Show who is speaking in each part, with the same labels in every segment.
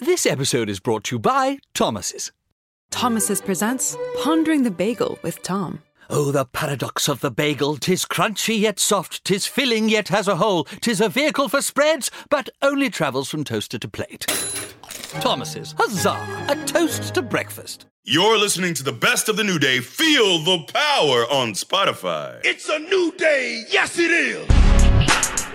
Speaker 1: This episode is brought to you by Thomas's.
Speaker 2: Thomas's presents Pondering the Bagel with Tom.
Speaker 1: Oh, the paradox of the bagel! Tis crunchy yet soft, tis filling yet has a hole, tis a vehicle for spreads, but only travels from toaster to plate. Thomas's, huzzah! A toast to breakfast.
Speaker 3: You're listening to the best of the new day. Feel the power on Spotify.
Speaker 4: It's a new day. Yes, it is.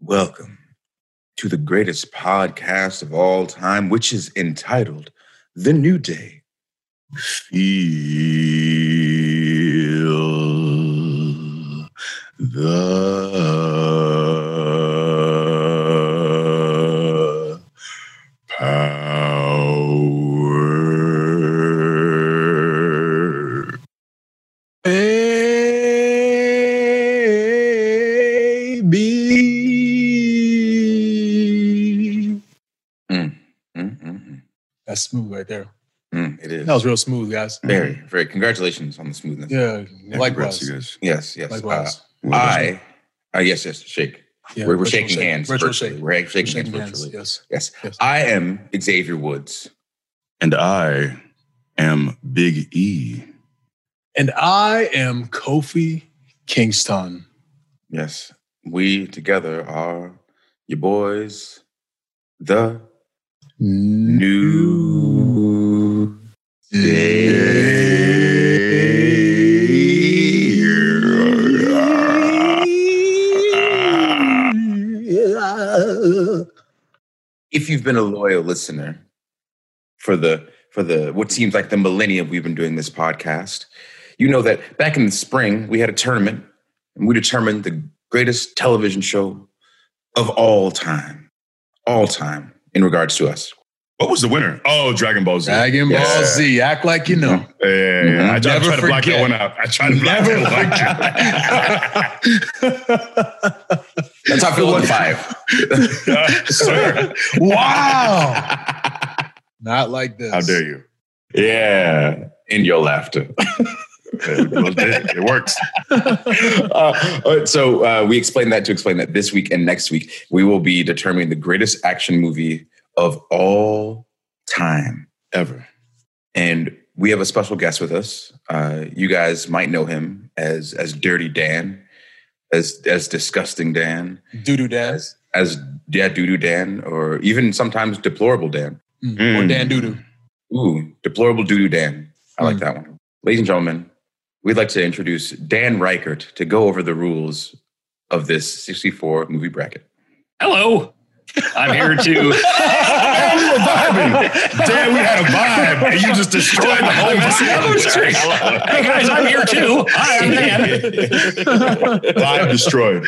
Speaker 4: Welcome to the greatest podcast of all time, which is entitled The New Day. Feel the power. Baby. Mm, mm, mm, mm,
Speaker 5: That's smooth right there.
Speaker 4: mm, it is.
Speaker 5: That was real smooth, guys.
Speaker 4: Very, very. Congratulations on the smoothness.
Speaker 5: Yeah,
Speaker 4: Yeah,
Speaker 5: likewise.
Speaker 4: congrats, you guys. Yes, yes.
Speaker 5: Likewise.
Speaker 4: Uh, I, uh, yes, yes. Shake.
Speaker 5: Yeah,
Speaker 4: we're, we're
Speaker 5: virtual
Speaker 4: shaking
Speaker 5: shake.
Speaker 4: hands.
Speaker 5: Virtual
Speaker 4: virtually.
Speaker 5: shake.
Speaker 4: We're shaking,
Speaker 5: We're shaking
Speaker 4: hands
Speaker 5: hands.
Speaker 4: virtually.
Speaker 5: Yes.
Speaker 4: Yes.
Speaker 5: Yes.
Speaker 4: I am Xavier Woods.
Speaker 3: And I am Big E.
Speaker 5: And I am Kofi Kingston.
Speaker 4: Yes. We together are your boys, the new if you've been a loyal listener for the for the what seems like the millennium we've been doing this podcast, you know that back in the spring we had a tournament and we determined the greatest television show of all time, all time in regards to us.
Speaker 3: What was the winner? Oh, Dragon Ball Z.
Speaker 5: Dragon
Speaker 4: Yes.
Speaker 5: Ball Z. Act like you know.
Speaker 3: Yeah, yeah, yeah.
Speaker 4: Mhm.
Speaker 3: I, tried- I
Speaker 5: Never
Speaker 3: tried to block
Speaker 5: forget.
Speaker 3: that one out. I tried to block
Speaker 5: Never
Speaker 3: that one out.
Speaker 4: That's how I feel about five.
Speaker 3: Yes, Uh, sir.
Speaker 5: wow. Not like this.
Speaker 3: How dare you?
Speaker 4: Yeah, in your laughter.
Speaker 3: It, it- it works.
Speaker 4: uh, all right, so uh, we explained that to explain that this week and next week we will be determining the greatest action movie of all time ever, and we have a special guest with us. Uh, you guys might know him as as Dirty Dan, as as disgusting Dan,
Speaker 5: Doo doo dad.
Speaker 4: as as yeah, doo doo Dan, or even sometimes deplorable Dan.
Speaker 5: Mm. Or Dan doo doo.
Speaker 4: Ooh, deplorable doo doo Dan. I like
Speaker 5: Mm.
Speaker 4: that one. Ladies and gentlemen, we'd like to introduce Dan Reichert to go over the rules of this 64 movie bracket.
Speaker 6: Hello. I'm here to.
Speaker 3: Damn, we were vibing. Damn, we had a vibe. And you just destroyed the whole message.
Speaker 6: hey guys, I'm here too. Hi, I'm Dan.
Speaker 3: Vibe destroyed.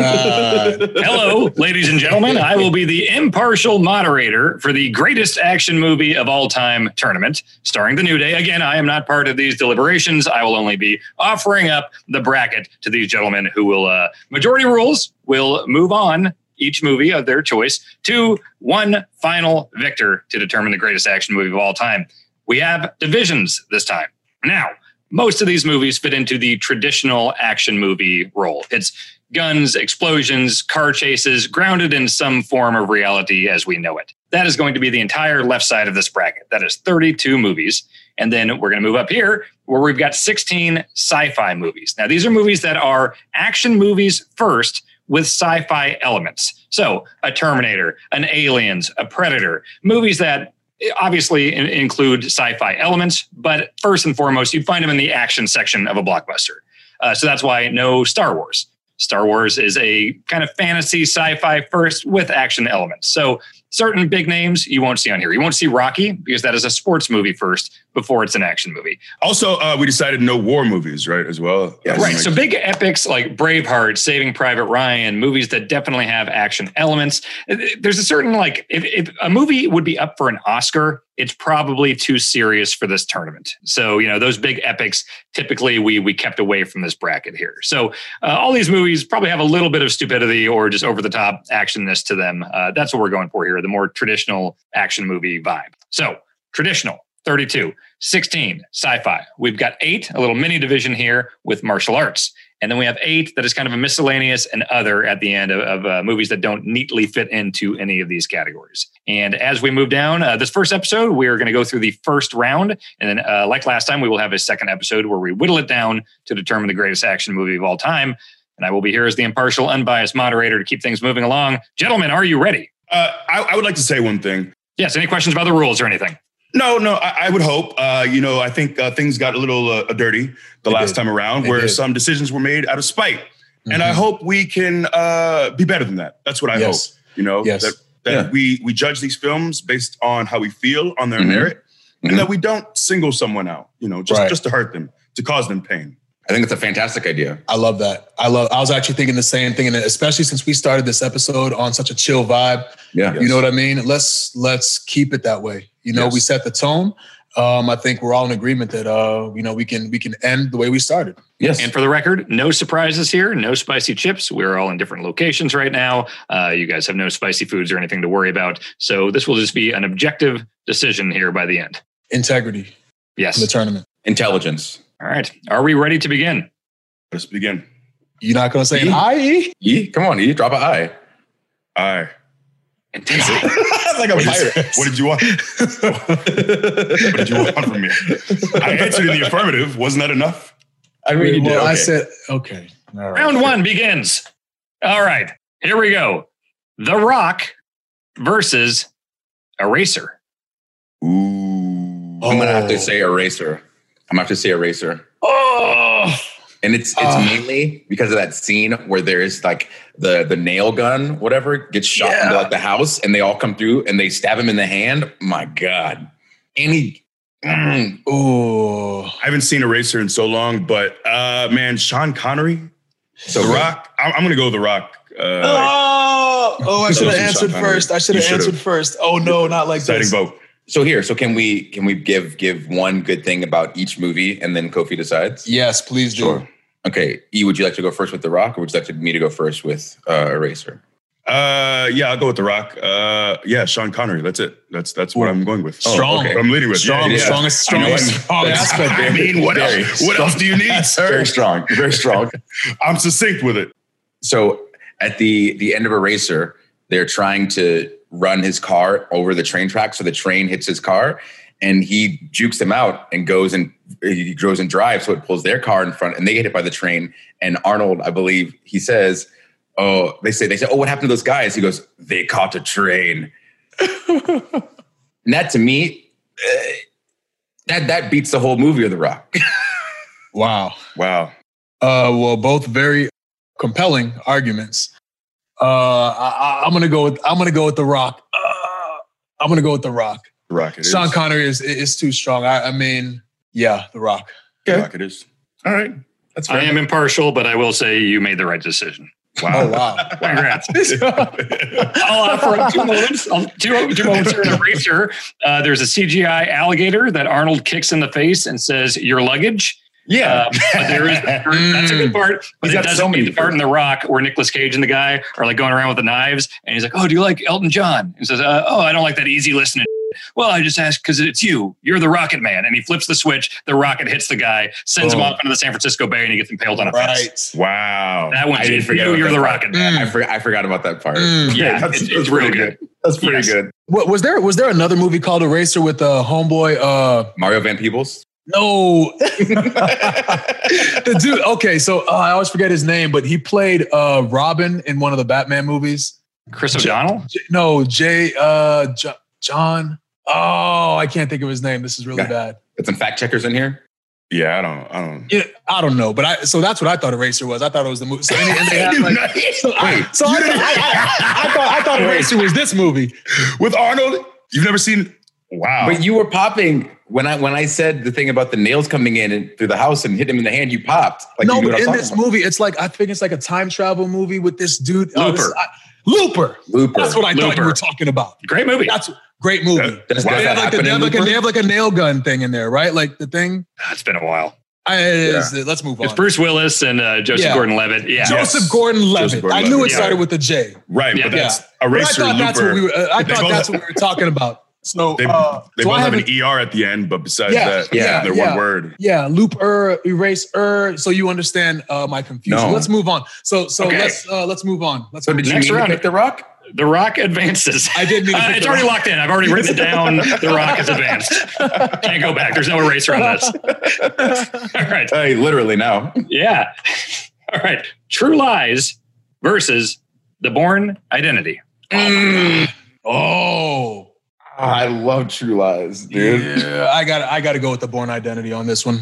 Speaker 5: God.
Speaker 6: Hello, ladies and gentlemen. I will be the impartial moderator for the greatest action movie of all time tournament, starring The New Day. Again, I am not part of these deliberations. I will only be offering up the bracket to these gentlemen who will, uh, majority rules, will move on each movie of their choice to one final victor to determine the greatest action movie of all time. We have divisions this time. Now, most of these movies fit into the traditional action movie role. It's guns, explosions, car chases, grounded in some form of reality as we know it. That is going to be the entire left side of this bracket. That is 32 movies. And then we're going to move up here where we've got 16 sci fi movies. Now, these are movies that are action movies first with sci fi elements. So, a Terminator, an Aliens, a Predator, movies that obviously in- include sci fi elements, but first and foremost, you'd find them in the action section of a blockbuster. Uh, so that's why no Star Wars. Star Wars is a kind of fantasy sci-fi first with action elements. So certain big names you won't see on here. You won't see Rocky because that is a sports movie first before it's an action movie.
Speaker 3: Also, uh, we decided no war movies, right? As well.
Speaker 4: Yes.
Speaker 3: Like,
Speaker 6: Right. So big epics like Braveheart, Saving Private Ryan, movies that definitely have action elements. Uh, There's a certain like if, if a movie would be up for an Oscar, it's probably too serious for this tournament. So you know those big epics typically we we kept away from this bracket here. So uh, all these movies probably have a little bit of stupidity or just over the top actionness to them. Uh, that's what we're going for here, the more traditional action movie vibe. So traditional 32. 16 sci-fi we've got eight a little mini division here with martial arts and then we have eight that is kind of a miscellaneous and other at the end of, of, uh, movies that don't neatly fit into any of these categories and as we move down uh, this first episode we are going to go through the first round and then uh, like last time we will have a second episode where we whittle it down to determine the greatest action movie of all time and i will be here as the impartial unbiased moderator to keep things moving along gentlemen are you ready
Speaker 3: uh, I, I would like to say one thing.
Speaker 6: yes any questions about the rules or anything
Speaker 3: No, no, I, I would hope. Uh, you know, I think uh, things got a little uh, dirty the
Speaker 5: They
Speaker 3: last
Speaker 5: did.
Speaker 3: time around,
Speaker 5: They
Speaker 3: where
Speaker 5: did.
Speaker 3: some decisions were made out of spite. And I
Speaker 5: Mhm.
Speaker 3: hope we can uh, be better than that. That's what I
Speaker 5: Yes.
Speaker 3: hope. You know,
Speaker 5: Yes.
Speaker 3: that, that
Speaker 4: Yeah.
Speaker 3: we we judge these films based on how we feel on their
Speaker 4: Mhm.
Speaker 3: merit,
Speaker 4: Mhm.
Speaker 3: and that we don't single someone out. You know, just
Speaker 5: Mm-hmm. Right.
Speaker 3: just to hurt them, to cause them pain.
Speaker 4: I think it's a fantastic idea.
Speaker 5: I love that. I love. I was actually thinking the same thing, and especially since we started this episode on such a chill vibe.
Speaker 4: Yeah.
Speaker 5: You know what I mean? Let's let's keep it that way. You know,
Speaker 3: Yes.
Speaker 5: we set the tone. Um, I think we're all in agreement that uh, you know, we can we can end the way we started.
Speaker 4: Yes.
Speaker 6: And for the record, no surprises here, no spicy chips. We're all in different locations right now. Uh, you guys have no spicy foods or anything to worry about. So this will just be an objective decision here by the end.
Speaker 5: Integrity for the
Speaker 6: Yes.
Speaker 5: tournament.
Speaker 4: Intelligence.
Speaker 6: All right. Are we ready to begin?
Speaker 3: Let's begin.
Speaker 5: You're not gonna say an
Speaker 4: Yeah.
Speaker 5: IE?
Speaker 4: E, come on, E, drop an I.
Speaker 3: All right.
Speaker 6: Intensity.
Speaker 4: like a
Speaker 3: What did, you, what did you want? What did you want from me? I answered in the affirmative. Wasn't that enough?
Speaker 4: I mean, you did.
Speaker 5: well, I
Speaker 4: okay.
Speaker 5: said okay. All right.
Speaker 6: Round one begins. All right. Here we go. The Rock versus Eraser.
Speaker 4: Ooh. I'm gonna have to
Speaker 5: Oh.
Speaker 4: say eraser. I'm gonna have to say eraser.
Speaker 6: Oh,
Speaker 4: And it's it's
Speaker 5: Ah.
Speaker 4: mainly because of that scene where there's like the the nail gun, whatever, gets shot into like the house, and they all come through and they stab him in the hand. My God, any mm,
Speaker 5: Ooh.
Speaker 3: I haven't seen Eraser in so long, but uh, man, Sean Connery,
Speaker 4: so
Speaker 3: The
Speaker 4: good.
Speaker 3: Rock. I'm, I'm gonna go with The Rock. Uh,
Speaker 5: Oh, oh! I
Speaker 3: You
Speaker 5: should have
Speaker 3: should've
Speaker 5: answered
Speaker 3: shot Connery.
Speaker 5: first. I should
Speaker 3: You
Speaker 5: have
Speaker 3: should've.
Speaker 5: answered first. Oh no, not like
Speaker 3: exciting
Speaker 5: this.
Speaker 3: vote.
Speaker 4: So here, so can we can we give give one good thing about each movie and then Kofi decides?
Speaker 5: Yes, please do.
Speaker 4: Sure. Okay, E, would you like to go first with The Rock, or would you like to, me to go first with uh, Eraser?
Speaker 3: Uh, yeah, I'll go with The Rock. Uh, yeah, Sean Connery. That's it. That's that's what I'm going with.
Speaker 4: Oh,
Speaker 5: Strong.
Speaker 4: okay.
Speaker 3: What I'm leading with.
Speaker 5: Strong,
Speaker 3: yeah, yeah.
Speaker 5: strongest,
Speaker 3: You know what?
Speaker 5: strongest, strongest.
Speaker 3: That's- I mean, what else? What else do you need, sir?
Speaker 4: Very strong, very strong.
Speaker 3: I'm succinct with it.
Speaker 4: so at the the end of Eraser, they're trying to run his car over the train track, so the train hits his car, and he jukes him out and goes and he goes and drives, so it pulls their car in front, and they get hit by the train. And Arnold, I believe, he says, "Oh, they say they say, oh, what happened to those guys?" He goes, "They caught a train." and that to me. eh, that, that beats the whole movie of The Rock.
Speaker 5: Wow.
Speaker 3: Wow.
Speaker 5: Uh, well, both very compelling arguments. Uh, I, I, I'm gonna go with I'm gonna go with The Rock. Uh, I'm gonna go with The Rock.
Speaker 3: The Rock. It is.
Speaker 5: Sean Connery is is too strong. I, I mean, yeah, The Rock.
Speaker 3: The Rock. It is. All right. That's fair.
Speaker 6: I am impartial, but I will say you made the right decision.
Speaker 5: Oh wow.
Speaker 6: Congrats.
Speaker 3: wow.
Speaker 6: I'll offer up two moments. I'll, two, two moments here in Eraser. Uh, there's a CGI alligator that Arnold kicks in the face and says, "Your luggage."
Speaker 3: yeah.
Speaker 6: Uh, but there is that's a good part. But
Speaker 4: Mm. He's
Speaker 6: it
Speaker 4: got
Speaker 6: doesn't
Speaker 4: so
Speaker 6: mean
Speaker 4: many
Speaker 6: the part in The Rock where Nicolas Cage and the guy are like going around with the knives, and he's like, "Oh, do you like Elton John?" And says, uh, "Oh, I don't like that easy listening." Well, I just asked because it's you. You're the Rocket Man, and he flips the switch. The rocket hits the guy, sends him
Speaker 5: Oh.
Speaker 6: off into the San Francisco Bay, and he gets impaled on a fence.
Speaker 5: Right.
Speaker 3: Wow.
Speaker 6: That one's
Speaker 4: I did
Speaker 6: it.
Speaker 4: forget
Speaker 6: You,
Speaker 4: about
Speaker 6: you're
Speaker 4: that
Speaker 6: the
Speaker 4: part.
Speaker 6: Rocket Man.
Speaker 4: I, for, I forgot about that part.
Speaker 5: Mm.
Speaker 6: Yeah, it's, it's real
Speaker 3: pretty
Speaker 6: good.
Speaker 4: That's pretty
Speaker 6: Yes.
Speaker 4: good.
Speaker 5: What was there? Was there another movie called Eraser with uh, homeboy? Uh,
Speaker 4: Mario Van Peebles.
Speaker 5: no,
Speaker 4: yeah,
Speaker 5: the dude. Okay, so uh, I always forget his name, but he played uh, Robin in one of the Batman movies.
Speaker 6: Chris O'Donnell.
Speaker 5: J- no, Jay. Uh, Jo- John. Oh, I can't think of his name. This is really
Speaker 4: Yeah.
Speaker 5: bad.
Speaker 4: Got some fact checkers in here. Yeah, I don't. I don't.
Speaker 5: Yeah, I don't know, but I so that's what I thought Eraser was. I thought it was the movie. So, and, and they had,
Speaker 4: You
Speaker 5: like,
Speaker 4: nut-
Speaker 5: so, I,
Speaker 4: Wait,
Speaker 5: so I, thought- I- I- I thought I thought Eraser was this movie.
Speaker 4: with Arnold, you've never seen.
Speaker 6: Wow.
Speaker 4: But you were popping when I when I said the thing about the nails coming in and through the house and hit him in the hand. You popped. Like
Speaker 5: no,
Speaker 4: you knew
Speaker 5: but
Speaker 4: what
Speaker 5: in
Speaker 4: I'm
Speaker 5: this
Speaker 4: talking
Speaker 5: movie, it's like I think it's like a time travel movie with this dude uh, this-
Speaker 6: Looper.
Speaker 5: I- Looper.
Speaker 4: about. Looper.
Speaker 5: That's what I thought you
Speaker 6: Looper.
Speaker 5: were talking about.
Speaker 6: Great movie.
Speaker 5: That's a great movie.
Speaker 6: That-
Speaker 4: that's-
Speaker 5: they,
Speaker 4: that's
Speaker 5: have
Speaker 4: what
Speaker 5: like the,
Speaker 4: happened
Speaker 5: they,
Speaker 4: in
Speaker 5: have like a,
Speaker 4: Looper?
Speaker 5: they have like a nail gun thing in there, right? Like the thing.
Speaker 6: It's been a while.
Speaker 5: I, it's- Let's move on.
Speaker 6: It's Bruce Willis and uh, Joseph
Speaker 5: Yeah.
Speaker 6: Gordon-Levitt. Yeah.
Speaker 5: Joseph
Speaker 4: Yes.
Speaker 5: Gordon-Levitt.
Speaker 4: Joseph Gordon-Levitt.
Speaker 5: I knew it
Speaker 6: Yeah.
Speaker 5: started with a J.
Speaker 4: right,
Speaker 6: Yeah.
Speaker 4: but that's
Speaker 5: But I
Speaker 4: Eraser,
Speaker 5: thought
Speaker 4: Looper.
Speaker 5: that's what we were. Uh, I
Speaker 4: They
Speaker 5: thought
Speaker 4: both-
Speaker 5: that's what we were talking about. So
Speaker 4: They,
Speaker 5: uh,
Speaker 4: they
Speaker 5: so I
Speaker 4: both have
Speaker 5: haven't-
Speaker 4: an ER at the end, but besides
Speaker 5: Yeah,
Speaker 4: that,
Speaker 5: yeah,
Speaker 4: they're
Speaker 5: yeah.
Speaker 4: one word.
Speaker 5: Yeah, loop er, erase er. So you understand uh, my confusion.
Speaker 4: No.
Speaker 5: Let's move on. So so
Speaker 6: Okay.
Speaker 5: let's uh, let's move on. Let's.
Speaker 4: So did you
Speaker 6: Next
Speaker 4: mean to
Speaker 6: round.
Speaker 4: pick the rock?
Speaker 6: The Rock advances.
Speaker 5: I did mean to
Speaker 6: Uh,
Speaker 5: pick
Speaker 6: it's
Speaker 5: The
Speaker 6: already
Speaker 5: Rock.
Speaker 6: locked in. I've already written it down. The Rock is advanced. Can't go back. There's no eraser on this. All right.
Speaker 4: Hey, literally now.
Speaker 6: Yeah. All right. True Lies versus The Born Identity.
Speaker 5: Mm. oh.
Speaker 4: Ah, I love True Lies, dude.
Speaker 5: Yeah, I got I got to go with the born identity on this one.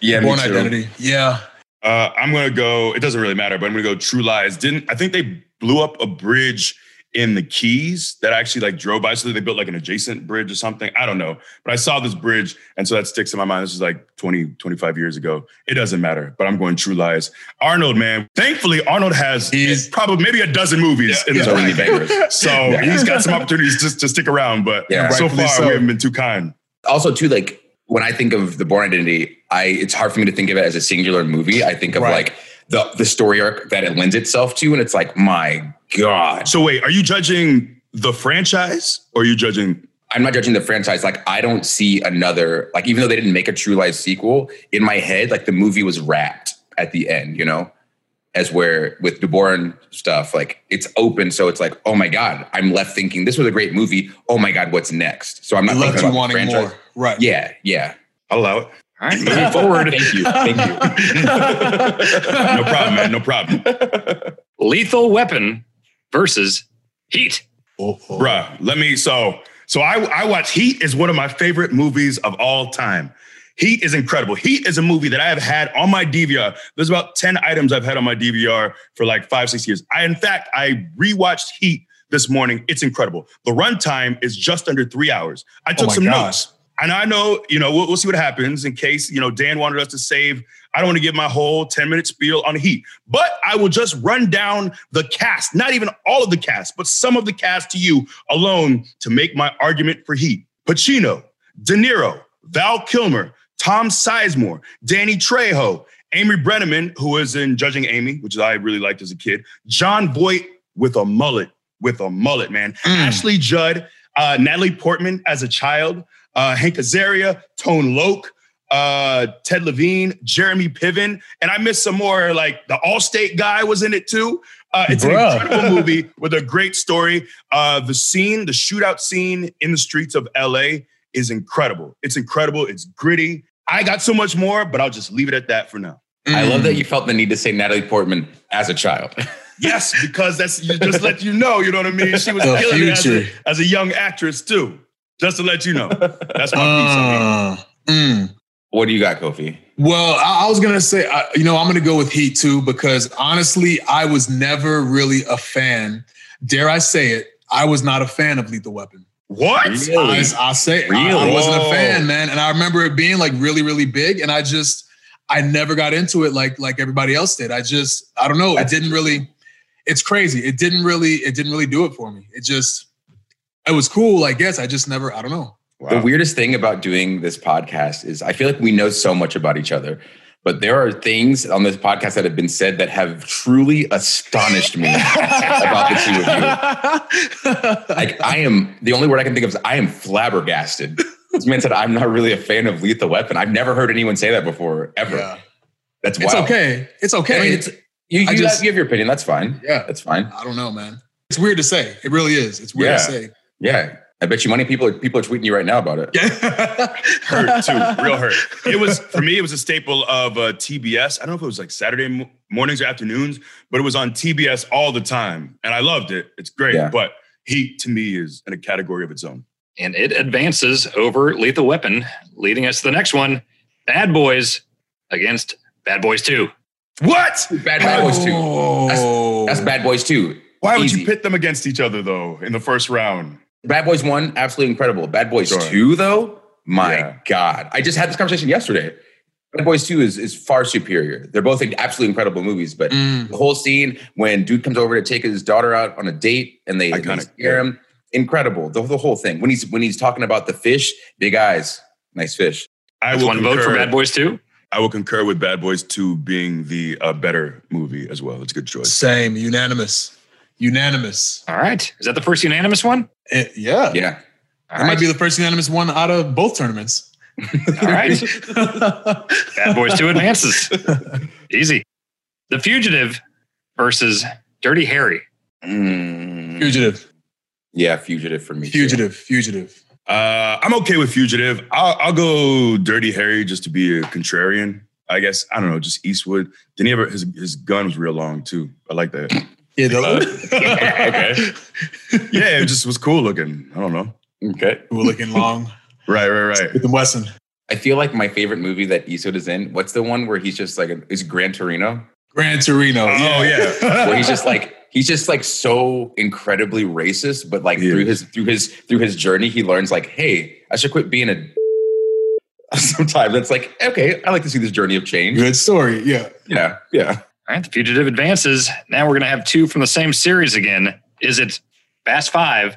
Speaker 4: Yeah, me
Speaker 5: born
Speaker 4: too.
Speaker 5: identity. Yeah.
Speaker 3: Uh, I'm gonna go. It doesn't really matter, but I'm gonna go. True Lies didn't. I think they blew up a bridge in the Keys that I actually like drove by. So they built like an adjacent bridge or something. I don't know, but I saw this bridge, and so that sticks in my mind. This is like 20, 25 years ago. It doesn't matter, but I'm going True Lies. Arnold, man. Thankfully, Arnold has
Speaker 5: He's-
Speaker 3: probably maybe a dozen movies in
Speaker 4: These
Speaker 3: this
Speaker 4: are really
Speaker 3: bracket.
Speaker 4: bangers.
Speaker 3: So he's got some opportunities just to stick around, but
Speaker 4: Yeah.
Speaker 3: so
Speaker 5: Rightfully
Speaker 3: far
Speaker 5: so.
Speaker 3: we haven't been too kind.
Speaker 4: also too like when I think of the Born Identity, I it's hard for me to think of it as a singular movie. I think of
Speaker 5: Right.
Speaker 4: like the the story arc that it lends itself to, and it's like my god.
Speaker 3: So wait, are you judging the franchise or are you judging?
Speaker 4: I'm not judging the franchise. Like I don't see another like even though they didn't make a True Lies sequel in my head, like the movie was wrapped at the end, you know. As where with the Born stuff, like it's open, so it's like, oh my god, I'm left thinking this was a great movie. Oh my god, what's next? So I'm
Speaker 5: I
Speaker 4: not
Speaker 5: left you
Speaker 4: thinking about the
Speaker 5: wanting
Speaker 4: franchise.
Speaker 5: more. Right.
Speaker 4: Yeah, yeah.
Speaker 3: I'll allow it.
Speaker 6: All right. Moving forward.
Speaker 4: Thank you, thank you.
Speaker 3: no problem, man. No problem.
Speaker 6: Lethal Weapon versus Heat.
Speaker 5: Oh, oh.
Speaker 3: Bruh, let me so so I I watch Heat is one of my favorite movies of all time. Heat is incredible. Heat is a movie that I have had on my DVR. There's about 10 items I've had on my DVR for like five, six years. I, in fact, I rewatched Heat this morning. It's incredible. The runtime is just under three hours. I
Speaker 4: oh
Speaker 3: took
Speaker 5: my
Speaker 3: some
Speaker 5: God.
Speaker 3: notes. And I know, you know, we'll, we'll see what happens in case, you know, Dan wanted us to save. I don't want to give my whole 10 minute spiel on Heat, but I will just run down the cast, not even all of the cast, but some of the cast to you alone to make my argument for Heat. Pacino, De Niro, Val Kilmer, Tom Sizemore, Danny Trejo, Amy Brenneman, who was in Judging Amy, which I really liked as a kid, John Voight with a mullet, with a mullet, man, Ashley Judd, uh, Natalie Portman as a child, uh, Hank Azaria, Tone Loke, uh, Ted Levine, Jeremy Piven, and I missed some more. Like the Allstate guy was in it too. Uh, it's
Speaker 5: Bruh.
Speaker 3: an incredible movie with a great story. Uh, the scene, the shootout scene in the streets of LA is incredible. It's incredible. It's gritty. I got so much more, but I'll just leave it at that for now.
Speaker 4: I love
Speaker 5: Mm.
Speaker 4: that you felt the need to say Natalie Portman as a child.
Speaker 3: Yes, because that's you just let you know, you know what I mean? She was
Speaker 5: The
Speaker 3: killing it as a,
Speaker 5: future.
Speaker 3: as a young actress too. Just to let you know. That's my piece on it.
Speaker 5: Uh, mm.
Speaker 4: what do you got, Kofi?
Speaker 5: Well, I, I was gonna say, I, you know, I'm gonna go with Heat too because honestly, I was never really a fan. Dare I say it? I was not a fan of Lethal Weapon.
Speaker 3: What?
Speaker 5: I, I say, it. I- I,
Speaker 4: Really?
Speaker 5: wasn't a fan,
Speaker 3: Whoa.
Speaker 5: man. And I remember it being like really, really big, and I just, I never got into it like like everybody else did. I just, I don't know. It
Speaker 4: That's
Speaker 5: didn't really. It's crazy. It didn't really. It didn't really do it for me. It just, it was cool. I guess I just never. I don't know.
Speaker 4: The weirdest thing about doing this podcast is I feel like we know so much about each other, but there are things on this podcast that have been said that have truly astonished me about the two of you. Like I am the only word I can think of is I am flabbergasted. This man said I'm not really a fan of Lethal Weapon. I've never heard anyone say that before, ever.
Speaker 5: Yeah.
Speaker 4: That's wild.
Speaker 5: It's okay. It's okay.
Speaker 4: I mean, it's you.
Speaker 5: I
Speaker 4: You,
Speaker 5: just-
Speaker 4: have, you have your opinion. That's fine.
Speaker 5: yeah.
Speaker 4: That's fine.
Speaker 5: I don't know, man. It's weird to say. It really is. It's weird
Speaker 4: Yeah.
Speaker 5: to say.
Speaker 4: Yeah, I bet you money people are people are tweeting you right now about it.
Speaker 3: hurt too, real hurt. It was for me. It was a staple of uh, TBS. I don't know if it was like Saturday mo- mornings or afternoons, but it was on TBS all the time, and I loved it. It's great,
Speaker 4: Yeah.
Speaker 3: but Heat to me is in a category of its own.
Speaker 6: And it advances over Lethal Weapon, leading us to the next one Bad Boys against Bad Boys 2.
Speaker 3: What?
Speaker 4: Bad, bad boys too. That's
Speaker 5: Oh.
Speaker 4: bad boys too.
Speaker 3: Why would
Speaker 4: Easy.
Speaker 3: you pit them against each other though in the first round?
Speaker 4: Bad Boys One, absolutely incredible. Bad Boys
Speaker 3: Sure.
Speaker 4: Two, though, my
Speaker 3: Yeah.
Speaker 4: God, I just had this conversation yesterday. Bad Boys Two is is far superior. They're both absolutely incredible movies, but
Speaker 5: Mm.
Speaker 4: the whole scene when dude comes over to take his daughter out on a date and they, and they
Speaker 3: Iconic,
Speaker 4: scare him, incredible. The, the whole thing when he's when he's talking about the fish, big eyes, nice fish.
Speaker 3: I
Speaker 6: That's
Speaker 3: will
Speaker 6: one vote for
Speaker 3: concur-
Speaker 6: Bad Boys 2.
Speaker 3: I will concur with Bad Boys 2 being the uh, better movie as well. It's a good choice.
Speaker 5: Same, unanimous, unanimous.
Speaker 6: All right. Is that the first unanimous one?
Speaker 5: Eh, yeah,
Speaker 4: Yeah,
Speaker 6: All
Speaker 5: that might
Speaker 6: right.
Speaker 5: be the first unanimous one out of both tournaments.
Speaker 6: All right. Bad Boys 2 advances. Easy. The Fugitive versus Dirty Harry.
Speaker 4: Mm.
Speaker 5: Fugitive,
Speaker 4: yeah, fugitive for me. too.
Speaker 5: fugitive, fugitive.
Speaker 3: Uh, I'm okay with Fugitive. I'll, I'll go Dirty Harry just to be a contrarian. I guess I don't know. Just Eastwood. Didn't he ever? His his gun was real long too. I like that.
Speaker 5: Yeah, the-
Speaker 3: okay. Yeah, it just was cool looking. I don't know.
Speaker 4: Okay.
Speaker 5: We're looking long
Speaker 3: Right, right, right.
Speaker 5: with the Wesson.
Speaker 4: I feel like my favorite movie that Eastwood is in. What's the one where he's just like is Gran Torino?
Speaker 5: Gran Torino.
Speaker 3: Oh yeah.
Speaker 4: where he's just like he's just like so incredibly racist but like
Speaker 3: Yeah.
Speaker 4: through his through his through his journey he learns like hey i should quit being a sometimes it's like okay i like to see this journey of change
Speaker 5: Good story. Yeah.
Speaker 4: yeah yeah
Speaker 6: All right. The Fugitive advances. Now we're going to have two from the same series again. Is it Fast Five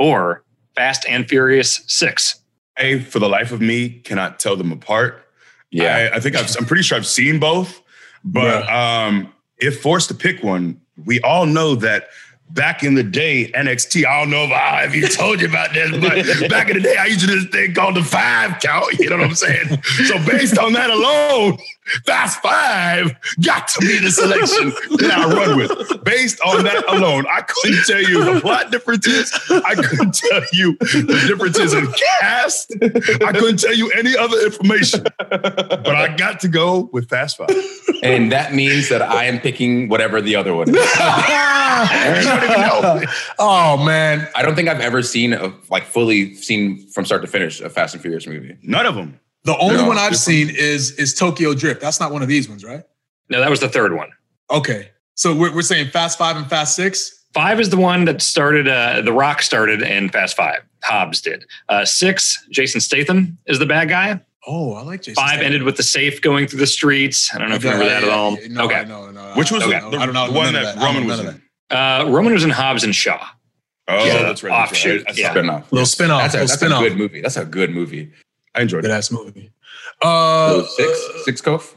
Speaker 6: or Fast and Furious Six?
Speaker 3: I, for the life of me, cannot tell them apart.
Speaker 4: yeah
Speaker 3: I, I think I've, I'm pretty sure I've seen both, but um, if forced to pick one, we all know that back in the day, NXT, I don't know if I if you told you about this, but back in the day, I used to do this thing called the five count. You know what I'm saying? So based on that alone, Fast Five got to be the selection that I run with. Based on that alone, I couldn't tell you the plot differences. I couldn't tell you the differences in cast. I couldn't tell you any other information. But I got to go with Fast Five.
Speaker 4: and that means that i am picking whatever the other one is
Speaker 5: oh man.
Speaker 4: i don't think i've ever seen a like fully seen from start to finish a fast and furious movie
Speaker 3: None of them.
Speaker 5: The only
Speaker 4: No,
Speaker 5: one I've
Speaker 3: different.
Speaker 5: seen is is Tokyo Drift. That's not one of these ones, right?
Speaker 6: No, that was the third one.
Speaker 5: Okay. So we're, we're saying Fast Five and Fast Six.
Speaker 6: Five is the one that started, uh, The Rock started in Fast Five. Hobbs did. Uh, six, Jason Statham is the bad guy.
Speaker 5: Oh, I like Jason.
Speaker 6: Five
Speaker 5: Statham.
Speaker 6: ended with the safe going through the streets. I don't know if you
Speaker 5: Yeah,
Speaker 6: remember that
Speaker 5: yeah,
Speaker 6: at all.
Speaker 5: yeah, No, I
Speaker 6: okay.
Speaker 5: know, no,
Speaker 3: Which was
Speaker 5: I
Speaker 3: the,
Speaker 5: don't know. I don't know.
Speaker 3: the one
Speaker 5: none of
Speaker 3: that,
Speaker 5: I don't
Speaker 3: Roman
Speaker 5: know
Speaker 3: was
Speaker 5: none of
Speaker 3: in?
Speaker 5: that.
Speaker 6: Uh, Roman was in Hobbs and Shaw.
Speaker 3: Oh, that's right.
Speaker 6: Yeah,
Speaker 3: That's right.
Speaker 6: offshoot,
Speaker 3: I- I,
Speaker 6: yeah.
Speaker 3: spent-
Speaker 4: spin-off
Speaker 5: Little spin off.
Speaker 4: that's, a,
Speaker 5: Little
Speaker 4: that's a
Speaker 5: spin off.
Speaker 4: good
Speaker 5: Good
Speaker 4: movie that's a good movie
Speaker 3: I enjoyed it.
Speaker 5: ass movie. Uh,
Speaker 4: six six cove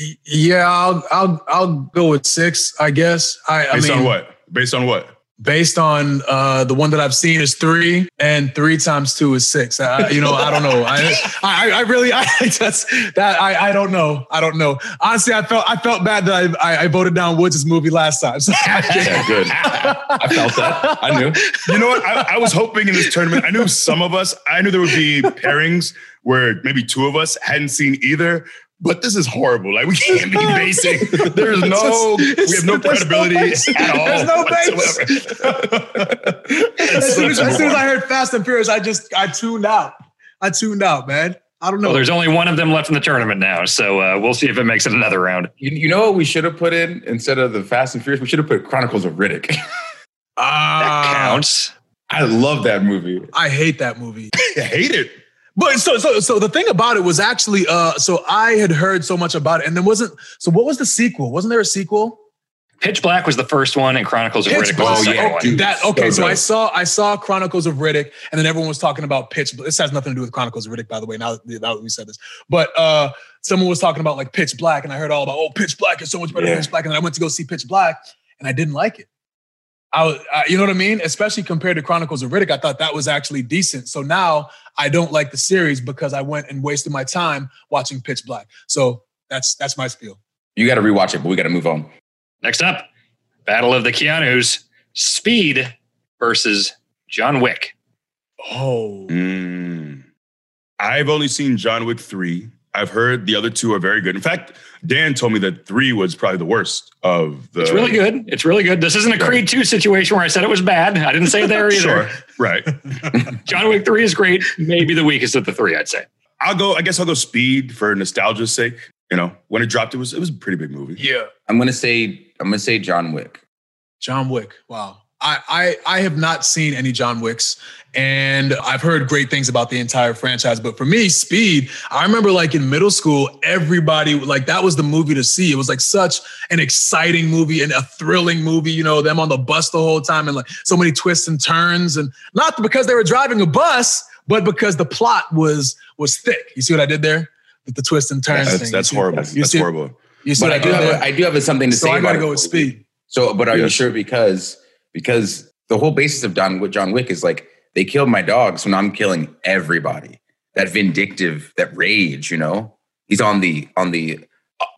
Speaker 5: y- Yeah, I'll I'll I'll go with six. I guess. I, I
Speaker 3: Based
Speaker 5: mean,
Speaker 3: on what? Based on what?
Speaker 5: based on uh, the one that I've seen is three, and three times two is six. I, you know, I don't know. I, I, I really, I just that I, I don't know. I don't know. Honestly, I felt I felt bad that I, I, I voted down Woods' movie last time. So I
Speaker 4: yeah
Speaker 5: can't-
Speaker 4: good i felt that i knew
Speaker 3: You know what? I, I was hoping in this tournament, I knew some of us, I knew there would be pairings where maybe two of us hadn't seen either. But this is horrible. Like we can't be basic. There is no,
Speaker 5: It's-
Speaker 3: we have no
Speaker 5: it's- there's no
Speaker 3: credibility
Speaker 5: base.
Speaker 3: at all.
Speaker 5: There's no base.
Speaker 3: whatsoever.
Speaker 5: as, soon as,
Speaker 3: That's
Speaker 5: as soon as I
Speaker 3: horrible.
Speaker 5: heard Fast and Furious, I just I tuned out. I tuned out, man. I don't know.
Speaker 6: Well, there's only one of them left in the tournament now, so uh, we'll see if it makes it another round.
Speaker 4: You, you know what we should have put in instead of the Fast and Furious? We should have put Chronicles of Riddick.
Speaker 6: That
Speaker 5: Ah,
Speaker 6: counts.
Speaker 4: I love that movie.
Speaker 5: I hate that movie.
Speaker 3: I hate it.
Speaker 5: But so so so the thing about it was actually uh so I had heard so much about it and there wasn't so what was the sequel? Wasn't there a sequel?
Speaker 6: Pitch Black was the first one, and Chronicles of
Speaker 5: Pitch
Speaker 6: Riddick was the
Speaker 5: Black.
Speaker 6: second
Speaker 4: Oh, yeah,
Speaker 6: one.
Speaker 4: dude.
Speaker 5: That okay,
Speaker 4: So
Speaker 5: so, I
Speaker 4: dope.
Speaker 5: saw I saw Chronicles of Riddick, and then everyone was talking about Pitch. Black. This has nothing to do with Chronicles of Riddick, by the way. Now, now that we said this, but uh, someone was talking about like Pitch Black, and I heard all about oh Pitch Black is so much better than
Speaker 4: Yeah.
Speaker 5: Pitch Black, and I went to go see Pitch Black, and I didn't like it. I, was, I you know what I mean? Especially compared to Chronicles of Riddick, I thought that was actually decent. So now I don't like the series because I went and wasted my time watching Pitch Black. So that's that's my spiel.
Speaker 4: You got to rewatch it, but we got to move on.
Speaker 6: Next up, Battle of the Keanu's Speed versus John Wick.
Speaker 5: Oh,
Speaker 3: Mm. I've only seen John Wick 3. I've heard the other two are very good. In fact, Dan told me that 3 was probably the worst of the
Speaker 6: It's really good. It's really good. This isn't a Creed 2 situation where I said it was bad. I didn't say it there either.
Speaker 3: Sure. Right.
Speaker 6: John Wick 3 is great. Maybe the weakest of the three, I'd say.
Speaker 3: I'll go. I guess I'll go Speed for nostalgia's sake. You know, when it dropped, it was it was a pretty big movie.
Speaker 5: Yeah.
Speaker 4: I'm gonna say I'm gonna say John Wick.
Speaker 5: John Wick. Wow. I, I I have not seen any John Wicks, and I've heard great things about the entire franchise. But for me, Speed, I remember like in middle school, everybody like that was the movie to see. It was like such an exciting movie and a thrilling movie. You know, them on the bus the whole time and like so many twists and turns, and not because they were driving a bus, but because the plot was was thick. You see what I did there? With the twists and turns.
Speaker 3: That's,
Speaker 5: thing.
Speaker 3: that's
Speaker 5: You see-
Speaker 3: horrible.
Speaker 5: You
Speaker 3: That's
Speaker 5: see,
Speaker 3: horrible.
Speaker 5: You see
Speaker 4: But
Speaker 5: what
Speaker 4: I do
Speaker 5: did
Speaker 4: have
Speaker 5: there?
Speaker 4: a, I do have something to
Speaker 5: so
Speaker 4: say.
Speaker 5: I
Speaker 4: about
Speaker 5: gotta
Speaker 4: it
Speaker 5: go with
Speaker 4: before
Speaker 5: Speed.
Speaker 4: So, but are you
Speaker 3: Yes.
Speaker 4: sure? Because because the whole basis of Don Wick, John Wick is like they killed my dogs, so now I'm killing everybody. That vindictive, that rage, you know, he's on the on the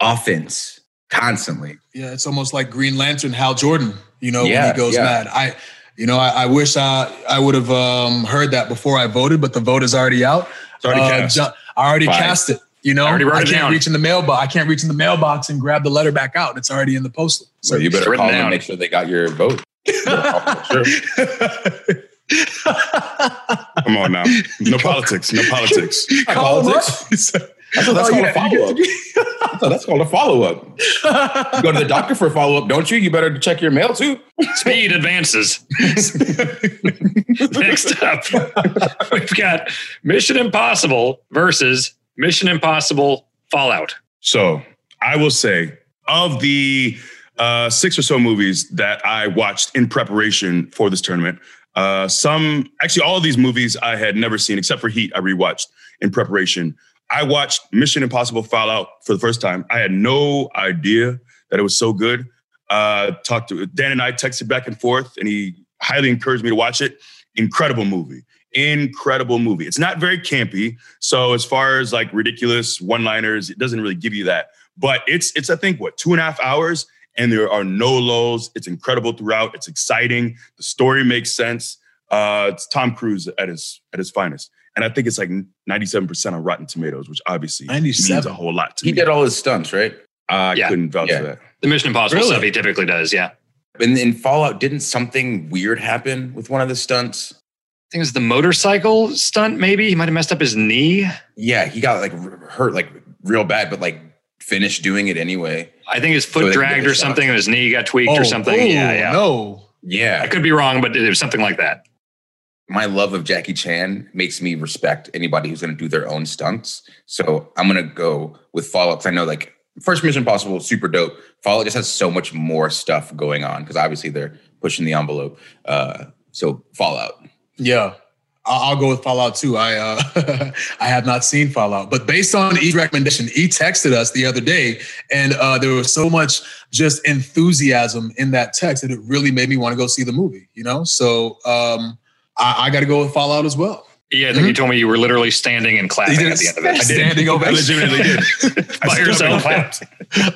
Speaker 4: offense constantly.
Speaker 5: Yeah, it's almost like Green Lantern, Hal Jordan. You know, when
Speaker 4: Yeah,
Speaker 5: he goes
Speaker 4: yeah.
Speaker 5: mad. I, you know, I, I wish I I would have um, heard that before I voted, but the vote is already out.
Speaker 3: It's already
Speaker 5: Uh,
Speaker 3: cast.
Speaker 5: Jo- I already
Speaker 4: Fine.
Speaker 5: cast it. You know,
Speaker 6: I already wrote it
Speaker 5: can't
Speaker 6: down.
Speaker 5: reach in the mailbox. I can't reach in the mailbox and grab the letter back out. It's already in the postal.
Speaker 4: So you
Speaker 6: It's
Speaker 4: better
Speaker 6: written
Speaker 4: call them
Speaker 6: down.
Speaker 4: and make sure they got your vote. Sure.
Speaker 3: Come on now. No politics. No politics.
Speaker 5: Call them up.
Speaker 4: That's, that's
Speaker 5: Oh,
Speaker 4: called
Speaker 5: yeah,
Speaker 4: a follow up. That's, that's called a follow up. You go to the doctor for a follow up, don't you? You better check your mail too.
Speaker 6: Speed advances. Next up, we've got Mission Impossible versus Mission Impossible Fallout.
Speaker 3: So I will say, of the uh, six or so movies that I watched in preparation for this tournament, uh, some actually all of these movies I had never seen except for Heat. I rewatched in preparation. I watched Mission Impossible Fallout for the first time. I had no idea that it was so good. Uh, talked to Dan and I texted back and forth, and he highly encouraged me to watch it. Incredible movie. Incredible movie. It's not very campy. So as far as like ridiculous one-liners, it doesn't really give you that. But it's it's I think what two and a half hours, and there are no lows. It's incredible throughout. It's exciting. The story makes sense. Uh, it's Tom Cruise at his at his finest, and I think it's like ninety seven percent on Rotten Tomatoes, which obviously means
Speaker 5: 97.
Speaker 3: a whole lot to
Speaker 4: He
Speaker 3: me.
Speaker 4: did all his stunts, right?
Speaker 3: I
Speaker 6: Yeah.
Speaker 3: couldn't vouch
Speaker 4: Yeah.
Speaker 3: for that.
Speaker 6: The Mission Impossible
Speaker 5: Really?
Speaker 6: stuff he typically does, yeah.
Speaker 4: And in Fallout, didn't something weird happen with one of the stunts?
Speaker 6: I think it's the motorcycle stunt, maybe. He might have messed up his knee.
Speaker 4: Yeah, he got like r- hurt like real bad, but like finished doing it anyway.
Speaker 6: I think his
Speaker 4: So
Speaker 6: foot
Speaker 4: they can
Speaker 6: dragged
Speaker 4: get a
Speaker 6: or
Speaker 4: shot.
Speaker 6: something and his knee got tweaked
Speaker 5: Oh,
Speaker 6: or something.
Speaker 5: oh,
Speaker 6: yeah, yeah.
Speaker 5: No.
Speaker 6: I
Speaker 4: Yeah,
Speaker 6: could be wrong, but it was something like that.
Speaker 4: my love of Jackie Chan makes me respect anybody who's going to do their own stunts. So I'm going to go with Fallout. 'cause I know like first Mission Impossible, is super dope. Fallout just has so much more stuff going on because obviously they're pushing the envelope. Uh, so Fallout.
Speaker 5: Yeah. I'll, I'll go with Fallout too. I uh, I have not seen Fallout, but based on E's recommendation, E texted us the other day, and uh, there was so much just enthusiasm in that text that it really made me want to go see the movie. You know, so um, I, I got to go with Fallout as well.
Speaker 6: Yeah, I think you told me you were literally standing and clapping at the end of it.
Speaker 5: Standing
Speaker 3: I
Speaker 5: ovation.
Speaker 3: legitimately did. I
Speaker 6: By
Speaker 3: stood up
Speaker 6: yourself.
Speaker 3: and clapped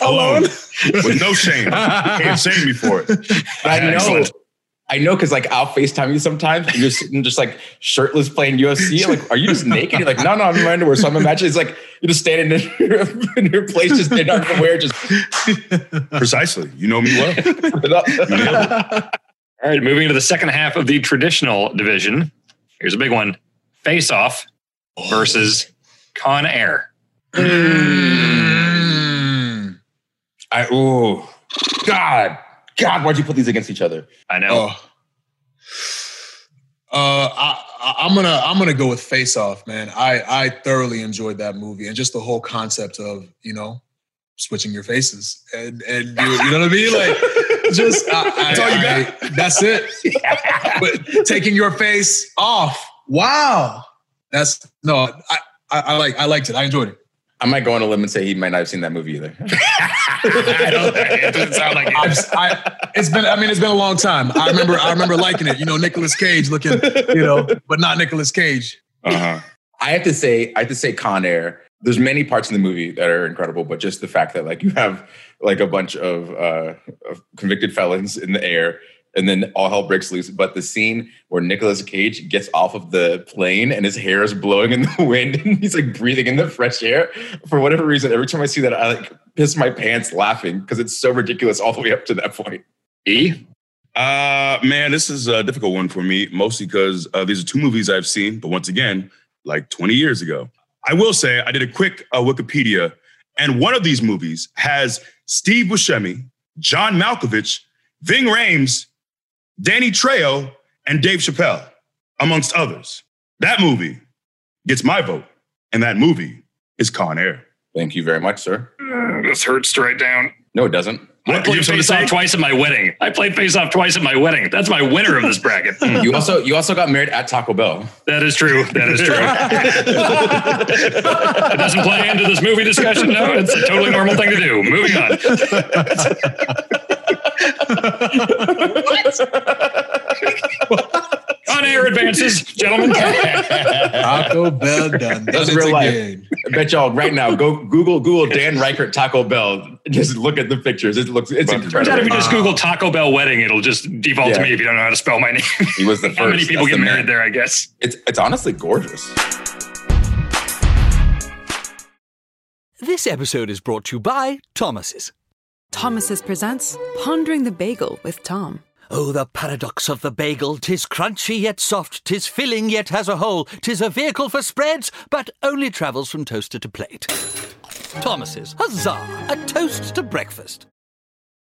Speaker 3: alone with no shame. You can't shame me for it.
Speaker 4: But I know,
Speaker 6: Excellent.
Speaker 4: I know, because like I'll Facetime you sometimes. And you're sitting just like shirtless playing UFC. I'm like, are you just naked? You're like, no, no, I'm in my underwear. So I'm imagining it's like you're just standing in your, in your place, just in underwear, just.
Speaker 3: Precisely. You know me well.
Speaker 6: All right, moving into the second half of the traditional division. Here's a big one Face Off versus Con Air.
Speaker 5: Mm.
Speaker 4: I oh God. God, why'd you put these against each other?
Speaker 6: I know.
Speaker 5: Oh. Uh, I, I- I'm gonna I'm gonna go with Face Off, man. I I thoroughly enjoyed that movie and just the whole concept of you know switching your faces and and you, you know what I mean, like just I, I,
Speaker 4: That's all you
Speaker 5: I- that's it. but taking your face off, wow, that's no, I, I I like I liked it. I enjoyed it.
Speaker 4: I might go on a limb and say he might not have seen that movie either.
Speaker 6: I don't, it doesn't sound like it.
Speaker 5: I've, I, it's been. I mean, it's been a long time. I remember. I remember liking it. You know, Nicolas Cage looking. You know, but not Nicolas Cage.
Speaker 3: Uh-huh.
Speaker 4: I have to say, I have to say Con Air. There's many parts in the movie that are incredible, but just the fact that like you have like a bunch of, uh, of convicted felons in the air and then all hell breaks loose. But the scene where Nicolas Cage gets off of the plane and his hair is blowing in the wind and he's like breathing in the fresh air. For whatever reason, every time I see that, I like piss my pants laughing because it's so ridiculous all the way up to that point.
Speaker 6: E?
Speaker 3: Uh, man, this is a difficult one for me, mostly because uh, these are two movies I've seen, but once again, like 20 years ago. I will say I did a quick uh, Wikipedia, and one of these movies has Steve Buscemi, John Malkovich, Ving Rhames, Danny Trejo, and Dave Chappelle, amongst others. That movie gets my vote, and that movie is Con Air.
Speaker 4: Thank you very much, sir.
Speaker 6: Uh, this hurts right down.
Speaker 4: No, it doesn't.
Speaker 6: I
Speaker 3: What-
Speaker 6: played
Speaker 3: you're trying to
Speaker 6: face off
Speaker 3: say?
Speaker 6: twice at my wedding. I played face off twice at my wedding. That's my winner of this bracket.
Speaker 4: You also you also got married at Taco Bell.
Speaker 6: that is true. That is true. it doesn't play into this movie discussion. No, it's a totally normal thing to do. Moving on. On air advances, gentlemen.
Speaker 5: Taco Bell done.
Speaker 4: That's
Speaker 5: That's
Speaker 4: real
Speaker 5: real
Speaker 4: life.
Speaker 5: Again.
Speaker 4: I bet y'all right now go Google Google Dan Reichert Taco Bell. Just look at the pictures. It looks it's
Speaker 3: But-
Speaker 6: Turns out if
Speaker 4: incredible.
Speaker 6: you just Google Taco Bell wedding, it'll just default
Speaker 4: Yeah.
Speaker 6: to me if you don't know how to spell my name.
Speaker 4: He was the first.
Speaker 6: how many people
Speaker 4: That's
Speaker 6: get
Speaker 4: the man.
Speaker 6: married there, I guess.
Speaker 4: It's it's honestly gorgeous.
Speaker 1: This episode is brought to you by Thomas's.
Speaker 2: Thomas's presents Pondering the Bagel with Tom.
Speaker 1: Oh, the paradox of the bagel. Tis crunchy yet soft, tis filling yet has a hole. Tis a vehicle for spreads, but only travels from toaster to plate. Thomas's, huzzah! A toast to breakfast.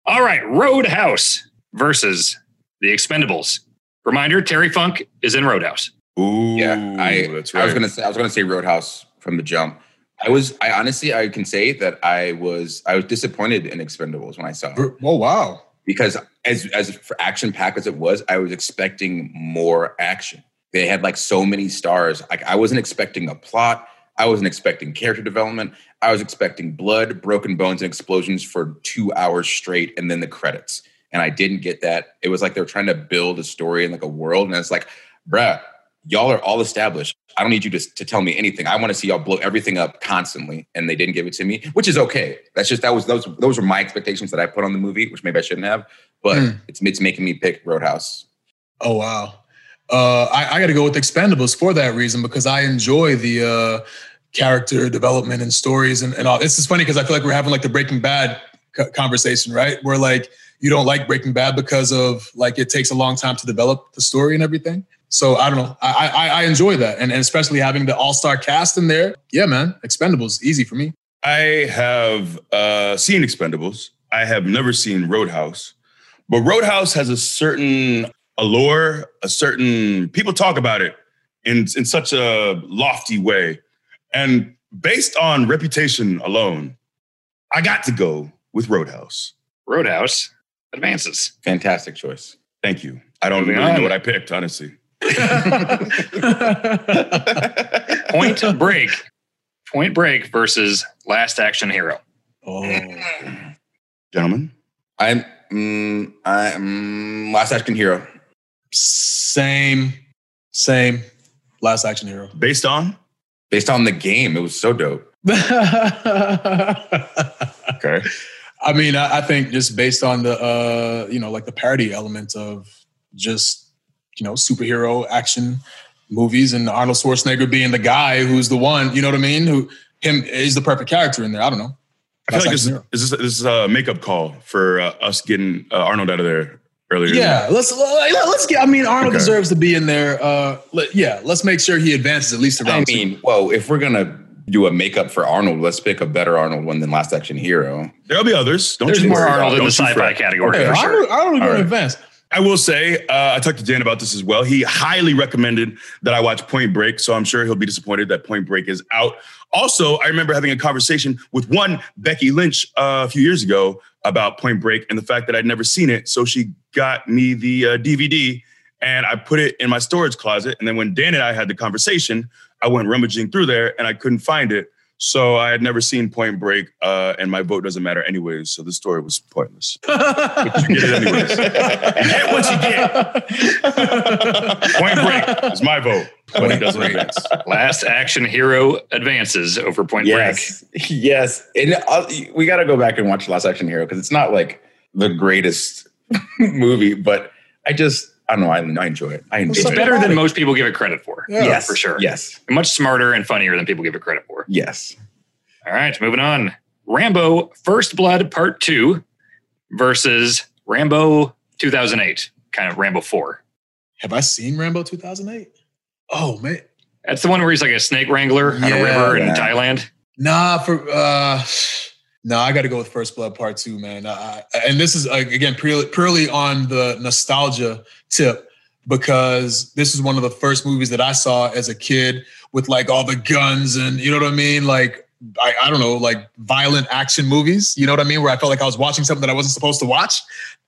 Speaker 6: All right, Roadhouse versus The Expendables. Reminder: Terry Funk is in Roadhouse.
Speaker 3: Ooh,
Speaker 4: yeah, I, I was gonna say I was gonna say Roadhouse from the jump. I was I honestly I can say that I was I was disappointed in Expendables when I saw it
Speaker 5: Br- Oh wow.
Speaker 4: because as as for action packed as it was, I was expecting more action. They had like so many stars. Like I wasn't expecting a plot. I wasn't expecting character development. I was expecting blood, broken bones, and explosions for two hours straight, and then the credits. And I didn't get that. It was like they were trying to build a story and like a world, and it's like, bruh, y'all are all established. I don't need you to, to tell me anything. I want to see y'all blow everything up constantly. And they didn't give it to me, which is okay. That's just that was those those were my expectations that I put on the movie, which maybe I shouldn't have. But
Speaker 5: Hmm.
Speaker 4: it's it's making me pick Roadhouse.
Speaker 5: Oh wow. Uh, I, I got to go with Expendables for that reason because I enjoy the uh, character development and stories and, and all. This is funny because I feel like we're having like the Breaking Bad co- conversation, right? Where like you don't like Breaking Bad because of like it takes a long time to develop the story and everything. So I don't know. I I, I enjoy that, and, and especially having the all star cast in there. Yeah, man, Expendables easy for me.
Speaker 3: I have uh, seen Expendables. I have never seen Roadhouse, but Roadhouse has a certain allure, a certain people talk about it in in such a lofty way, and based on reputation alone, I got to go with Roadhouse.
Speaker 6: Roadhouse advances.
Speaker 4: Fantastic choice.
Speaker 3: Thank you. I don't
Speaker 6: Moving
Speaker 3: really
Speaker 6: on.
Speaker 3: know what I picked, honestly.
Speaker 6: Point Break. Point Break versus Last Action Hero.
Speaker 5: Oh.
Speaker 3: Gentlemen,
Speaker 4: I'm mm, I mm, Last Action Hero.
Speaker 5: Same, same. Last action hero.
Speaker 3: based on
Speaker 4: Based on the game, it was so dope.
Speaker 5: I
Speaker 3: okay,
Speaker 5: mean, I, I think just based on the uh, you know like the parody element of just you know superhero action movies and Arnold Schwarzenegger being the guy who's the one, you know what I mean? Who him is the perfect character in there. I don't know.
Speaker 3: I feel
Speaker 5: Last
Speaker 3: like this, is-
Speaker 5: Action Hero.
Speaker 3: this is this is a makeup call for uh, us getting uh, Arnold out of there earlier. in the
Speaker 5: Yeah, let's let's get. I mean, Arnold
Speaker 3: Okay.
Speaker 5: deserves to be in there. Uh, let- yeah, let's make sure he advances at least to
Speaker 4: I
Speaker 5: round two.
Speaker 4: mean, whoa, if we're gonna do a makeup for Arnold, let's pick a better Arnold one than Last Action Hero.
Speaker 3: There'll be others. Don't
Speaker 6: There's
Speaker 3: you
Speaker 6: more
Speaker 3: worry.
Speaker 6: Arnold in
Speaker 3: Don't
Speaker 6: the
Speaker 3: you
Speaker 6: sci-fi
Speaker 3: fret.
Speaker 6: category
Speaker 5: Okay,
Speaker 6: for sure.
Speaker 5: Arnold, Arnold
Speaker 3: All
Speaker 5: going
Speaker 3: right.
Speaker 5: to advance.
Speaker 3: I will say, uh, I talked to Dan about this as well. He highly recommended that I watch Point Break, so I'm sure he'll be disappointed that Point Break is out. Also, I remember having a conversation with one Becky Lynch uh, a few years ago about Point Break and the fact that I'd never seen it. So she got me the uh, DVD and I put it in my storage closet. And then when Dan and I had the conversation, I went rummaging through there and I couldn't find it. So I had never seen Point Break, uh, and my vote doesn't matter anyways. So the story was pointless. But you get it anyways. get what you Point Break is my vote, but it doesn't advance.
Speaker 6: Last Action Hero advances over Point Break.
Speaker 4: yes, yes, and uh, we got to go back and watch Last Action Hero because it's not like the greatest movie, but I just I don't know. I, I enjoy it. I enjoy
Speaker 6: It's
Speaker 4: it.
Speaker 6: better than most people give it credit for.
Speaker 5: Yeah.
Speaker 4: yes,
Speaker 6: for sure.
Speaker 4: Yes,
Speaker 6: Much smarter and funnier than people give it credit for.
Speaker 4: yes.
Speaker 6: All right, moving on. Rambo First Blood Part 2 versus Rambo 2008, kind of Rambo 4.
Speaker 5: Have I seen Rambo 2008? Oh man,
Speaker 6: That's the one where he's like a snake wrangler on a
Speaker 5: Yeah,
Speaker 6: river in
Speaker 4: yeah.
Speaker 6: Thailand.
Speaker 5: Nah, for uh no, I got to go with First Blood Part Two, man. I, I- and this is uh, again purely, purely on the nostalgia tip because this is one of the first movies that I saw as a kid with like all the guns and you know what I mean, like. I, I don't know, like violent action movies, you know what I mean? Where I felt like I was watching something that I wasn't supposed to watch.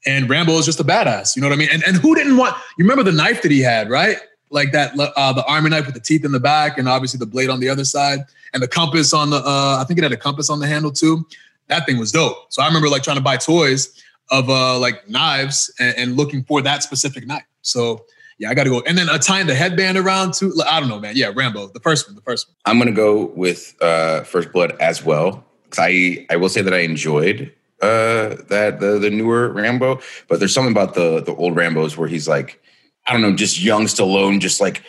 Speaker 5: And Rambo is just a badass, you know what I mean? And and who didn't want you remember the knife that he had, right? Like that uh the army knife with the teeth in the back and obviously the blade on the other side and the compass on the uh, I think it had a compass on the handle too. That thing was dope. So I remember like trying to buy toys of uh like knives and, and looking for that specific knife. So yeah, I gotta go. And then uh, tying the headband around too. Like, I don't know, man. Yeah, Rambo, the first one, the first one.
Speaker 4: I'm gonna go with uh, First Blood as well. 'Cause I I will say that I enjoyed uh, that the the newer Rambo, but there's something about the the old Rambo's where he's like I don't know, just young Stallone, just like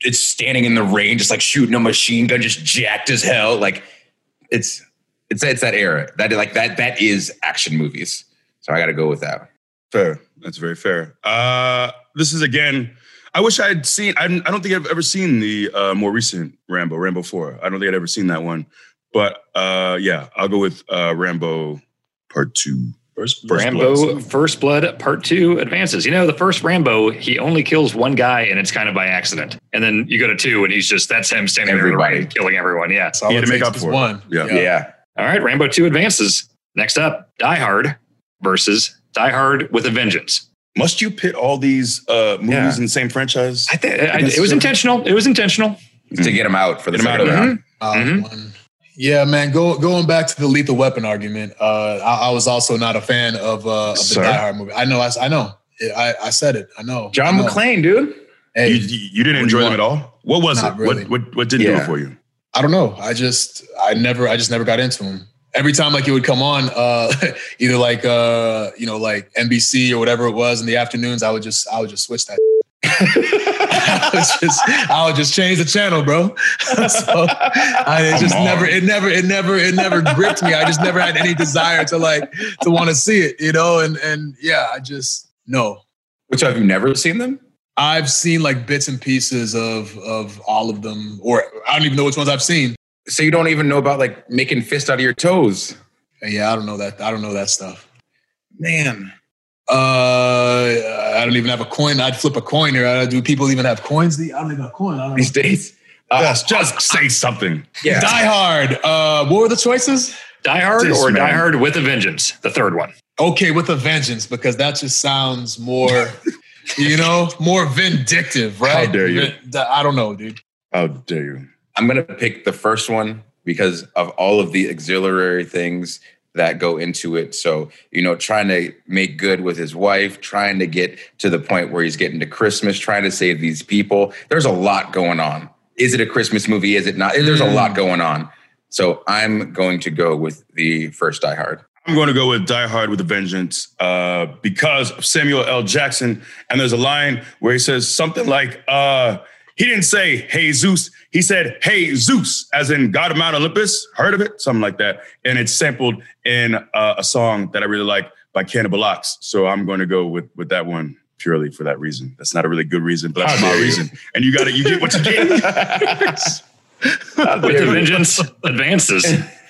Speaker 4: it's standing in the rain, just like shooting a machine gun, just jacked as hell. Like it's it's it's that era that like that that is action movies. So I got to go with that.
Speaker 3: Fair. That's very fair. Uh, this is again. I wish I had seen. I, I don't think I've ever seen the uh, more recent Rambo, Rambo Four. I don't think I'd ever seen that one. But uh, yeah, I'll go with uh, Rambo Part Two. First, First
Speaker 6: Rambo
Speaker 3: Blood.
Speaker 6: First Blood Part Two advances. You know, the first Rambo, he only kills one guy, and it's kind of by accident. And then you go to two, and he's just that's him standing there in the
Speaker 4: Everybody.
Speaker 6: rain, killing everyone. Yeah.
Speaker 5: So
Speaker 3: He had
Speaker 5: all
Speaker 3: to
Speaker 5: it
Speaker 3: make
Speaker 5: takes
Speaker 3: up
Speaker 5: is
Speaker 3: for it.
Speaker 5: one.
Speaker 3: Yeah.
Speaker 4: Yeah,
Speaker 6: All right, Rambo Two advances. Next up, Die Hard versus Die Hard with a Vengeance.
Speaker 3: Must you pit all these uh, movies
Speaker 4: Yeah.
Speaker 3: in the same franchise?
Speaker 6: I think Uh, it was intentional. It was intentional.
Speaker 4: to get him out for the
Speaker 3: Hmm. Get 'em
Speaker 4: second
Speaker 3: out.
Speaker 4: round.
Speaker 5: Uh,
Speaker 4: Mm-hmm.
Speaker 6: Mhm.
Speaker 5: one. Yeah, man. Go, going back to the lethal weapon argument, uh, I, I was also not a fan of, uh, of the
Speaker 4: Sir.
Speaker 5: Die Hard movie. I know, I, I know, I, I said it. I know. I
Speaker 4: John
Speaker 5: know.
Speaker 4: McClane, dude.
Speaker 5: Hey,
Speaker 3: you, you you didn't
Speaker 5: What do
Speaker 3: enjoy
Speaker 5: you
Speaker 3: them at all. What was
Speaker 5: Not
Speaker 3: it?
Speaker 5: really.
Speaker 3: What what what didn't do it
Speaker 4: Yeah.
Speaker 3: for you?
Speaker 5: I don't know. I just I never I just never got into him. Every time like it would come on, uh, either like uh, you know like NBC or whatever it was in the afternoons, I would just I would just switch that. I would just I would just change the channel, bro. so I it
Speaker 3: Come
Speaker 5: just
Speaker 3: on.
Speaker 5: never it never it never it never gripped me. I just never had any desire to like to want to see it, you know. And and yeah, I just no.
Speaker 4: Which have you never seen them?
Speaker 5: I've seen like bits and pieces of of all of them, or I don't even know which ones I've seen.
Speaker 4: So you don't even know about like making fist out of your toes.
Speaker 5: And yeah, I don't know that. I don't know that stuff.
Speaker 4: Man.
Speaker 5: Uh, I don't even have a coin. I'd flip a coin here. Uh, Do people even have coins? The- I don't even have a coin. I don't know.
Speaker 4: These days. Uh,
Speaker 3: just just say something.
Speaker 4: yeah.
Speaker 5: Die Hard. Uh, what were the choices?
Speaker 6: Die Hard
Speaker 3: This
Speaker 6: or Die
Speaker 3: man.
Speaker 6: Hard with a Vengeance, the third one.
Speaker 5: Okay, with a vengeance, because that just sounds more, you know, more vindictive, right?
Speaker 3: dare you.
Speaker 5: Vin- I don't know, dude.
Speaker 3: How dare you?
Speaker 4: Oh, I'm gonna pick the first one because of all of the auxiliary things that go into it. So, you know, trying to make good with his wife, trying to get to the point where he's getting to Christmas, trying to save these people. There's a lot going on. Is it a Christmas movie? Is it not? There's
Speaker 5: Mm.
Speaker 4: a lot going on. So I'm going to go with the first Die Hard.
Speaker 3: I'm going to go with Die Hard with a Vengeance uh, because of Samuel L. Jackson. And there's a line where he says something like, uh, he didn't say, hey, Zeus. He said, hey, Zeus, as in God of Mount Olympus. Heard of it? Something like that. And it's sampled in uh, a song that I really like by Cannibal Ox. So I'm going to go with, with that one purely for that reason. That's not a really good reason, but that's
Speaker 4: How
Speaker 3: my
Speaker 4: dare you.
Speaker 3: reason. And you got it. You get what you get.
Speaker 6: With a Vengeance advances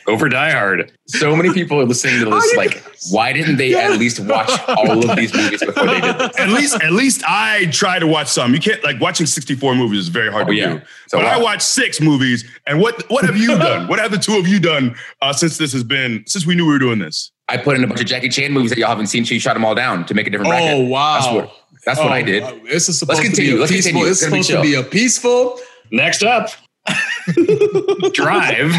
Speaker 6: over Die Hard.
Speaker 4: so many people are listening to this like why didn't they at least watch all of these movies before they did this
Speaker 3: at least, at least I try to watch some. You can't like watching 64 movies is very hard
Speaker 4: Oh,
Speaker 3: to
Speaker 4: yeah.
Speaker 3: do.
Speaker 4: So,
Speaker 3: but I
Speaker 4: wow.
Speaker 3: watched six movies. And what what have you done? What have the two of you done uh, since this has been since we knew we were doing this?
Speaker 4: i put in a bunch of jackie chan movies that y'all haven't seen so you shot them all down to make a different bracket
Speaker 5: Oh wow.
Speaker 4: that's what that's
Speaker 5: Oh,
Speaker 4: what i did
Speaker 5: uh, This is supposed
Speaker 4: continue.
Speaker 5: to be a
Speaker 4: Let's
Speaker 5: peaceful.
Speaker 4: continue.
Speaker 5: It's
Speaker 4: It's gonna be
Speaker 5: supposed to be a peaceful.
Speaker 6: Next up, Drive,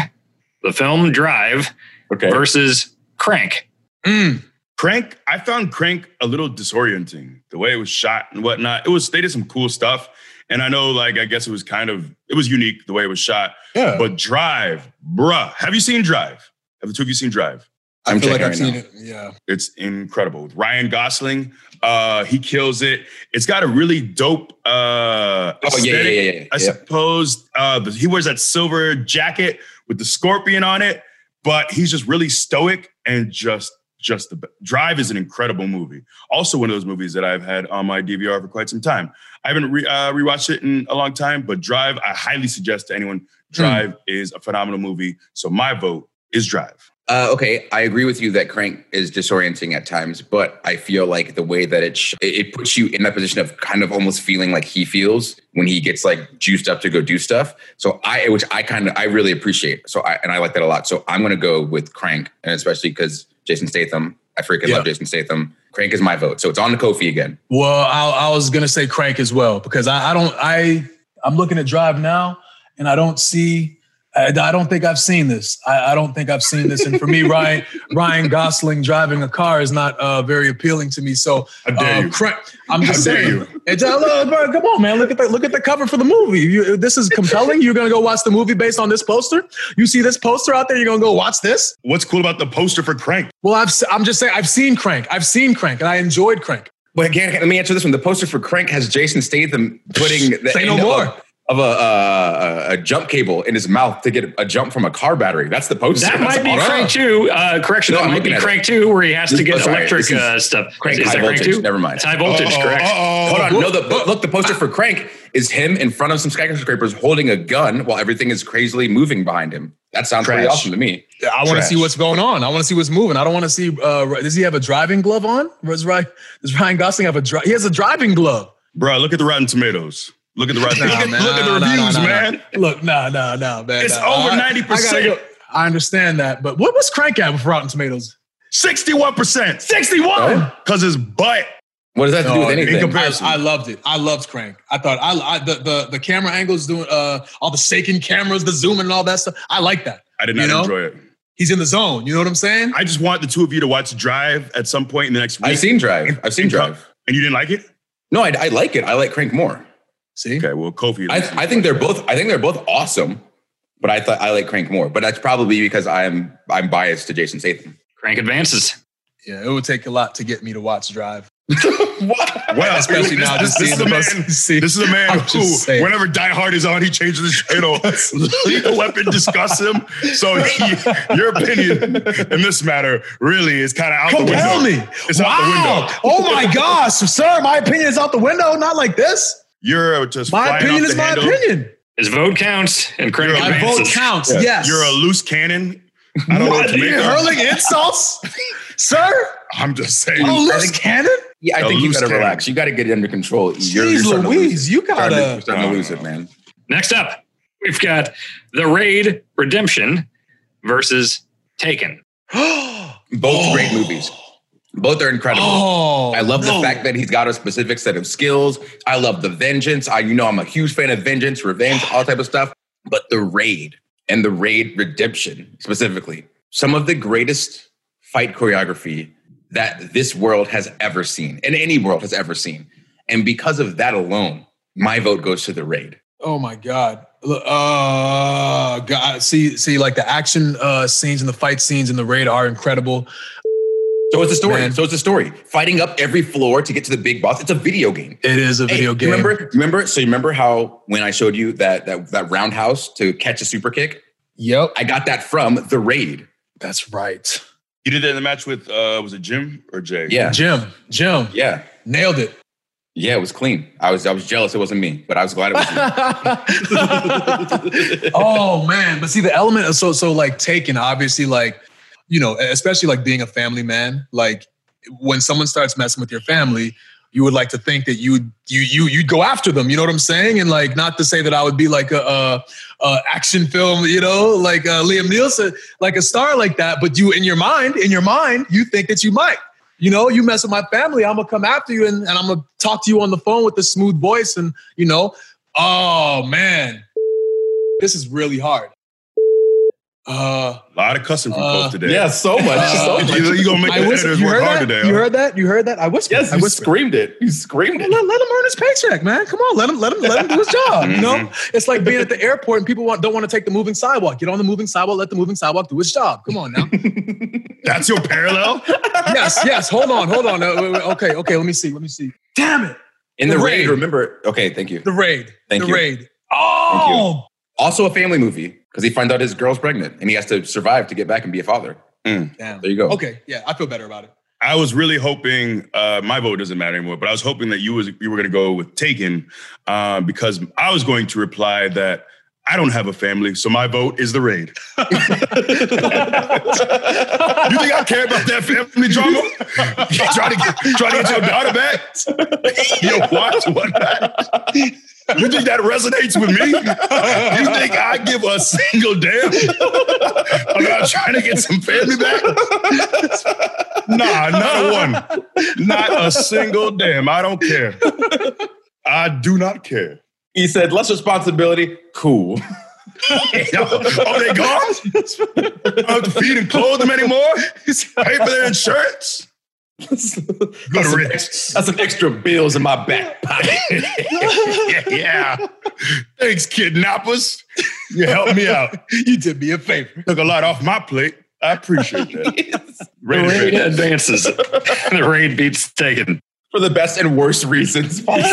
Speaker 6: the film Drive
Speaker 4: okay
Speaker 6: versus Crank.
Speaker 5: Mm,
Speaker 3: Crank, I found Crank a little disorienting. The way it was shot and whatnot. It was they did some cool stuff. And I know, like, I guess it was kind of it was unique the way it was shot.
Speaker 5: yeah.
Speaker 4: Uh-huh.
Speaker 3: But Drive, bruh. Have you seen Drive? Have the two of you seen Drive?
Speaker 5: I feel like
Speaker 4: checking
Speaker 5: I've
Speaker 4: right
Speaker 5: seen it.
Speaker 4: now.
Speaker 5: Yeah.
Speaker 3: It's incredible. With Ryan Gosling, uh, he kills it. It's got a really dope uh
Speaker 4: oh yeah yeah
Speaker 3: aesthetic.
Speaker 4: yeah, yeah,
Speaker 3: I
Speaker 4: yeah.
Speaker 3: suppose uh, the- he wears that silver jacket with the scorpion on it, but he's just really stoic and just just the best. Drive is an incredible movie. Also, one of those movies that I've had on my DVR for quite some time. I haven't re- uh, rewatched it in a long time, but Drive, I highly suggest to anyone.
Speaker 4: Hmm.
Speaker 3: Drive is a phenomenal movie. So my vote is Drive.
Speaker 4: Uh, okay, I agree with you that Crank is disorienting at times, but I feel like the way that it sh- it it puts you in that position of kind of almost feeling like he feels when he gets like juiced up to go do stuff. So I, which I kind of I really appreciate. So I and I like that a lot. So I'm gonna go with Crank, and especially because Jason Statham. I freaking
Speaker 5: Yeah.
Speaker 4: love Jason Statham. Crank is my vote. So it's on to Kofi again.
Speaker 5: Well, I, I was gonna say crank as well because I, I don't. I I'm looking at drive now, and I don't see. I, I don't think I've seen this. I, I don't think I've seen this. And for me, Ryan Ryan Gosling driving a car is not uh, very appealing to me. So
Speaker 3: How dare
Speaker 4: Um,
Speaker 5: uh,
Speaker 3: you?
Speaker 5: Crank, I'm just
Speaker 3: How dare
Speaker 5: saying.
Speaker 3: you.
Speaker 5: It's, uh, bro, come on, man. Look at the look at the cover for the movie. You, this is compelling. You're gonna go watch the movie based on this poster. You see this poster out there. You're gonna go watch this.
Speaker 3: What's cool about the poster for Crank?
Speaker 5: Well, I've, s- I'm just saying. I've seen Crank. I've seen Crank, and I enjoyed Crank.
Speaker 4: But again, let me answer this one. The poster for Crank has Jason Statham putting the
Speaker 5: Say no
Speaker 4: end of a-
Speaker 5: more.
Speaker 4: Of a, uh, a jump cable in his mouth to get a jump from a car battery. That's the poster.
Speaker 6: That
Speaker 4: That's
Speaker 6: might be
Speaker 4: all.
Speaker 6: Crank 2. Uh, correction,
Speaker 4: No,
Speaker 6: that
Speaker 4: I'm
Speaker 6: might
Speaker 4: looking
Speaker 6: be
Speaker 4: at it.
Speaker 6: Crank 2, where he has to
Speaker 4: This-
Speaker 6: get
Speaker 4: oh, sorry,
Speaker 6: electric
Speaker 4: this is
Speaker 6: uh, stuff.
Speaker 4: Crank
Speaker 6: is
Speaker 4: high
Speaker 6: that Crank
Speaker 4: voltage.
Speaker 6: 2?
Speaker 4: Never mind.
Speaker 6: It's high voltage, correct.
Speaker 4: Hold on. No, the but look, the poster for Crank is him in front of some skyscrapers holding a gun while everything is crazily moving behind him. That sounds pretty
Speaker 6: Trash.
Speaker 4: awesome to me.
Speaker 5: I want to
Speaker 4: Trash.
Speaker 5: see what's going on. I want to see what's moving. I don't want to see. Uh, Ry- does he have a driving glove on? Does Ryan, does Ryan Gosling have a? Dri- he has a driving glove.
Speaker 3: Bro, look at the Rotten Tomatoes. Look at the Rotten
Speaker 5: Nah,
Speaker 3: look, at,
Speaker 5: man.
Speaker 3: look at the
Speaker 5: Nah, nah,
Speaker 3: reviews,
Speaker 5: nah, nah.
Speaker 3: man.
Speaker 5: Look, no, no, no, man.
Speaker 3: It's
Speaker 5: nah.
Speaker 3: over
Speaker 5: I- I
Speaker 3: 90%.
Speaker 5: gotta go. I understand that, but what was Crank at with Rotten Tomatoes?
Speaker 3: 61%.
Speaker 5: 61!
Speaker 3: Because his butt.
Speaker 4: What does that have to do with
Speaker 5: No,
Speaker 4: anything?
Speaker 5: in comparison, I, I loved it. I loved Crank. I thought I, I the, the the camera angles doing uh all the shaking cameras, the zooming, and all that stuff. I like that.
Speaker 3: I did not
Speaker 5: You know?
Speaker 3: enjoy it.
Speaker 5: He's in the zone. You know what I'm saying?
Speaker 3: I just want the two of you to watch Drive at some point in the next week.
Speaker 4: I've seen Drive. I've seen
Speaker 3: And co-
Speaker 4: Drive.
Speaker 3: And you didn't like it?
Speaker 4: No, I, I like it. I like Crank more.
Speaker 5: see,
Speaker 3: Okay, well, Kofi.
Speaker 4: I, I think they're both. I think they're both awesome. But I thought I like Crank more. But that's probably because I'm I'm biased to Jason Statham.
Speaker 6: Crank advances.
Speaker 5: yeah, it would take a lot to get me to watch Drive,
Speaker 4: what?
Speaker 3: Well,
Speaker 5: especially
Speaker 3: this,
Speaker 5: now.
Speaker 3: this,
Speaker 5: just
Speaker 3: this is
Speaker 5: seeing
Speaker 3: a
Speaker 5: the
Speaker 3: man.
Speaker 5: bus- see-
Speaker 3: This is a
Speaker 5: I'm
Speaker 3: man
Speaker 5: just
Speaker 3: who,
Speaker 5: saying.
Speaker 3: whenever Die Hard is on, he changes his channel. Lethal Weapon discuss him. So he, your opinion in this matter really is kind of out the window.
Speaker 5: Compel me.
Speaker 3: It's
Speaker 5: wow.
Speaker 3: out the window.
Speaker 5: oh my gosh, sir, my opinion is out the winw. Not like this.
Speaker 3: You're just
Speaker 5: My
Speaker 3: flying
Speaker 5: opinion
Speaker 3: off
Speaker 5: is
Speaker 3: the
Speaker 5: my
Speaker 3: handle.
Speaker 5: opinion.
Speaker 6: His vote counts, and Crank
Speaker 3: You're a
Speaker 5: My
Speaker 3: man.
Speaker 6: advances.
Speaker 5: vote
Speaker 3: Advances.
Speaker 5: counts.
Speaker 4: Yeah.
Speaker 5: Yes.
Speaker 3: You're a loose cannon. I don't know what
Speaker 5: What?
Speaker 3: to make
Speaker 5: You're
Speaker 3: of-
Speaker 5: hurling insults, sir.
Speaker 3: I'm just saying.
Speaker 5: A
Speaker 4: I
Speaker 5: Oh, loose
Speaker 4: think-
Speaker 5: cannon.
Speaker 4: Yeah, I
Speaker 3: A
Speaker 4: think you
Speaker 3: loose
Speaker 4: gotta
Speaker 3: cannon.
Speaker 4: relax. You gotta get it under control. You're,
Speaker 5: Jeez
Speaker 4: you're starting to lose
Speaker 5: Louise,
Speaker 4: it.
Speaker 5: you
Speaker 4: Starting to- you're
Speaker 5: gotta.
Speaker 4: starting to
Speaker 3: No,
Speaker 4: lose
Speaker 3: no,
Speaker 4: it, man.
Speaker 6: Next up, we've got The Raid Redemption versus Taken.
Speaker 4: Both great movies. Both are incredible.
Speaker 5: Oh,
Speaker 4: I love
Speaker 5: no.
Speaker 4: the fact that he's got a specific set of skills. I love the vengeance. I, you know, I'm a huge fan of vengeance, revenge, all type of stuff. But the raid and the raid redemption specifically, some of the greatest fight choreography that this world has ever seen, and any world has ever seen. And because of that alone, my vote goes to the raid.
Speaker 5: Oh my god. Look, Uh, god. See, see, like the action uh, scenes and the fight scenes in the raid are incredible.
Speaker 4: So it's a story.
Speaker 5: Man.
Speaker 4: So it's a story. Fighting up every floor to get to the big boss. It's a video game.
Speaker 5: It is a
Speaker 4: Hey,
Speaker 5: video
Speaker 4: you
Speaker 5: game.
Speaker 4: Remember, remember. So you remember how when I showed you that that that roundhouse to catch a super kick,
Speaker 5: Yep,
Speaker 4: I got that from the raid.
Speaker 5: that's right.
Speaker 3: You did that in the match with uh was it Jim or Jay?
Speaker 4: Yeah,
Speaker 5: Jim, Jim,
Speaker 4: yeah,
Speaker 5: nailed it.
Speaker 4: yeah. It was clean. I was I was jealous. It wasn't me, but I was glad it was you.
Speaker 5: oh man, but see the element of so so like taken obviously like you know especially like being a family man like when someone starts messing with your family you would like to think that you would you you you'd go after them you know what I'm saying and like not to say that I would be like a, a, a action film you know like uh, Liam Nielsen like a star like that but you in your mind in your mind you think that you might you know, you mess with my family, I'm gonna come after you and, and I'm gonna talk to you on the phone with a smooth voice. And, you know, oh man, this is really hard. Uh,
Speaker 3: A lot of cussing from
Speaker 5: Uh,
Speaker 3: Cope today.
Speaker 4: so much,
Speaker 5: so much.
Speaker 3: you, you gonna make
Speaker 5: I
Speaker 3: the
Speaker 5: whispered,
Speaker 3: editors
Speaker 5: you
Speaker 3: work
Speaker 5: heard
Speaker 3: hard
Speaker 5: that?
Speaker 3: today.
Speaker 5: you
Speaker 3: huh?
Speaker 5: heard that? You heard that? I whispered. I whispered.
Speaker 4: screamed it. You screamed
Speaker 5: Let, let him earn his paycheck, man. Come on, let him, let him, let him do his job. You know,
Speaker 3: Mm-hmm.
Speaker 5: it's like being at the airport and people want, don't want to take the moving sidewalk. Get on the moving sidewalk. Let the moving sidewalk do its job. Come on now.
Speaker 3: That's your parallel.
Speaker 5: yes, yes. Hold on, hold on. Uh, wait, wait, okay, okay. Let me see. Let me see. Damn it.
Speaker 4: In the,
Speaker 5: The
Speaker 4: raid,
Speaker 5: Raid.
Speaker 4: remember? Okay, thank you.
Speaker 5: The raid.
Speaker 4: Thank
Speaker 5: the
Speaker 4: you.
Speaker 5: raid. Oh,
Speaker 4: Also, a family movie because he finds out his girl's pregnant and he has to survive to get back and be a father. Mm.
Speaker 5: Damn.
Speaker 4: There you go.
Speaker 5: Okay, yeah, I feel better about it.
Speaker 3: I was really hoping uh, my vote doesn't matter anymore, but I was hoping that you was you were going to go with Taken uh, because I was going to reply that I don't have a family, so my vote is the raid. you think I care about that family drama? try to get, try to get your daughter back, your wife, whatnot. You think that resonates with me? You think I give a single damn about trying to get some family back? Nah, not a one. Not a single damn. I don't care. I do not care.
Speaker 4: He said, less responsibility. Cool.
Speaker 3: Oh, they gone? I don't have to feed and clothe them anymore? Pay for their insurance? Good riddance.
Speaker 4: That's some extra bills in my back pocket.
Speaker 3: yeah, yeah. Thanks, kidnappers. You helped me out.
Speaker 5: You did me a favor.
Speaker 3: Took a lot off my plate. I appreciate that. Raid is
Speaker 6: Raid
Speaker 3: raid.
Speaker 6: advances. the raid beats taken.
Speaker 4: For the best and worst reasons possible.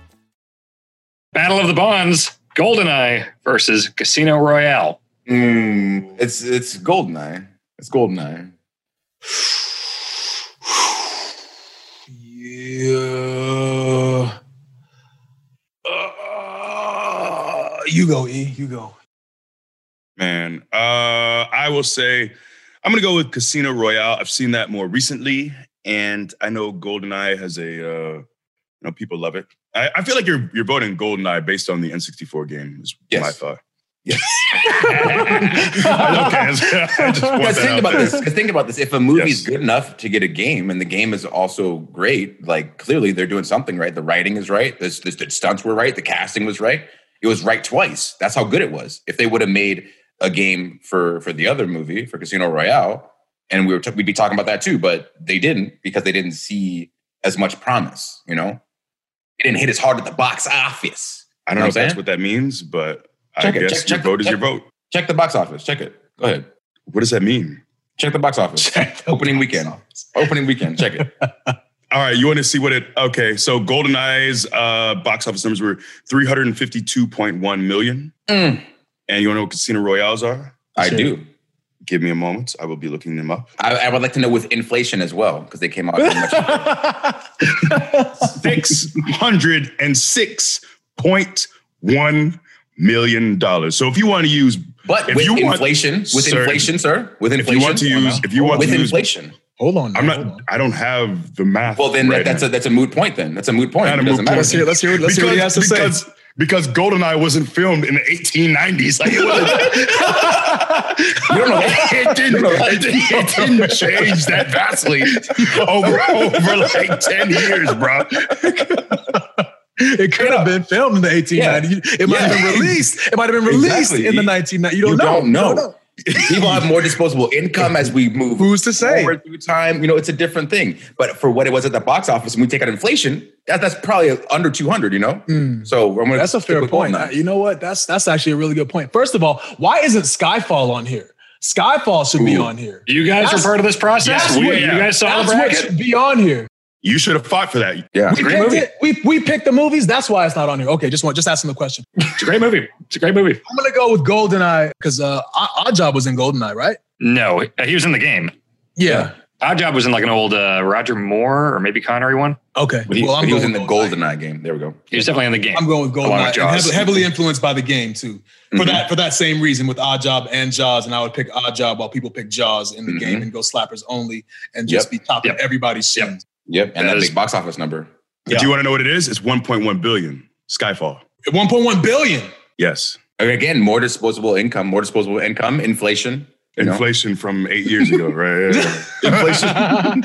Speaker 6: Battle of the Bonds, Goldeneye versus Casino Royale.
Speaker 4: Mm, it's it's Goldeneye. It's Goldeneye.
Speaker 5: Yeah. Uh, you go, E. You go.
Speaker 3: Man, uh, I will say I'm gonna go with Casino Royale. I've seen that more recently, and I know Goldeneye has a uh, you know people love it. I, I feel like you're you're voting Goldeneye based on the N64 game. Is
Speaker 4: Yes.
Speaker 3: my thought.
Speaker 4: Yes.
Speaker 3: okay, I just want that
Speaker 4: Because think
Speaker 3: out
Speaker 4: about
Speaker 3: there.
Speaker 4: this. Because think about this. If a movie's
Speaker 3: Yes.
Speaker 4: good enough to get a game, and the game is also great, like clearly they're doing something right. The writing is right. This, this, the stunts were right. The casting was right. It was right twice. That's how good it was. If they would have made a game for for the other movie for Casino Royale, and we were t- we'd be talking about that too. But they didn't because they didn't see as much promise. You know, it didn't hit as hard at the box office.
Speaker 3: I don't know
Speaker 4: I'm
Speaker 3: if that's
Speaker 4: saying?
Speaker 3: what that means, but
Speaker 4: Check
Speaker 3: I
Speaker 4: it,
Speaker 3: guess
Speaker 4: check-
Speaker 3: your
Speaker 4: check-
Speaker 3: vote is
Speaker 4: check-
Speaker 3: your vote.
Speaker 4: Check the box office. Check it. Go ahead.
Speaker 3: What does that mean?
Speaker 4: Check the box office. Opening weekend. Opening weekend. Check it.
Speaker 3: All right, you want to see what it? Okay, so Goldeneye's uh, box office numbers were 352.1 million,
Speaker 4: Mm.
Speaker 3: and you want to know what Casino Royales are?
Speaker 4: I do.
Speaker 3: Give me a moment. I will be looking them up.
Speaker 4: I, I would like to know with inflation as well because they came out. Pretty much.
Speaker 3: Six hundred and six point one million dollars. So if you want to use,
Speaker 4: But
Speaker 3: If
Speaker 4: with
Speaker 3: you want-
Speaker 4: inflation, with
Speaker 3: Sir,
Speaker 4: inflation, sir, with
Speaker 3: if you
Speaker 4: inflation,
Speaker 3: want to
Speaker 5: on
Speaker 3: use,
Speaker 5: now.
Speaker 3: if you want
Speaker 4: with
Speaker 3: to use,
Speaker 4: inflation.
Speaker 5: Hold on.
Speaker 3: I'm
Speaker 5: now, hold
Speaker 3: not.
Speaker 5: on.
Speaker 3: I don't have the math.
Speaker 4: Well, then
Speaker 3: right
Speaker 4: that, that's
Speaker 3: now.
Speaker 4: a that's a moot point. Then that's a moot point.
Speaker 3: Not a
Speaker 4: It doesn't
Speaker 3: moot point.
Speaker 4: matter.
Speaker 5: Let's hear. Let's hear. Let's hear what he has to
Speaker 3: because,
Speaker 5: say.
Speaker 3: because Goldeneye wasn't filmed in the 1890s. Like it wasn't.
Speaker 4: You don't know that.
Speaker 3: it didn't, it didn't, it didn't change that vastly over, over like 10 years, bro.
Speaker 5: It could have been filmed in the 1890s. It might have
Speaker 4: Yeah.
Speaker 5: been released. It might have been released
Speaker 4: Exactly.
Speaker 5: in the
Speaker 4: You-
Speaker 5: 1990s. You don't
Speaker 4: You
Speaker 5: know.
Speaker 4: don't know. People have more disposable income as we move
Speaker 5: Who's to say?
Speaker 4: forward through time. You know, it's a different thing. But for what it was at the box office, and we take out inflation, that, that's probably under two hundred. You know,
Speaker 5: Mm.
Speaker 4: so I'm gonna
Speaker 5: That's a
Speaker 4: stick
Speaker 5: fair
Speaker 4: with
Speaker 5: point.
Speaker 4: Goldeneye.
Speaker 5: Uh, You know what? That's that's actually a really good point. First of all, why isn't Skyfall on here? Skyfall should be
Speaker 4: Ooh.
Speaker 5: on here.
Speaker 6: You guys
Speaker 5: That's-
Speaker 6: were part of this process.
Speaker 5: that's
Speaker 6: We-
Speaker 5: what-
Speaker 6: you guys saw
Speaker 5: That's
Speaker 6: the
Speaker 5: what
Speaker 6: bracket.
Speaker 5: should be on here.
Speaker 3: You should have fought for that.
Speaker 4: Yeah,
Speaker 5: We picked it. We we picked the movies. That's why it's not on here. Okay, just want just asking the question.
Speaker 6: It's a great movie. It's a great movie.
Speaker 5: I'm gonna go with Goldeneye because uh, our, our job was in Goldeneye, right?
Speaker 6: No, he was in the game.
Speaker 5: Yeah.
Speaker 6: Our job was in like an old uh, Roger Moore or maybe Connery one.
Speaker 5: Okay.
Speaker 4: But he,
Speaker 5: well, I'm
Speaker 4: but he was in
Speaker 5: going
Speaker 4: the
Speaker 5: with Goldeneye.
Speaker 4: Goldeneye game. There we go.
Speaker 6: He was definitely in the game.
Speaker 5: I'm going with
Speaker 6: Along with
Speaker 5: Goldeneye, and
Speaker 6: Jaws.
Speaker 5: heavily, heavily influenced by the game too. For
Speaker 4: Mhm.
Speaker 5: that for that same reason, with Odd Job and Jaws, and I would pick Odd Job while people pick Jaws in the
Speaker 4: Mhm.
Speaker 5: game and go slappers only, and just be topping
Speaker 6: Yep.
Speaker 5: everybody's shit.
Speaker 4: Yep, and
Speaker 6: That
Speaker 4: that
Speaker 6: is-
Speaker 4: big box office number.
Speaker 3: Do you want to know what it is? It's 1.1 billion. Skyfall.
Speaker 5: At 1.1 billion.
Speaker 3: Yes.
Speaker 4: Again, more disposable income, more disposable income, inflation. you know?
Speaker 3: Inflation from eight years ago, right? Yeah.
Speaker 6: and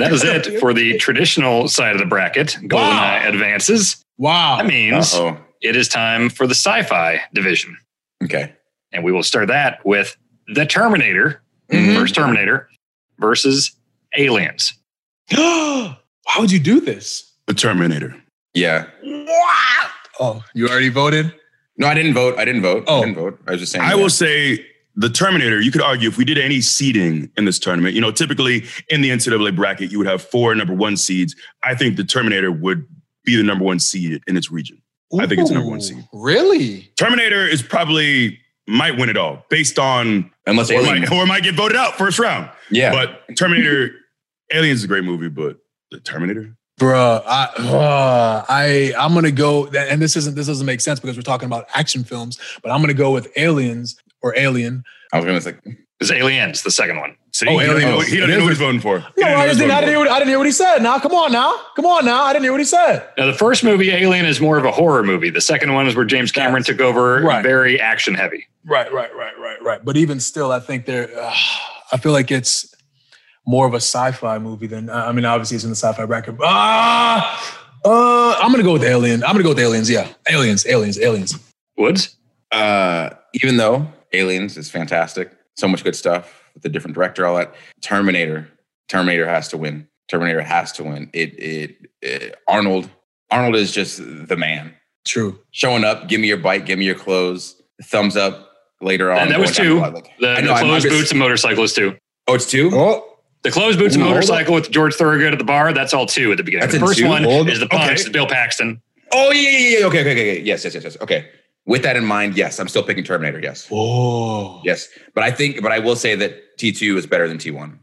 Speaker 6: that is it for the traditional side of the bracket. GoldenEye
Speaker 5: Wow.
Speaker 6: advances.
Speaker 5: Wow.
Speaker 6: That means
Speaker 3: Oh.
Speaker 4: Uh-oh.
Speaker 6: it is time for the sci fi division.
Speaker 4: Okay.
Speaker 6: And we will start that with The Terminator,
Speaker 5: Mm-hmm.
Speaker 6: first Terminator, versus Aliens.
Speaker 5: Why would you do this?
Speaker 3: The Terminator.
Speaker 4: Yeah.
Speaker 5: Oh, you already voted?
Speaker 4: No, I didn't vote. I didn't vote.
Speaker 5: Oh.
Speaker 4: I didn't vote. I was just saying.
Speaker 3: I
Speaker 4: yeah.
Speaker 3: will say the Terminator, you could argue if we did any seeding in this tournament, you know, typically in the NCAA bracket, you would have four number one seeds. I think the Terminator would be the number one seed in its region. I think it's number one seed.
Speaker 5: Really?
Speaker 3: Terminator is probably might win it all based on
Speaker 4: Unless
Speaker 3: or
Speaker 4: Alien.
Speaker 3: might, or might get voted out first round.
Speaker 4: yeah.
Speaker 3: But Terminator, Aliens is a great movie, but the Terminator?
Speaker 5: Bruh, I, uh, I, I'm gonna go, and this isn't, this doesn't make sense because we're talking about action films, but I'm gonna go with Aliens or Alien.
Speaker 4: I was gonna say
Speaker 6: It's Aliens, the second one.
Speaker 3: See,
Speaker 5: Oh,
Speaker 3: he doesn't know,
Speaker 5: Aliens.
Speaker 3: he doesn't know what he's voting for. He
Speaker 5: No,
Speaker 3: doesn't know
Speaker 5: I
Speaker 3: what
Speaker 5: just
Speaker 3: he's
Speaker 5: didn't, I
Speaker 3: voting
Speaker 5: didn't hear what, I didn't hear what he said. Now, come on now, come on now. I didn't hear what he said.
Speaker 6: Now, the first movie, Alien, is more of a horror movie. The second one is where James Cameron took over,
Speaker 5: Right.
Speaker 6: very action heavy.
Speaker 5: Right, right, right, right, right. But even still, I think they're. Uh, I feel like it's more of a sci-fi movie than. uh, I mean, obviously it's in the sci-fi bracket. But, ah, uh, I'm gonna go with Alien. I'm gonna go with Aliens. Yeah, Aliens, Aliens, Aliens.
Speaker 6: Woods?
Speaker 4: uh, even though Aliens is fantastic, so much good stuff with a different director, all that. Terminator, Terminator has to win. Terminator has to win. It, it, it Arnold, Arnold is just the man.
Speaker 5: True.
Speaker 4: Showing up, give me your bike, give me your clothes, thumbs up later on.
Speaker 6: And that was
Speaker 4: Oh, going down
Speaker 6: two.
Speaker 4: the line, like-
Speaker 6: The,
Speaker 4: I know,
Speaker 6: the
Speaker 4: I'm- I'm
Speaker 6: closed
Speaker 4: just-
Speaker 6: boots and motorcyclist too.
Speaker 4: Oh, it's two.
Speaker 5: Oh,
Speaker 6: The closed boots
Speaker 4: Ooh,
Speaker 6: and
Speaker 4: hold
Speaker 6: motorcycle with George Thorogood at the bar. That's all two at the beginning.
Speaker 4: That's
Speaker 6: the
Speaker 4: in
Speaker 6: first
Speaker 4: two?
Speaker 6: one
Speaker 4: Hold-
Speaker 6: is the punch.
Speaker 4: okay.
Speaker 6: It's Bill Paxton.
Speaker 4: Oh yeah, yeah, yeah. Okay, okay, okay, okay. Yes, yes, yes, yes. Okay. With that in mind, yes, I'm still picking Terminator.
Speaker 3: Oh.
Speaker 4: Yes,
Speaker 5: whoa.
Speaker 4: yes. But I think, but I will say that T2 is better than T1,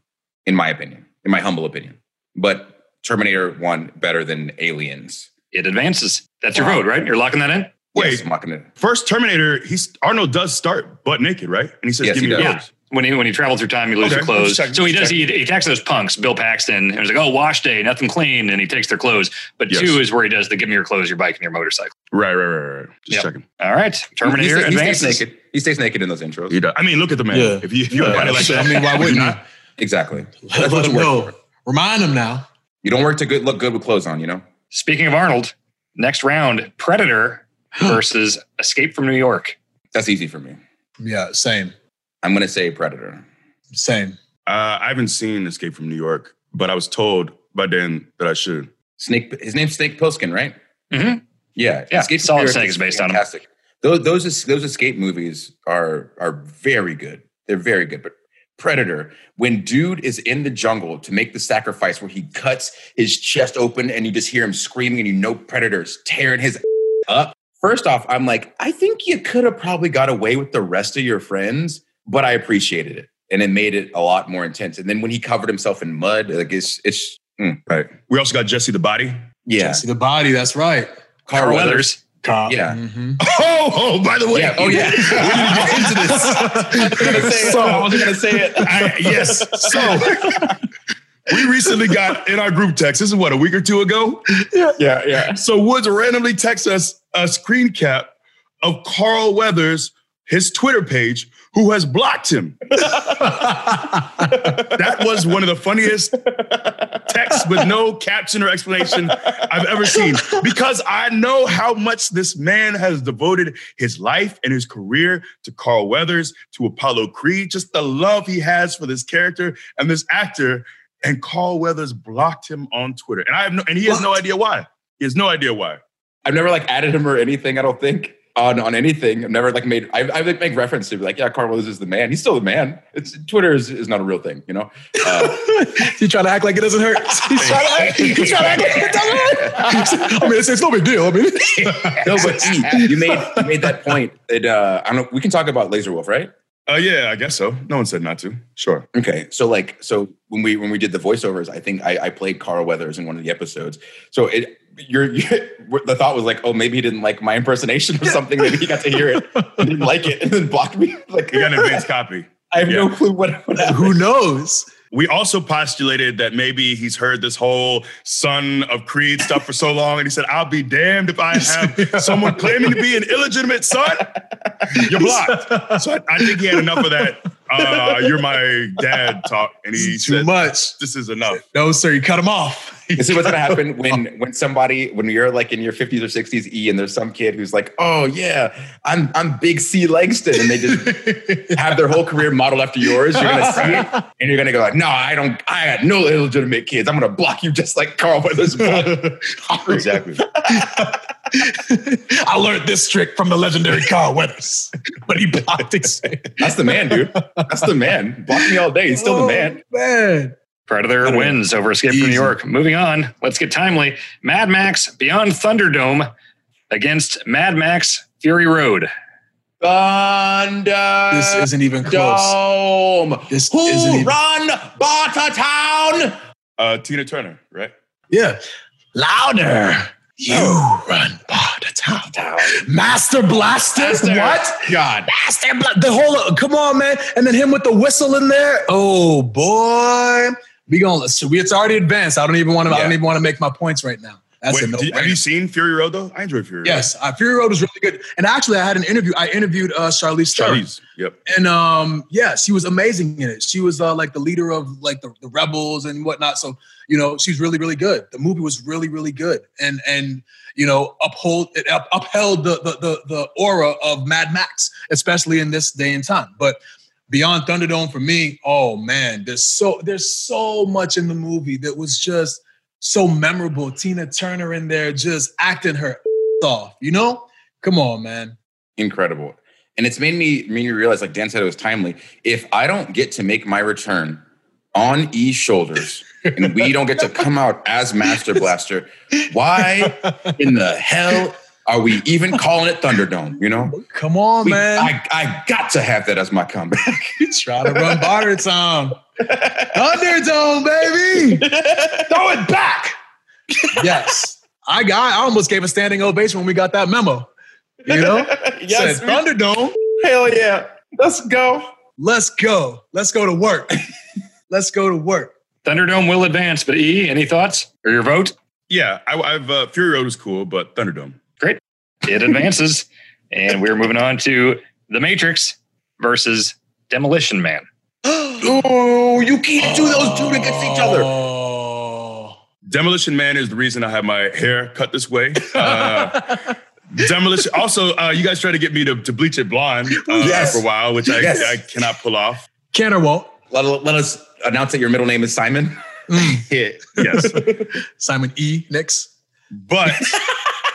Speaker 4: in my opinion, in my humble opinion. But Terminator one better than Aliens.
Speaker 6: It advances. That's your vote, right? You're locking that in.
Speaker 3: Wait.
Speaker 4: yes, I'm not gonna.
Speaker 3: for. First Terminator, he's Arnold does start butt naked, right? And he says,
Speaker 4: Yes,
Speaker 3: Give
Speaker 4: he
Speaker 3: me your
Speaker 4: does.
Speaker 3: clothes.
Speaker 6: When he when he traveled through time, you lose
Speaker 3: Okay,
Speaker 6: your clothes.
Speaker 3: just checking,
Speaker 6: so he
Speaker 3: just
Speaker 6: does. He, he attacks those punks, Bill Paxton, and he's like, "Oh, wash day, nothing clean," and he takes their clothes. But
Speaker 3: Yes.
Speaker 6: two is where he does the "Give me your clothes, your bike, and your motorcycle."
Speaker 3: Right, right, right, right. Just
Speaker 6: Yep.
Speaker 3: checking.
Speaker 6: All right, Terminator
Speaker 4: he, he, stays,
Speaker 6: advances.
Speaker 4: he stays naked. He stays naked in those intros.
Speaker 3: He does. I mean, look at the man.
Speaker 5: Yeah.
Speaker 3: If you if you had a body like
Speaker 5: so,
Speaker 3: that,
Speaker 5: I mean, why wouldn't you?
Speaker 4: Exactly.
Speaker 5: Let, let him know. Remind him now.
Speaker 4: You don't work to good look good with clothes on. You know.
Speaker 6: Speaking of Arnold, next round: Predator versus Escape from New York.
Speaker 4: That's easy for me.
Speaker 5: Yeah, same,
Speaker 4: I'm gonna say Predator.
Speaker 5: same.
Speaker 3: Uh, I haven't seen Escape from New York, but I was told by Dan that I should.
Speaker 4: Snake. His name's Snake Plissken, right?
Speaker 6: hmm
Speaker 4: Yeah,
Speaker 6: Yeah,
Speaker 4: Escape from
Speaker 6: Solid
Speaker 4: New York
Speaker 6: Snake is based on 'em.
Speaker 4: fantastic. Those those es- those escape movies are are very good. They're very good. But Predator, when dude is in the jungle to make the sacrifice, where he cuts his chest open and you just hear him screaming, and you know Predator's tearing his up. First off, I'm like, I think you could have probably got away with the rest of your friends, but I appreciated it, and it made it a lot more intense. And then when he covered himself in mud, like it's it's mm,
Speaker 3: Right. We also got Jesse the Body.
Speaker 4: yeah,
Speaker 5: See the body. That's right.
Speaker 4: Carl
Speaker 6: Carl
Speaker 4: Weathers.
Speaker 6: Weathers.
Speaker 5: Cop.
Speaker 4: Yeah.
Speaker 5: hmm
Speaker 3: Oh, oh, by the way.
Speaker 4: Yeah, oh yeah.
Speaker 3: I was gonna say it. I was gonna say it. I- yes. So we recently got in our group text. This is what a week or two ago. Yeah, yeah, yeah. So Woods randomly texts us a screen cap of Carl Weathers, his Twitter page, who has blocked him. that was one of the funniest texts with no caption or explanation I've ever seen because I know how much this man has devoted his life and his career to Carl Weathers, to Apollo Creed, just the love he has for this character and this actor. And Carl Weathers blocked him on Twitter. And I have no, and he has no idea why. He has no idea why.
Speaker 4: I've never like added him or anything. I don't think on on anything. I've never like made. I I like, make reference to be like, yeah, Carl Lewis is the man. He's still the man. It's Twitter is, is not a real thing, you know. Uh,
Speaker 5: He trying to act like it doesn't hurt. He's trying to act. He's trying to act like it doesn't hurt. I mean, it's, it's no big deal. I mean,
Speaker 4: no, but E, you made you made that point. It uh, I don't. We can talk about Laser Wolf, right?
Speaker 3: Uh, yeah, I guess so. No one said not to. Sure.
Speaker 4: Okay, so like, so when we when we did the voiceovers, I think I, I played Carl Weathers in one of the episodes. So it, your the thought was like, oh, maybe he didn't like my impersonation or something. Maybe he got to hear it, and didn't like it, and then blocked me. Like,
Speaker 3: You got an advanced copy.
Speaker 4: I have no
Speaker 3: yeah.
Speaker 4: clue what, what happened.
Speaker 5: who knows?
Speaker 3: We also postulated that maybe he's heard this whole son of Creed stuff for so long, and he said, I'll be damned if I have someone claiming to be an illegitimate son. You're blocked. So I, I think he had enough of that. Uh, you're my dad talk. And he
Speaker 5: It's too
Speaker 3: said,
Speaker 5: much.
Speaker 3: This is enough.
Speaker 5: No, sir, you cut him off.
Speaker 4: This is what's gonna happen when when somebody when you're like in your 50s or 60s E and there's some kid who's like, oh yeah, I'm I'm big C Langston, and they just have their whole career modeled after yours. You're gonna see it and you're gonna go like, no, I don't, I had no illegitimate kids. I'm gonna block you just like Carl Weathers. blocked." exactly.
Speaker 5: I learned this trick from the legendary Carl Weathers, but he blocked it.
Speaker 4: That's the man, dude. That's the man. Block me all day. He's still the man.
Speaker 5: Oh, man.
Speaker 6: Predator wins over Escape from New
Speaker 4: Easy.
Speaker 6: York. Moving on, let's get timely. Mad Max Beyond Thunderdome against Mad Max Fury Road.
Speaker 4: Thunder.
Speaker 5: This isn't even close.
Speaker 4: Dome.
Speaker 5: This
Speaker 4: Who
Speaker 5: isn't even-
Speaker 4: run Barter Town? Uh, Tina Turner, right?
Speaker 5: Yeah. Louder. You run part of town. Master Blaster. What?
Speaker 4: God.
Speaker 5: Master Blaster. The whole, come on, man. And then him with the whistle in there. Oh, boy. We gonna, so we, it's already advanced. I don't even want to, I
Speaker 4: Yeah.
Speaker 5: don't even want to make my points right now. That's a
Speaker 3: Wait,
Speaker 5: no.
Speaker 3: did- have you seen Fury Road though? I enjoyed Fury
Speaker 5: Yes, uh, Fury Road was really good. And actually, I had an interview. I interviewed uh, Charlize
Speaker 3: Road.
Speaker 5: Theron.
Speaker 3: Charlize. Yep.
Speaker 5: and um yeah she was amazing in it she was uh, like the leader of like the, the rebels and whatnot so you know she's really really good the movie was really really good and and you know uphold it up, upheld the, the the the aura of mad max especially in this day and time but beyond thunderdome for me oh man there's so there's so much in the movie that was just so memorable tina turner in there just acting her off you know come on man
Speaker 4: Incredible. And it's made me made me realize, like Dan said, it was timely. If I don't get to make my return on E's shoulders, and we don't get to come out as Master Blaster, why in the hell are we even calling it Thunderdome? You know,
Speaker 5: come on
Speaker 4: We-
Speaker 5: man
Speaker 4: I, I got to have that as my comeback.
Speaker 5: Try to run barter time. Thunderdome, baby. Throw it back. Yes. I got I almost gave a standing ovation when we got that memo. You know? Said, Thunderdome,
Speaker 4: hell yeah, let's go.
Speaker 5: let's go. Let's go to work. let's go to work.
Speaker 6: Thunderdome will advance, but E, any thoughts or your vote?
Speaker 3: Yeah, I, I've uh, Fury Road was cool, but Thunderdome.
Speaker 6: It advances. and we're moving on to The Matrix versus Demolition Man.
Speaker 4: Oh, you can't do those two against each other.
Speaker 5: Oh.
Speaker 3: Demolition Man is the reason I have my hair cut this way. Uh, Demolition. Also, uh, you guys tried to get me to, to bleach it blonde uh,
Speaker 4: Yes.
Speaker 3: for a while, which I,
Speaker 4: Yes.
Speaker 3: I cannot pull off.
Speaker 5: Can or won't.
Speaker 4: Let, let us announce that your middle name is Simon.
Speaker 3: Yes,
Speaker 5: Mm. Simon E. Nix.
Speaker 3: but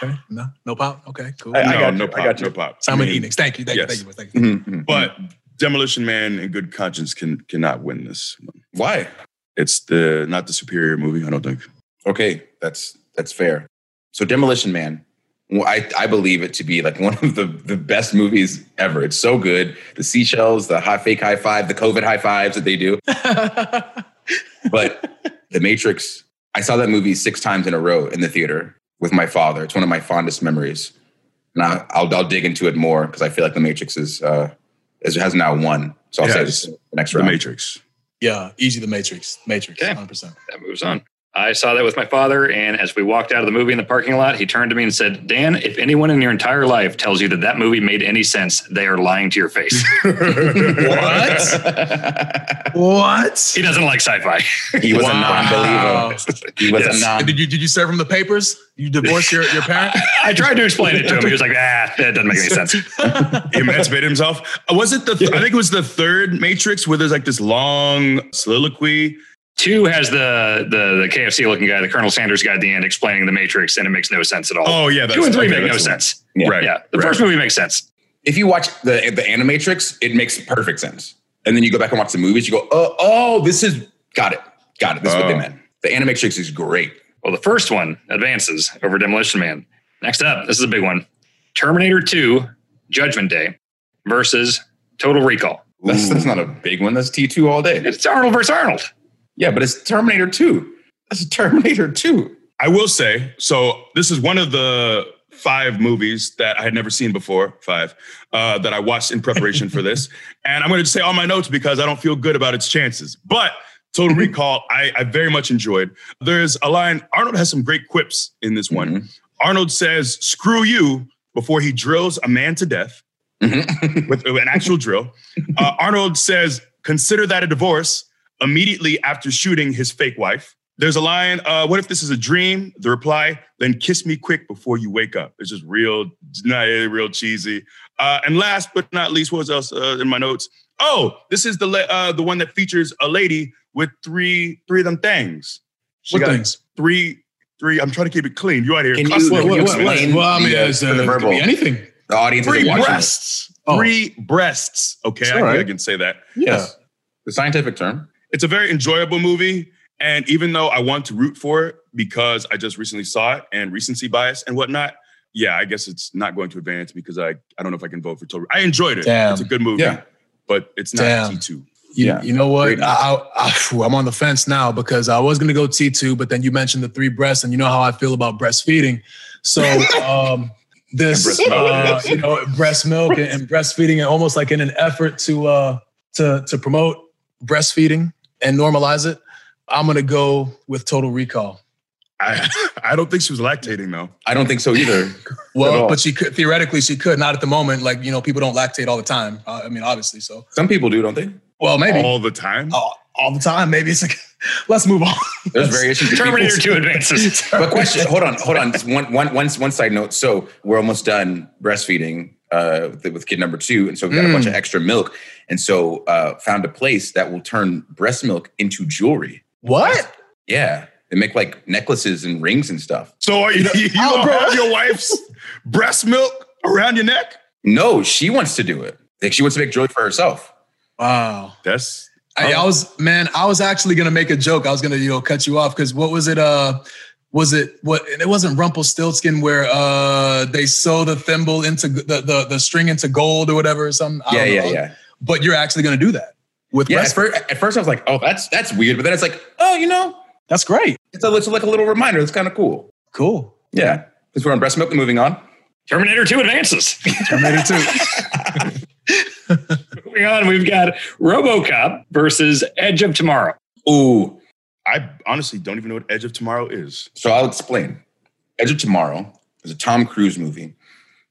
Speaker 5: Okay. No, no pop. Okay, cool.
Speaker 4: I- I
Speaker 3: no,
Speaker 4: got you,
Speaker 3: no
Speaker 4: I
Speaker 3: pop,
Speaker 4: got you.
Speaker 3: no pop.
Speaker 5: Simon
Speaker 3: I
Speaker 5: E.
Speaker 3: mean,
Speaker 5: Nix. Thank you. Thank
Speaker 3: yes.
Speaker 5: you. Thank you. Thank you.
Speaker 4: Mhm.
Speaker 3: But Demolition Man, in good conscience, can cannot win this.
Speaker 4: why?
Speaker 3: It's the not the superior movie. I don't think.
Speaker 4: Okay, that's that's fair. So Demolition Man, well, I, I believe it to be like one of the, the best movies ever. It's so good. The seashells, the high fake high five, the COVID high fives that they do. But The Matrix, I saw that movie six times in a row in the theater with my father. It's one of my fondest memories. And I, I'll, I'll dig into it more because I feel like The Matrix is uh, is, has now won. So I'll
Speaker 3: Yeah,
Speaker 4: say
Speaker 3: it's
Speaker 4: this the next
Speaker 3: The
Speaker 4: round.
Speaker 3: Matrix.
Speaker 5: yeah, easy the Matrix. Matrix,
Speaker 6: Okay.
Speaker 5: 100%.
Speaker 6: That moves on. I saw that with my father, and as we walked out of the movie in the parking lot, he turned to me and said, Dan, if anyone in your entire life tells you that that movie made any sense, they are lying to your face.
Speaker 4: what?
Speaker 5: What?
Speaker 6: he doesn't like sci fi.
Speaker 4: He was a
Speaker 5: Wow.
Speaker 4: non-believer. He was
Speaker 6: Yes.
Speaker 4: a non.
Speaker 5: Did you did you serve him the papers? You divorced your, your parent?
Speaker 6: I tried to explain it to him. He was like, ah, that doesn't make any sense.
Speaker 3: He emancipated himself. Uh, Was it the? th- I think it was the third Matrix where there's like this long soliloquy.
Speaker 6: Two has the the, the KFC looking guy, the Colonel Sanders guy at the end explaining the Matrix, and it makes no sense at all.
Speaker 3: Oh yeah, that's,
Speaker 6: Two and three
Speaker 3: okay,
Speaker 6: make no
Speaker 3: that's the one.
Speaker 6: sense.
Speaker 4: Yeah.
Speaker 3: Right.
Speaker 6: Yeah. The
Speaker 3: right.
Speaker 6: first movie makes sense.
Speaker 4: if you watch the the Animatrix, it makes perfect sense. And then you go back and watch the movies, you go, oh, oh, this is got it, got it. This is what they
Speaker 3: Oh.
Speaker 4: meant. The Animatrix is great.
Speaker 6: Well, the first one advances over Demolition Man. Next up, this is a big one Terminator 2 Judgment Day versus Total Recall.
Speaker 4: That's that's not a big one. That's T two all day.
Speaker 6: It's Arnold versus Arnold.
Speaker 4: Yeah, but it's Terminator two. That's Terminator two.
Speaker 3: I will say, so this is one of the five movies that I had never seen before, five, uh, that I watched in preparation for this. And I'm going to say all my notes because I don't feel good about its chances. But Total Recall, I, I very much enjoyed. There's a line, Arnold has some great quips in this one. Arnold says, screw you, before he drills a man to death
Speaker 4: Mhm.
Speaker 3: with an actual drill. Uh, Arnold says, consider that a divorce immediately after shooting his fake wife. There's a line, uh, what if this is a dream? The reply, then kiss me quick before you wake up. It's just real, not real cheesy. Uh, and last but not least, what was else uh, in my notes? Oh, this is the la- uh, the one that features a lady with three three of them things. She
Speaker 5: What
Speaker 3: got
Speaker 5: things?
Speaker 3: Three, three. I'm trying to keep it clean. You out here
Speaker 4: Can you-
Speaker 3: cussing.
Speaker 4: what-
Speaker 3: You
Speaker 4: what-
Speaker 3: know
Speaker 4: what-
Speaker 3: I mean?
Speaker 4: what-
Speaker 5: Well, I mean,
Speaker 4: the, uh,
Speaker 5: it's, uh,
Speaker 4: for the
Speaker 5: it could
Speaker 4: verbal.
Speaker 5: be anything.
Speaker 4: The audience
Speaker 3: Three
Speaker 4: is watching. this.
Speaker 3: breasts.
Speaker 5: Oh.
Speaker 3: Three breasts. Okay,
Speaker 5: It's
Speaker 3: I,
Speaker 5: all right.
Speaker 3: I can say that.
Speaker 5: Yeah.
Speaker 4: The scientific term.
Speaker 3: It's a very enjoyable movie. And even though I want to root for it because I just recently saw it and recency bias and whatnot, yeah, I guess it's not going to advance because I, I don't know if I can vote for Toby. I enjoyed it.
Speaker 5: Damn.
Speaker 3: It's a good movie,
Speaker 4: Yeah.
Speaker 3: but it's not
Speaker 5: Damn.
Speaker 3: T two.
Speaker 5: You,
Speaker 4: Yeah.
Speaker 5: you know what?
Speaker 4: Great.
Speaker 5: I, I, I, am on the fence now because I was going to go T2, but then you mentioned the three breasts, and you know how I feel about breastfeeding. So, um, this,
Speaker 3: And breast milk.
Speaker 5: uh, you know, breast milk and, and breastfeeding, and almost like in an effort to, uh, to, to promote breastfeeding and normalize it, I'm going to go with Total Recall.
Speaker 3: I I don't think she was lactating though.
Speaker 4: I don't think so either. At
Speaker 5: Well,
Speaker 4: all.
Speaker 5: but she could theoretically she could not at the moment. Like you know, people don't lactate all the time. Uh, I mean, obviously. So
Speaker 4: Some people do, don't they?
Speaker 5: well, maybe all,
Speaker 3: All the time.
Speaker 5: Oh. all the time. Maybe it's like let's move on.
Speaker 4: There's various
Speaker 6: Terminator 2 advances.
Speaker 4: But question, hold on, hold on. Just One, one, one, one side note. So we're almost done breastfeeding uh, with, with kid number two, and so we got a bunch of extra milk, and so uh, found a place that will turn breast milk into jewelry.
Speaker 5: What?
Speaker 4: Yeah, they make like necklaces and rings and stuff.
Speaker 3: So are you you
Speaker 5: Oh,
Speaker 3: gonna
Speaker 5: bro.
Speaker 3: have your wife's breast milk around your neck?
Speaker 4: No, she wants to do it. Like she wants to make jewelry for herself.
Speaker 5: Wow.
Speaker 3: That's
Speaker 5: I,
Speaker 4: Oh.
Speaker 5: I was man, I was actually gonna make a joke. I was gonna, you know, cut you off because what was it? Uh was it what and it wasn't Rumpelstiltskin where uh they sew the thimble into g- the the, the string into gold or whatever or something? I
Speaker 4: Yeah,
Speaker 5: don't
Speaker 4: yeah,
Speaker 5: know.
Speaker 4: yeah.
Speaker 5: But you're actually gonna do that with
Speaker 4: Yeah.
Speaker 5: breast.
Speaker 4: At, fir- at first, I was like, "Oh, that's that's weird," but then it's like, "Oh, you know,
Speaker 5: That's great.
Speaker 4: it's, a, it's like a little reminder. It's kind of cool."
Speaker 5: Cool.
Speaker 4: Yeah, because we're on breast milk and moving on.
Speaker 6: Terminator 2 advances.
Speaker 5: Terminator two.
Speaker 6: Moving on, we've got Robocop versus Edge of Tomorrow.
Speaker 4: Ooh,
Speaker 3: I honestly don't even know what Edge of Tomorrow is.
Speaker 4: So I'll explain. Edge of Tomorrow is a Tom Cruise movie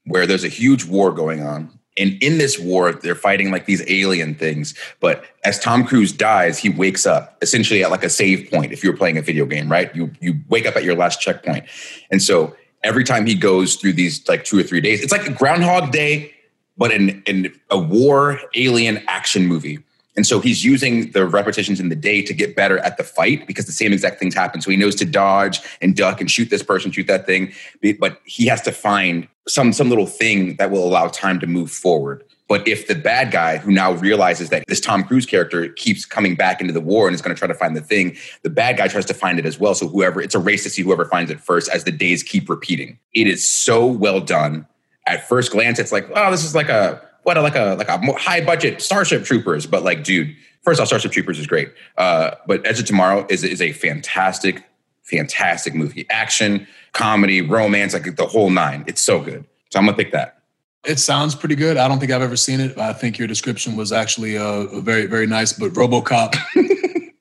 Speaker 4: where there's a huge war going on. And in this war, they're fighting like these alien things. But as Tom Cruise dies, he wakes up essentially at like a save point. If you were playing a video game, right? You you wake up at your last checkpoint. And so every time he goes through these like two or three days, it's like a Groundhog Day, but in, in a war alien action movie. And so he's using the repetitions in the day to get better at the fight because the same exact things happen. So he knows to dodge and duck and shoot this person, shoot that thing. But he has to find some some little thing that will allow time to move forward. But if the bad guy, who now realizes that this Tom Cruise character keeps coming back into the war and is going to try to find the thing, the bad guy tries to find it as well. So whoever, it's a race to see whoever finds it first as the days keep repeating. It is so well done at first glance, it's like, oh, this is like a what, a- like a like a high budget Starship Troopers. But like, dude, first off, Starship Troopers is great. Uh, but Edge of Tomorrow is is a fantastic, fantastic movie. Action, comedy, romance, like the whole nine. It's so good. So I'm gonna pick that.
Speaker 5: It sounds pretty good. I don't think I've ever seen it. I think your description was actually uh, very, very nice. But RoboCop,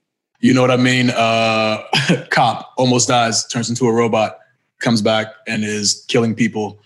Speaker 5: you know what I mean? Uh, cop almost dies, turns into a robot, comes back and is killing people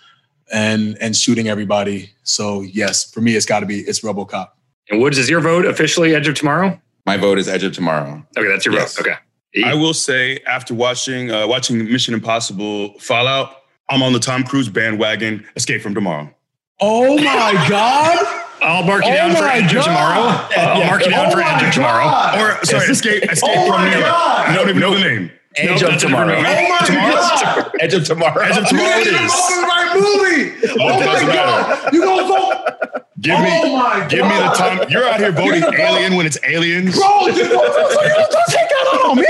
Speaker 5: and and shooting everybody. So yes, for me, it's got to be it's RoboCop.
Speaker 6: And Woods, is your vote officially Edge of Tomorrow?
Speaker 4: My vote is Edge of Tomorrow.
Speaker 6: Okay, that's your
Speaker 4: Yes.
Speaker 6: vote. Okay.
Speaker 3: I will say, after watching uh, watching Mission Impossible Fallout, I'm on the Tom Cruise bandwagon. Escape from Tomorrow.
Speaker 5: Oh my god!
Speaker 6: I'll mark you
Speaker 5: Oh
Speaker 6: down for
Speaker 5: my
Speaker 6: Edge
Speaker 5: God.
Speaker 6: of Tomorrow. Uh, I'll mark you down for Edge of Tomorrow.
Speaker 3: Or sorry, Escape Escape
Speaker 5: Oh
Speaker 3: from
Speaker 5: my
Speaker 3: New York.
Speaker 5: God.
Speaker 3: I don't even know the name.
Speaker 4: Edge of
Speaker 6: Nope, that's it for
Speaker 4: Tomorrow.
Speaker 6: me.
Speaker 5: Oh my god!
Speaker 4: Edge of Tomorrow.
Speaker 3: Edge of Tomorrow it is.
Speaker 5: right movie.
Speaker 3: Oh my doesn't God.
Speaker 5: You gonna vote?
Speaker 3: Give me,
Speaker 5: Oh my
Speaker 3: give me the
Speaker 5: God.
Speaker 3: Tom. You're out here voting
Speaker 5: You're the-
Speaker 3: alien when it's aliens.
Speaker 5: Bro, you don't, so you don't, don't take that out on me.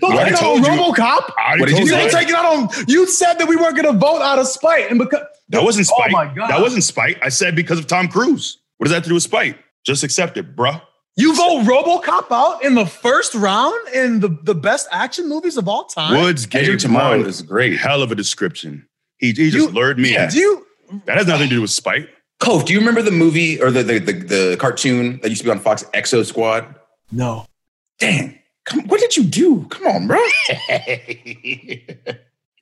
Speaker 5: Don't
Speaker 3: I
Speaker 5: take that on
Speaker 3: told you.
Speaker 5: RoboCop.
Speaker 3: I already
Speaker 4: What
Speaker 3: told
Speaker 4: did
Speaker 5: You
Speaker 3: you.
Speaker 5: don't
Speaker 3: that.
Speaker 5: take it out on. You said that we weren't going to vote out of spite, and because
Speaker 3: That wasn't
Speaker 5: Oh
Speaker 3: spite.
Speaker 5: my God.
Speaker 3: That wasn't spite. I said because of Tom Cruise. What does that have to do with spite? Just accept it, bruh.
Speaker 5: you vote RoboCop out in the first round in the the best action movies of all time.
Speaker 3: Woods
Speaker 4: Edge
Speaker 3: gave
Speaker 4: of Tomorrow
Speaker 3: one
Speaker 4: is great.
Speaker 3: hell of a description. He, he just
Speaker 5: You-
Speaker 3: lured me in.
Speaker 5: Do you?
Speaker 3: That has nothing to do with spite.
Speaker 4: Cove, do you remember the movie or the the, the the cartoon that used to be on Fox, Exo Squad?
Speaker 5: No.
Speaker 4: Dang. Come, what did you do? Come on, bro.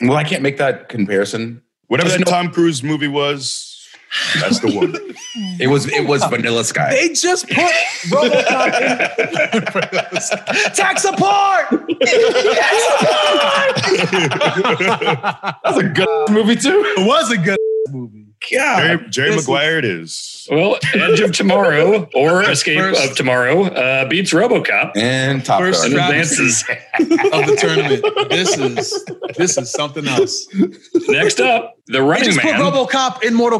Speaker 4: well, I can't make that comparison.
Speaker 3: Whatever
Speaker 4: There's
Speaker 3: that
Speaker 4: no-
Speaker 3: Tom Cruise movie was, that's the one.
Speaker 4: It was it was Vanilla Sky.
Speaker 5: They just put RoboCop in. Tax apart.
Speaker 4: That's a good movie too.
Speaker 5: It was a good movie.
Speaker 4: God,
Speaker 3: Jerry, Jerry Maguire it is.
Speaker 6: Well, Edge of Tomorrow or Escape
Speaker 5: First-
Speaker 6: of Tomorrow uh, beats RoboCop
Speaker 4: and Top
Speaker 5: First
Speaker 4: Gun.
Speaker 6: and
Speaker 5: Travis-
Speaker 6: advances.
Speaker 5: Of the tournament. This is this is something else.
Speaker 6: Next up, The
Speaker 5: They
Speaker 6: Running
Speaker 5: just put
Speaker 6: Man.
Speaker 5: RoboCop in Mortal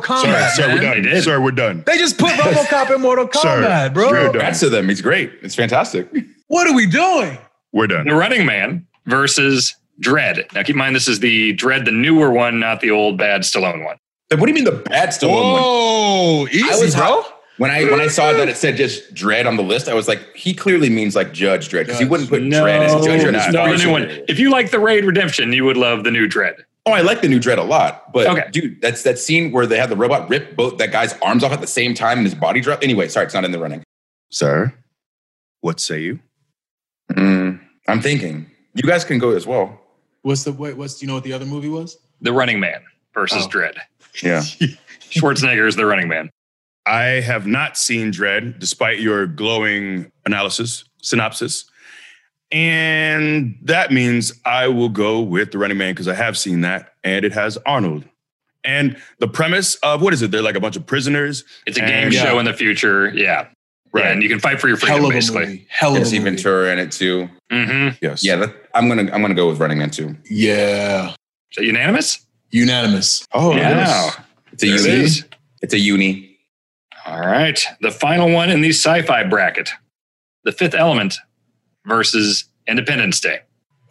Speaker 3: Sorry,
Speaker 5: Kombat.
Speaker 3: sir,
Speaker 5: man.
Speaker 3: we're
Speaker 6: They
Speaker 3: done.
Speaker 6: did.
Speaker 3: Sir, we're done.
Speaker 5: They just put RoboCop in Mortal
Speaker 3: Sir,
Speaker 5: Kombat, bro.
Speaker 3: we're
Speaker 4: Congrats to them. It's great. It's fantastic.
Speaker 5: What are we doing?
Speaker 3: We're done.
Speaker 6: The Running Man versus Dread. Now, keep in mind, this is the Dread, the newer one, not the old bad Stallone one.
Speaker 4: What do you mean the bad still one?
Speaker 5: Whoa, easy,
Speaker 4: I was
Speaker 5: bro.
Speaker 4: When I when I saw that it said just dread on the list, I was like, he clearly means like Judge Dread because he
Speaker 5: Judge.
Speaker 4: wouldn't put
Speaker 6: No,
Speaker 4: Dread as Judge or not.
Speaker 6: no, the new one. If you like the Raid Redemption, you would love the new Dread.
Speaker 4: Oh, I like the new Dread a lot, but
Speaker 6: Okay.
Speaker 4: dude, that's that scene where they have the robot rip both that guy's arms off at the same time and his body drop. Anyway, sorry, it's not in the running.
Speaker 3: Sir, what say you?
Speaker 4: Mm, I'm thinking you guys can go as well.
Speaker 5: What's the wait? What's do you know what the other movie was?
Speaker 6: The Running Man versus
Speaker 5: Oh.
Speaker 6: Dread.
Speaker 4: Yeah,
Speaker 6: Schwarzenegger is the Running Man.
Speaker 3: I have not seen Dread, despite your glowing analysis, synopsis. And that means I will go with The Running Man because I have seen that and it has Arnold. And the premise of what is it? They're like a bunch of prisoners.
Speaker 6: It's a
Speaker 3: And-
Speaker 6: game
Speaker 3: Yeah.
Speaker 6: show in the future. Yeah. Yeah, and you can fight for your freedom,
Speaker 5: Hell of a
Speaker 6: basically.
Speaker 5: movie. Hell of a
Speaker 4: Jesse
Speaker 5: movie.
Speaker 4: Ventura in it too.
Speaker 6: hmm
Speaker 3: Yes.
Speaker 4: Yeah, that, I'm gonna I'm gonna go with Running Man too.
Speaker 5: Yeah,
Speaker 6: Is that unanimous?
Speaker 5: unanimous.
Speaker 4: Oh,
Speaker 6: yeah.
Speaker 4: it's a
Speaker 6: There it
Speaker 4: uni.
Speaker 6: is.
Speaker 4: It's a uni.
Speaker 6: All right. The final one in the sci fi bracket The Fifth Element versus Independence Day.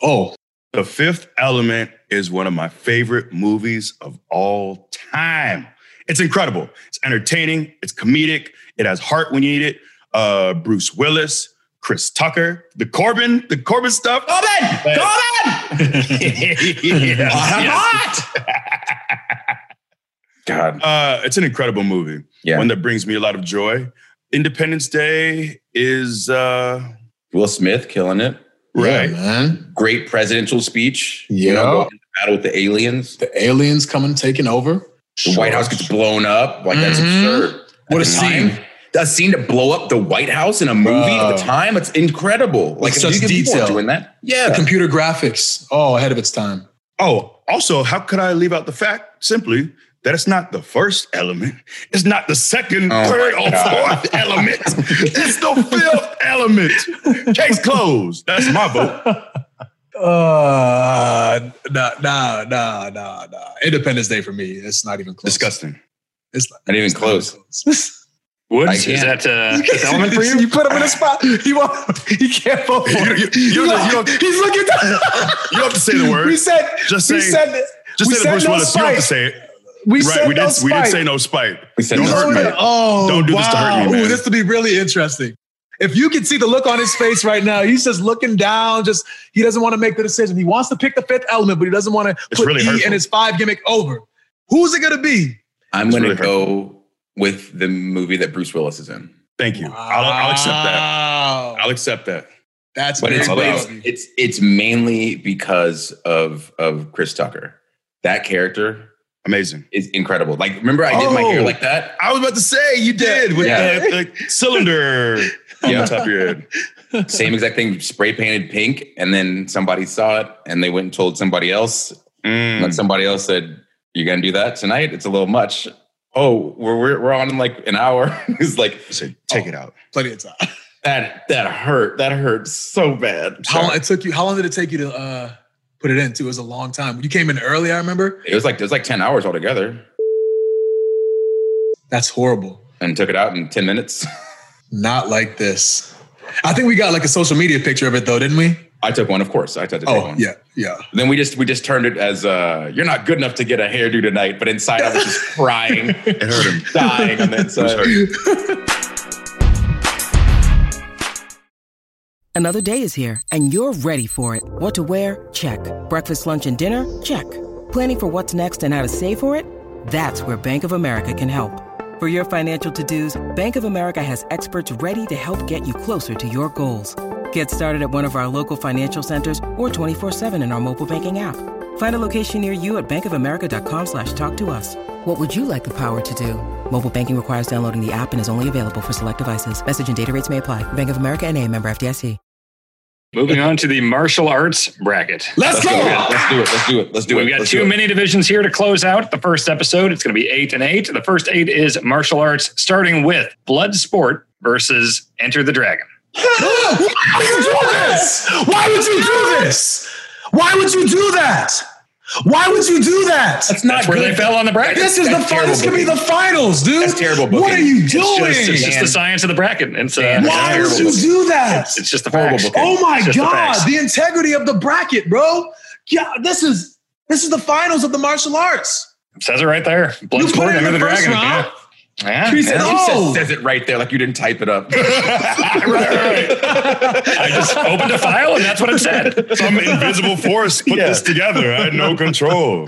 Speaker 5: Oh,
Speaker 3: The Fifth Element is one of my favorite movies of all time. It's incredible. It's entertaining. It's comedic. It has heart when you need it. Uh, Bruce Willis, Chris Tucker, the Corbin, the Corbin stuff.
Speaker 4: Corbin,
Speaker 3: But-
Speaker 4: Corbin, God,
Speaker 3: Uh, it's an incredible movie.
Speaker 4: yeah.
Speaker 3: One that brings me a lot of joy. Independence Day is uh,
Speaker 4: Will Smith killing it.
Speaker 3: right.
Speaker 5: yeah, man.
Speaker 4: Great presidential speech. You
Speaker 5: Yeah.
Speaker 4: know, going into battle with the aliens.
Speaker 5: The aliens coming, taking over.
Speaker 4: The White House gets blown up. Like that's
Speaker 5: Mhm.
Speaker 4: absurd.
Speaker 5: What a
Speaker 4: At the
Speaker 5: scene.
Speaker 4: time, A scene to blow up the White House in a movie at the
Speaker 5: Bruh.
Speaker 4: time. It's incredible. Like
Speaker 5: With
Speaker 4: if
Speaker 5: such
Speaker 4: you could be born
Speaker 5: detail.
Speaker 4: doing that.
Speaker 5: Yeah, computer graphics. Oh, ahead of its time.
Speaker 3: Oh, also, how could I leave out the fact simply that it's not the first element, it's not the second,
Speaker 4: Oh,
Speaker 3: third,
Speaker 4: my
Speaker 3: or
Speaker 4: God.
Speaker 3: fourth element, it's the fifth element. Case closed. That's my vote.
Speaker 5: Uh, nah, nah, nah, nah, nah. Independence Day for me. It's not even close.
Speaker 3: Disgusting.
Speaker 5: It's not,
Speaker 4: Not even
Speaker 5: it's
Speaker 4: close.
Speaker 5: close.
Speaker 4: I
Speaker 6: Woods,
Speaker 4: can't.
Speaker 6: is that uh, Fifth Element for you?
Speaker 5: you put him in a spot. He won't. He can't vote. For
Speaker 3: You- you-
Speaker 5: you,
Speaker 3: you don't- you don't-
Speaker 5: he's looking. Down.
Speaker 3: You don't have to say the word.
Speaker 5: We said.
Speaker 3: Just
Speaker 5: we
Speaker 3: say-
Speaker 5: said.
Speaker 3: Just
Speaker 5: we
Speaker 3: say the
Speaker 5: said
Speaker 3: Bruce
Speaker 5: no
Speaker 3: Willis. You don't have to
Speaker 5: spite.
Speaker 3: say it.
Speaker 5: We
Speaker 3: right.
Speaker 5: said
Speaker 3: We
Speaker 5: no
Speaker 3: didn't, we didn't
Speaker 5: spite.
Speaker 3: say no spite.
Speaker 4: We said
Speaker 3: Don't
Speaker 4: no
Speaker 3: hurt me.
Speaker 4: spite.
Speaker 5: Oh,
Speaker 3: Don't do this
Speaker 5: wow.
Speaker 3: to hurt me, man.
Speaker 5: Ooh, this would be really interesting. If you could see the look on his face right now, he's just looking down. Just he doesn't want to make the decision. He wants to pick the fifth element, but he doesn't want to
Speaker 3: It's
Speaker 5: put
Speaker 3: really
Speaker 5: E
Speaker 3: hurtful.
Speaker 5: and his five gimmick over. Who's it gonna be?
Speaker 4: I'm
Speaker 3: It's
Speaker 4: gonna
Speaker 3: really
Speaker 4: go with the movie that Bruce Willis is in.
Speaker 3: Thank you. I'll, I'll accept that. I'll accept that.
Speaker 5: That's
Speaker 4: But it's,
Speaker 5: very
Speaker 4: but
Speaker 3: Wow.
Speaker 4: it's
Speaker 5: brave.
Speaker 4: it's it's mainly because of of Chris Tucker. That character
Speaker 3: Amazing.
Speaker 4: is incredible. Like remember I did my hair
Speaker 3: Oh.
Speaker 4: like that?
Speaker 3: I was about to say you did with
Speaker 4: Yeah.
Speaker 3: the, the cylinder on
Speaker 4: Yeah.
Speaker 3: the top of your head.
Speaker 4: Same exact thing, spray painted pink, and then somebody saw it and they went and told somebody else.
Speaker 3: Mm.
Speaker 4: And
Speaker 5: Hmm.
Speaker 4: then somebody else said, You're gonna do that tonight? It's a little much. Oh, we're we're, we're on in like an hour. it's like
Speaker 3: Say, take it out.
Speaker 5: plenty of time.
Speaker 4: that that hurt. That hurt so bad.
Speaker 5: How long it took you? How long did it take you to uh, put it in? Too it was a long time. You came in early, I remember.
Speaker 4: It was like it was like 10 hours altogether.
Speaker 5: That's horrible.
Speaker 4: And took it out in 10 minutes.
Speaker 5: Not like this. I think we got like a social media picture of it though, didn't we?
Speaker 4: I took one, of course. I had to take
Speaker 5: Oh
Speaker 4: one.
Speaker 5: yeah, yeah.
Speaker 4: Then we just we just turned it as uh, you're not good enough to get a hairdo tonight, but inside I was just crying,
Speaker 3: It hurt him.
Speaker 4: dying on the
Speaker 3: It
Speaker 4: inside.
Speaker 3: hurt.
Speaker 7: Another day is here, and you're ready for it. What to wear? Check. Breakfast, lunch, and dinner? Check. Planning for what's next and how to save for it? That's where Bank of America can help. For your financial to dos, Bank of America has experts ready to help get you closer to your goals. Get started at one of our local financial centers or 24-7 in our mobile banking app. Find a location near you at bankofamerica.com slash talk to us. What would you like the power to do? Mobile banking requires downloading the app and is only available for select devices. Message and data rates may apply. Bank of America and a member FDIC.
Speaker 6: Moving on to the martial arts bracket.
Speaker 5: Let's
Speaker 4: Let's do
Speaker 5: go.
Speaker 4: it. Let's do it. Let's do it. Let's do it.
Speaker 6: We've got
Speaker 4: Let's
Speaker 6: two
Speaker 4: do it.
Speaker 6: mini divisions here to close out the first episode. It's going to be eight and eight. The first eight is martial arts, starting with blood sport versus Enter the Dragon.
Speaker 5: Why would you do this? Why would you do this? Why would you do that? Why would you do that? That's not
Speaker 6: That's where they fell on the bracket.
Speaker 5: This is
Speaker 4: That's
Speaker 5: the fi-
Speaker 4: terrible
Speaker 5: This could be
Speaker 4: booking.
Speaker 5: the finals, dude.
Speaker 4: That's terrible
Speaker 5: What are
Speaker 4: booking.
Speaker 5: you
Speaker 4: It's
Speaker 5: doing?
Speaker 4: just- it's
Speaker 6: It's just the science of the bracket. And so it's
Speaker 5: Why would
Speaker 4: terrible
Speaker 5: you
Speaker 4: booking.
Speaker 5: do that?
Speaker 6: just the
Speaker 4: Horrible
Speaker 6: facts.
Speaker 4: booking.
Speaker 5: Oh my
Speaker 6: It's just the
Speaker 5: god,
Speaker 6: facts.
Speaker 5: the, integrity of the bracket, bro. Yeah, this is this is the finals of the martial arts.
Speaker 6: Says it right there. Blood
Speaker 5: You put
Speaker 6: sport,
Speaker 5: it in
Speaker 6: Enter
Speaker 5: the
Speaker 6: the,
Speaker 5: first
Speaker 6: Dragon.
Speaker 5: round.
Speaker 6: Yeah. Yeah.
Speaker 5: He said,
Speaker 4: And it
Speaker 5: "Oh,
Speaker 4: says, says it right there, like you didn't type it up.
Speaker 6: I just opened a file and that's what it said.
Speaker 3: Some invisible force put this together. I had no control.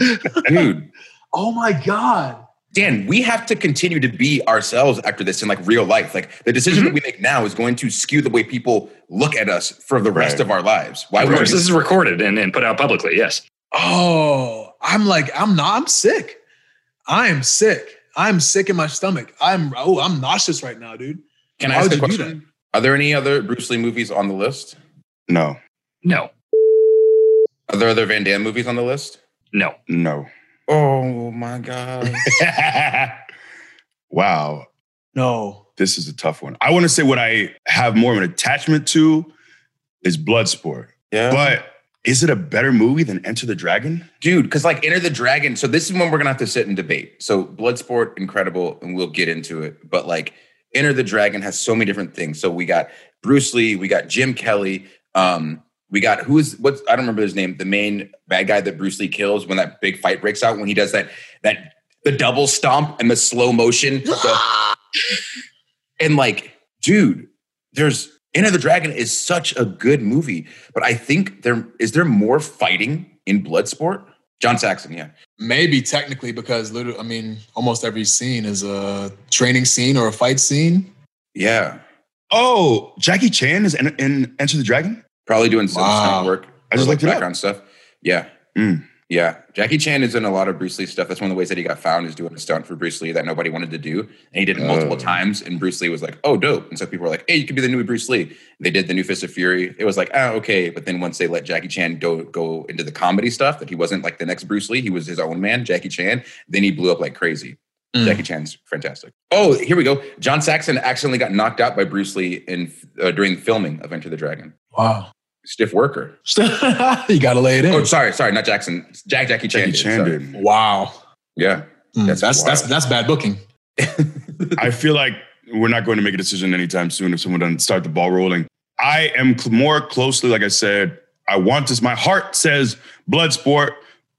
Speaker 4: Dude,
Speaker 5: oh my god."
Speaker 4: Dan, we have to continue to be ourselves after this in like real life. Like the decision that we make now is going to skew the way people look at us for the rest
Speaker 3: Right.
Speaker 4: of our lives. Why
Speaker 6: Of
Speaker 4: would
Speaker 6: course,
Speaker 4: you?
Speaker 6: this is recorded and, and put out publicly. Yes.
Speaker 5: Oh, I'm like, I'm not, I'm sick. I am sick. I'm sick in my stomach. I'm oh, I'm nauseous right now, dude.
Speaker 4: Can I
Speaker 5: Why
Speaker 4: ask
Speaker 5: would
Speaker 4: a
Speaker 5: you do
Speaker 4: question? Are there any other Bruce Lee movies on the list?
Speaker 3: No,
Speaker 6: No.
Speaker 4: Are there other Van Damme movies on the list?
Speaker 6: No.
Speaker 3: no.
Speaker 4: Oh my god.
Speaker 3: wow.
Speaker 5: No.
Speaker 3: This is a tough one. I want to say what I have more of an attachment to is Bloodsport.
Speaker 4: yeah.
Speaker 3: But is it a better movie than Enter the Dragon?
Speaker 4: dude because like enter the dragon so this is when we're gonna have to sit and debate so bloodsport incredible and we'll get into it but like enter the dragon has so many different things so we got bruce lee we got jim kelly um we got who's what's i don't remember his name the main bad guy that bruce lee kills when that big fight breaks out when he does that that the double stomp and the slow motion the- and like dude there's enter the dragon is such a good movie but I think there is there more fighting in Bloodsport. John Saxon, yeah,
Speaker 5: Maybe technically, because literally, I mean, almost every scene is a training scene or a fight scene.
Speaker 4: yeah,
Speaker 3: Oh, Jackie Chan is in, in Enter the Dragon?
Speaker 4: probably doing some
Speaker 5: Wow.
Speaker 4: stunt work.
Speaker 3: I just
Speaker 4: or,
Speaker 3: looked it up.
Speaker 4: background stuff. Yeah,
Speaker 3: Mm.
Speaker 4: yeah. Jackie Chan is in a lot of Bruce Lee stuff. That's one of the ways that he got found is doing a stunt for Bruce Lee that nobody wanted to do, and he did it multiple
Speaker 3: Oh.
Speaker 4: times. And Bruce Lee was like, "Oh, dope!" And so people were like, "Hey, you could be the new Bruce Lee." They did the new Fist of Fury. It was like, "Ah, okay." But then once they let Jackie Chan go go into the comedy stuff, that he wasn't like the next Bruce Lee. He was his own man, Jackie Chan. Then he blew up like crazy.
Speaker 3: Hmm.
Speaker 4: Jackie Chan's fantastic. Oh, here we go. John Saxon accidentally got knocked out by Bruce Lee in uh, during the filming of Enter the Dragon.
Speaker 5: Wow.
Speaker 4: Stiff worker.
Speaker 5: you gotta lay it in.
Speaker 4: Oh, sorry, sorry, not Jackson. Jack Jackie Chan.
Speaker 3: Jackie
Speaker 4: did,
Speaker 3: Chan
Speaker 4: sorry.
Speaker 3: did.
Speaker 5: wow.
Speaker 4: Yeah.
Speaker 5: That's
Speaker 4: That's
Speaker 5: that's, that's
Speaker 4: wild.
Speaker 5: that's bad booking.
Speaker 3: I feel like we're not going to make a decision anytime soon if someone doesn't start the ball rolling. I am cl- more closely, like I said, I want this. My heart says Bloodsport,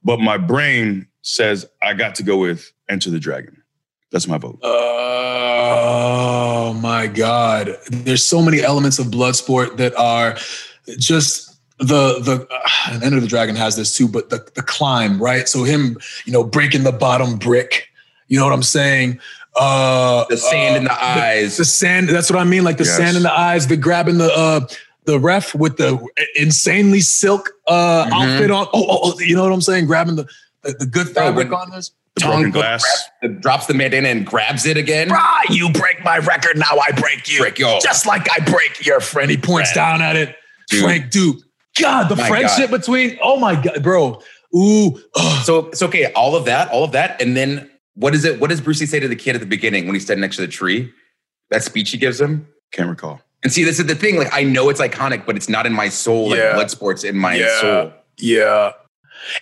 Speaker 3: but my brain says I got to go with Enter the Dragon. That's my vote.
Speaker 5: Oh my God. There's so many elements of Bloodsport that are just the the uh, and End of the Dragon has this too, but the the climb, right? So him, you know, breaking the bottom brick. You know what I'm saying? Uh
Speaker 4: The sand in the eyes.
Speaker 5: The, sand, that's what I mean. Like the
Speaker 3: Yes.
Speaker 5: sand in the eyes, the grabbing the uh the ref with the insanely silk uh
Speaker 4: Mhm.
Speaker 5: outfit on. Oh, oh, oh, you know what I'm saying? Grabbing the the, the good
Speaker 4: Bro,
Speaker 5: fabric
Speaker 4: when-
Speaker 5: on this.
Speaker 3: The broken
Speaker 4: Tongue
Speaker 3: glass.
Speaker 4: grabs- drops the man in and grabs it again.
Speaker 5: Ah, you break my record, now I break you.
Speaker 4: Break yours.
Speaker 5: Just like I break your friend. He points down at it.
Speaker 4: Dude.
Speaker 5: Frank Duke. God, the
Speaker 4: My
Speaker 5: friendship between, oh my God, bro. Ooh, ugh.
Speaker 4: So it's okay. All of that, all of that, and then what is it? What does Bruce Lee say to the kid at the beginning when he's standing next to the tree? That speech he gives him.
Speaker 3: Can't recall.
Speaker 4: And see, this is the thing. Like, I know it's iconic, but it's not in my soul.
Speaker 5: Yeah.
Speaker 4: Like, Bloodsport's in my
Speaker 5: Yeah.
Speaker 4: soul.
Speaker 5: yeah.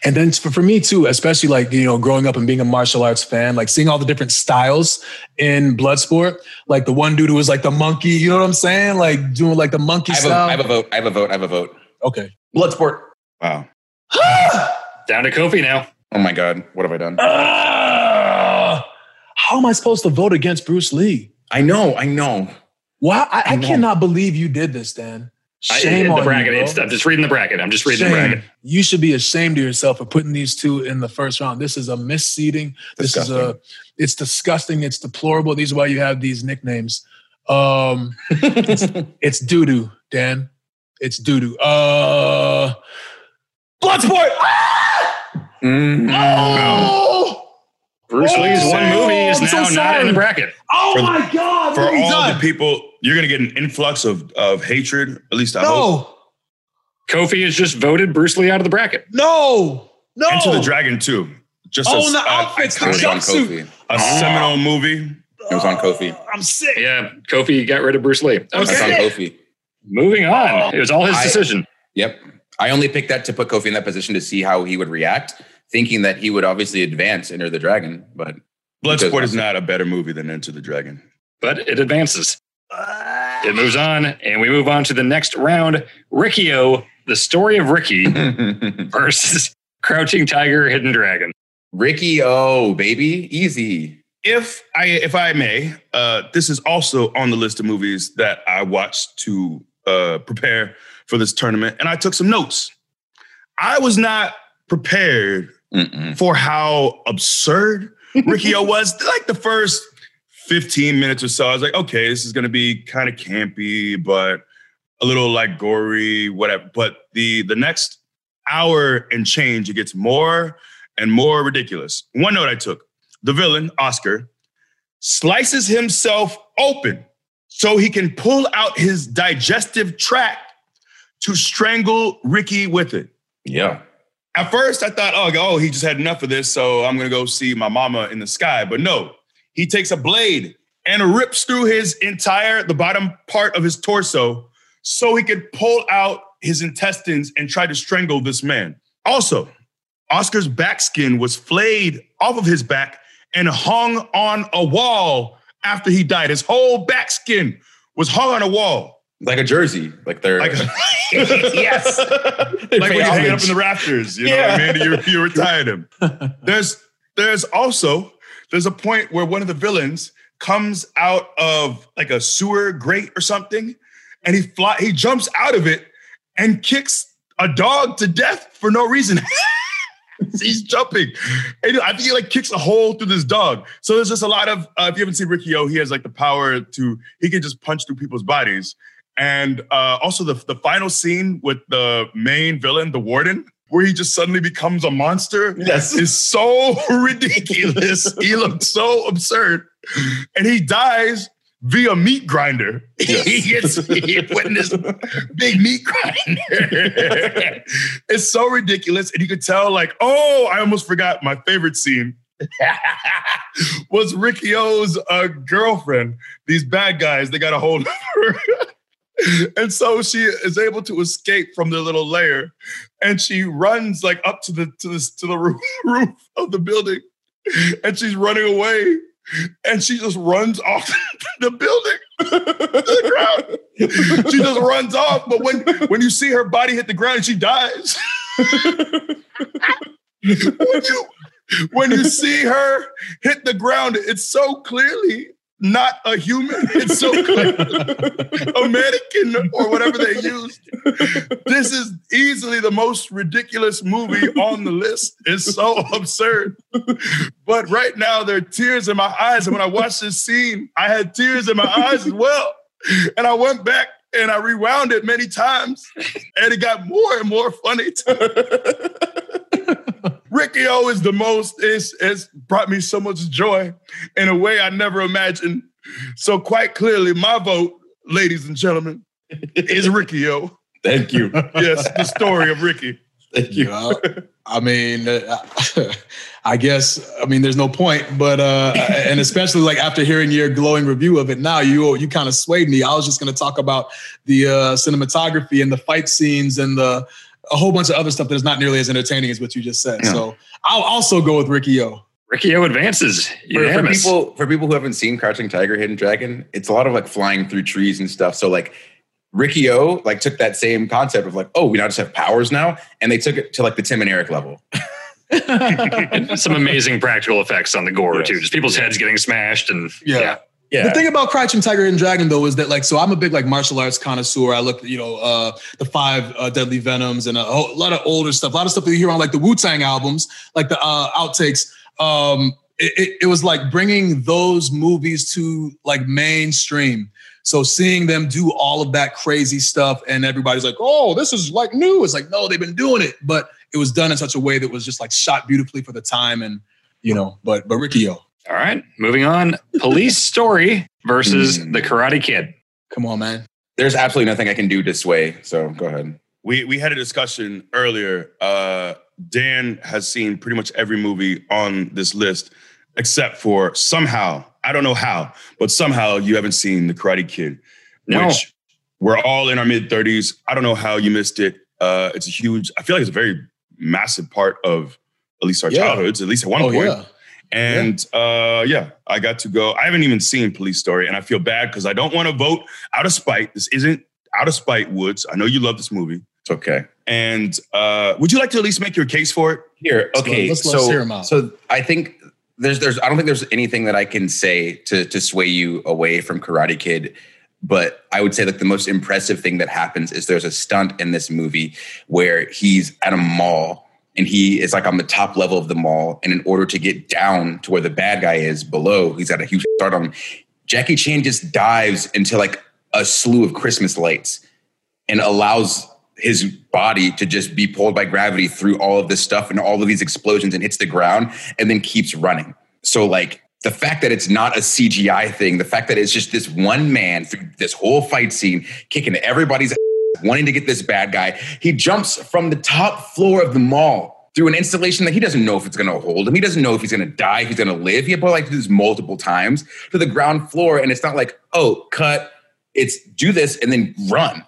Speaker 5: And then for, for me too, especially like, you know, growing up and being a martial arts fan, like seeing all the different styles in Bloodsport, like the one dude who was like the monkey, you know what I'm saying? Like doing like the monkey
Speaker 4: I have, a,
Speaker 5: style.
Speaker 4: I have a vote. I have a vote. I have a vote.
Speaker 5: okay.
Speaker 4: Bloodsport.
Speaker 3: Wow.
Speaker 6: Down to Kofi now.
Speaker 4: Oh my God, what have I done?
Speaker 5: Ah! how am I supposed to vote against Bruce Lee?
Speaker 4: I know, I know.
Speaker 5: Wow, I, I,
Speaker 4: I know.
Speaker 5: cannot believe you did this, Dan.
Speaker 6: I-
Speaker 5: Shame
Speaker 6: the
Speaker 5: on
Speaker 6: bracket.
Speaker 5: you.
Speaker 6: it's-
Speaker 5: bro.
Speaker 6: I'm just reading the bracket. I'm just reading the
Speaker 5: Shame.
Speaker 6: bracket.
Speaker 5: You should be ashamed of yourself for putting these two in the first round. This is a misseeding. This is a.
Speaker 4: Disgusting.
Speaker 5: It's disgusting. It's deplorable. These are why you have these nicknames. Um, it's doo doo, Dan. It's doo doo. Uh, Bloodsport. Ah! Oh,
Speaker 6: Bruce
Speaker 5: Oh,
Speaker 6: Lee's one movie is
Speaker 5: I'm so
Speaker 6: now not in
Speaker 5: sorry.
Speaker 6: the bracket.
Speaker 5: oh
Speaker 3: For-
Speaker 5: my God!
Speaker 3: For
Speaker 5: what have you
Speaker 3: all the
Speaker 5: done?
Speaker 3: people, you're going to get an influx of, of hatred, at least I hope.
Speaker 5: no,
Speaker 6: Kofi has just voted Bruce Lee out of the bracket.
Speaker 5: No, no.
Speaker 3: Enter the Dragon too. Just
Speaker 5: Oh,
Speaker 3: a,
Speaker 5: the
Speaker 3: a-
Speaker 5: outfits, the
Speaker 4: It was
Speaker 3: iconic-
Speaker 4: on
Speaker 5: Jumpsuit.
Speaker 4: Kofi.
Speaker 3: a seminal movie.
Speaker 4: It was on Kofi.
Speaker 5: I'm sick.
Speaker 6: Yeah, Kofi got rid of Bruce Lee.
Speaker 4: It was on
Speaker 6: Okay.
Speaker 4: Kofi.
Speaker 6: Moving
Speaker 5: Oh,
Speaker 6: on. It was all his
Speaker 4: I-
Speaker 6: decision.
Speaker 4: Yep. I only picked that to put Kofi in that position to see how he would react, thinking that he would obviously advance Enter the Dragon, but
Speaker 3: Bloodsport is not a better movie than Enter the Dragon.
Speaker 6: but it advances.
Speaker 5: Ah.
Speaker 6: It moves on, and we move on to the next round. Riccio, the story of Ricky versus Crouching Tiger, Hidden Dragon.
Speaker 4: Ricky O, baby, easy.
Speaker 3: if I if I may, uh, this is also on the list of movies that I watched to uh, prepare for this tournament, and I took some notes. I was not prepared
Speaker 4: Mm-mm.
Speaker 3: Mm-hmm. for how absurd Riccio was. Like the first 15 minutes or so, I was like, okay, this is gonna be kind of campy, but a little like gory, whatever. But the the next hour and change, it gets more and more ridiculous. One note I took: the villain, Oscar, slices himself open so he can pull out his digestive tract to strangle Ricky with it.
Speaker 4: Yeah.
Speaker 3: At first, I thought, oh, oh, he just had enough of this, so I'm gonna go see my mama in the sky. But no, he takes a blade and rips through his entire the bottom part of his torso, so he could pull out his intestines and try to strangle this man. Also, Oscar's back skin was flayed off of his back and hung on a wall after he died. His whole back skin was hung on a wall.
Speaker 4: Like a jersey. Like they're
Speaker 3: Like,
Speaker 4: Yes.
Speaker 3: like when you hang it up in the rafters, you know what I
Speaker 4: Yeah.
Speaker 3: mean? You, you retired him. There's there's also there's a point where one of the villains comes out of like a sewer grate or something, and he fly he jumps out of it and kicks a dog to death for no reason. He's jumping, and I think he like kicks a hole through this dog. So there's just a lot of. Uh, if you haven't seen Ricky O, he has like the power to he can just punch through people's bodies. And uh, also the the final scene with the main villain, the warden, where he just suddenly becomes a monster.
Speaker 4: Yes.
Speaker 3: is so ridiculous. he looks so absurd, and he dies via meat grinder. he gets he put in this big meat grinder. it's so ridiculous, and you could tell like, oh, I almost forgot my favorite scene. was Ricky O's uh, girlfriend. These bad guys, they got a hold of her. and so she is able to escape from their little lair and she runs like up to the to the to the roof, roof of the building and she's running away and she just runs off the building to the ground she just runs off but when when you see her body hit the ground she dies when you when you see her hit the ground it's so clearly not a human it's so clearly a mannequin or whatever they used this is easily the most ridiculous movie on the list. It's so absurd. But right now, there are tears in my eyes. And when I watched this scene, I had tears in my eyes as well. And I went back and I rewound it many times. And it got more and more funny. Ricky O is the most, it's, it's brought me so much joy in a way I never imagined. So, quite clearly, my vote, ladies and gentlemen, is Ricky O
Speaker 4: Thank you.
Speaker 3: yes, the story of Ricky.
Speaker 4: Thank
Speaker 5: You know, I mean, uh, I guess I mean there's no point, but uh, and especially like after hearing your glowing review of it now, you you kind of swayed me. I was just going to talk about the uh, cinematography and the fight scenes and the a whole bunch of other stuff that is not nearly as entertaining as what you just said.
Speaker 4: Yeah.
Speaker 5: So I'll also go with Ricky O.
Speaker 6: Riccio advances.
Speaker 4: For, for
Speaker 6: Unanimous.
Speaker 4: people for people who haven't seen Crouching Tiger, Hidden Dragon, it's a lot of like flying through trees and stuff. So like Ricky O like took that same concept of like, oh, we now just have powers now, and they took it to like the Tim and Eric level.
Speaker 6: And some amazing practical effects on the gore,
Speaker 4: Yes.
Speaker 6: too. Just people's heads getting smashed and
Speaker 5: Yeah. The thing about Crouching Tiger and Dragon though is that like so I'm a big like martial arts connoisseur. I look you know uh the five uh, deadly venoms and a whole lot of older stuff, a lot of stuff that you hear on like the Wu Tang albums, like the uh, outtakes. Um, it, it, it was like bringing those movies to like mainstream. So seeing them do all of that crazy stuff and everybody's like, oh, this is like new. It's like no, they've been doing it, but it was done in such a way that was just like shot beautifully for the time and you know. But but Riccio,
Speaker 6: All right, moving on. Police Story
Speaker 4: Hmm.
Speaker 6: versus The Karate Kid.
Speaker 5: come on, man.
Speaker 4: There's absolutely nothing I can do to sway. So go ahead.
Speaker 3: We we had a discussion earlier. Uh, Dan has seen pretty much every movie on this list, except for somehow I don't know how, but somehow you haven't seen The Karate Kid,
Speaker 6: No.
Speaker 3: which we're all in our mid thirties. I don't know how you missed it. Uh, it's a huge. I feel like it's a very massive part of at least our
Speaker 5: Yeah.
Speaker 3: childhoods. At least at one
Speaker 5: oh
Speaker 3: point.
Speaker 5: yeah.
Speaker 3: And uh, yeah, I got to go. I haven't even seen Police Story, and I feel bad because I don't want to vote out of spite. This isn't out of spite, Woods. I know you love this movie.
Speaker 4: It's okay.
Speaker 3: And uh, would you like to at least make your case for it?
Speaker 4: Here,
Speaker 5: Let's
Speaker 4: okay.
Speaker 5: let- let's-
Speaker 4: so,
Speaker 5: let's hear 'em out.
Speaker 4: so I think there's there's I don't think there's anything that I can say to to sway you away from Karate Kid, but I would say like the most impressive thing that happens is there's a stunt in this movie where he's at a mall and he is like on the top level of the mall, and in order to get down to where the bad guy is below, he's got a huge start on him. Jackie Chan just dives into like a slew of Christmas lights and allows his body to just be pulled by gravity through all of this stuff and all of these explosions and hits the ground and then keeps running. So like the fact that it's not a CGI thing, the fact that it's just this one man through this whole fight scene kicking everybody's ass, wanting to get this bad guy, he jumps from the top floor of the mall through an installation that he doesn't know if it's going to hold him. He doesn't know if he's going to die, if he's going to live. He had to like do this multiple times to the ground floor and it's not like, "Oh, cut." It's do this and then run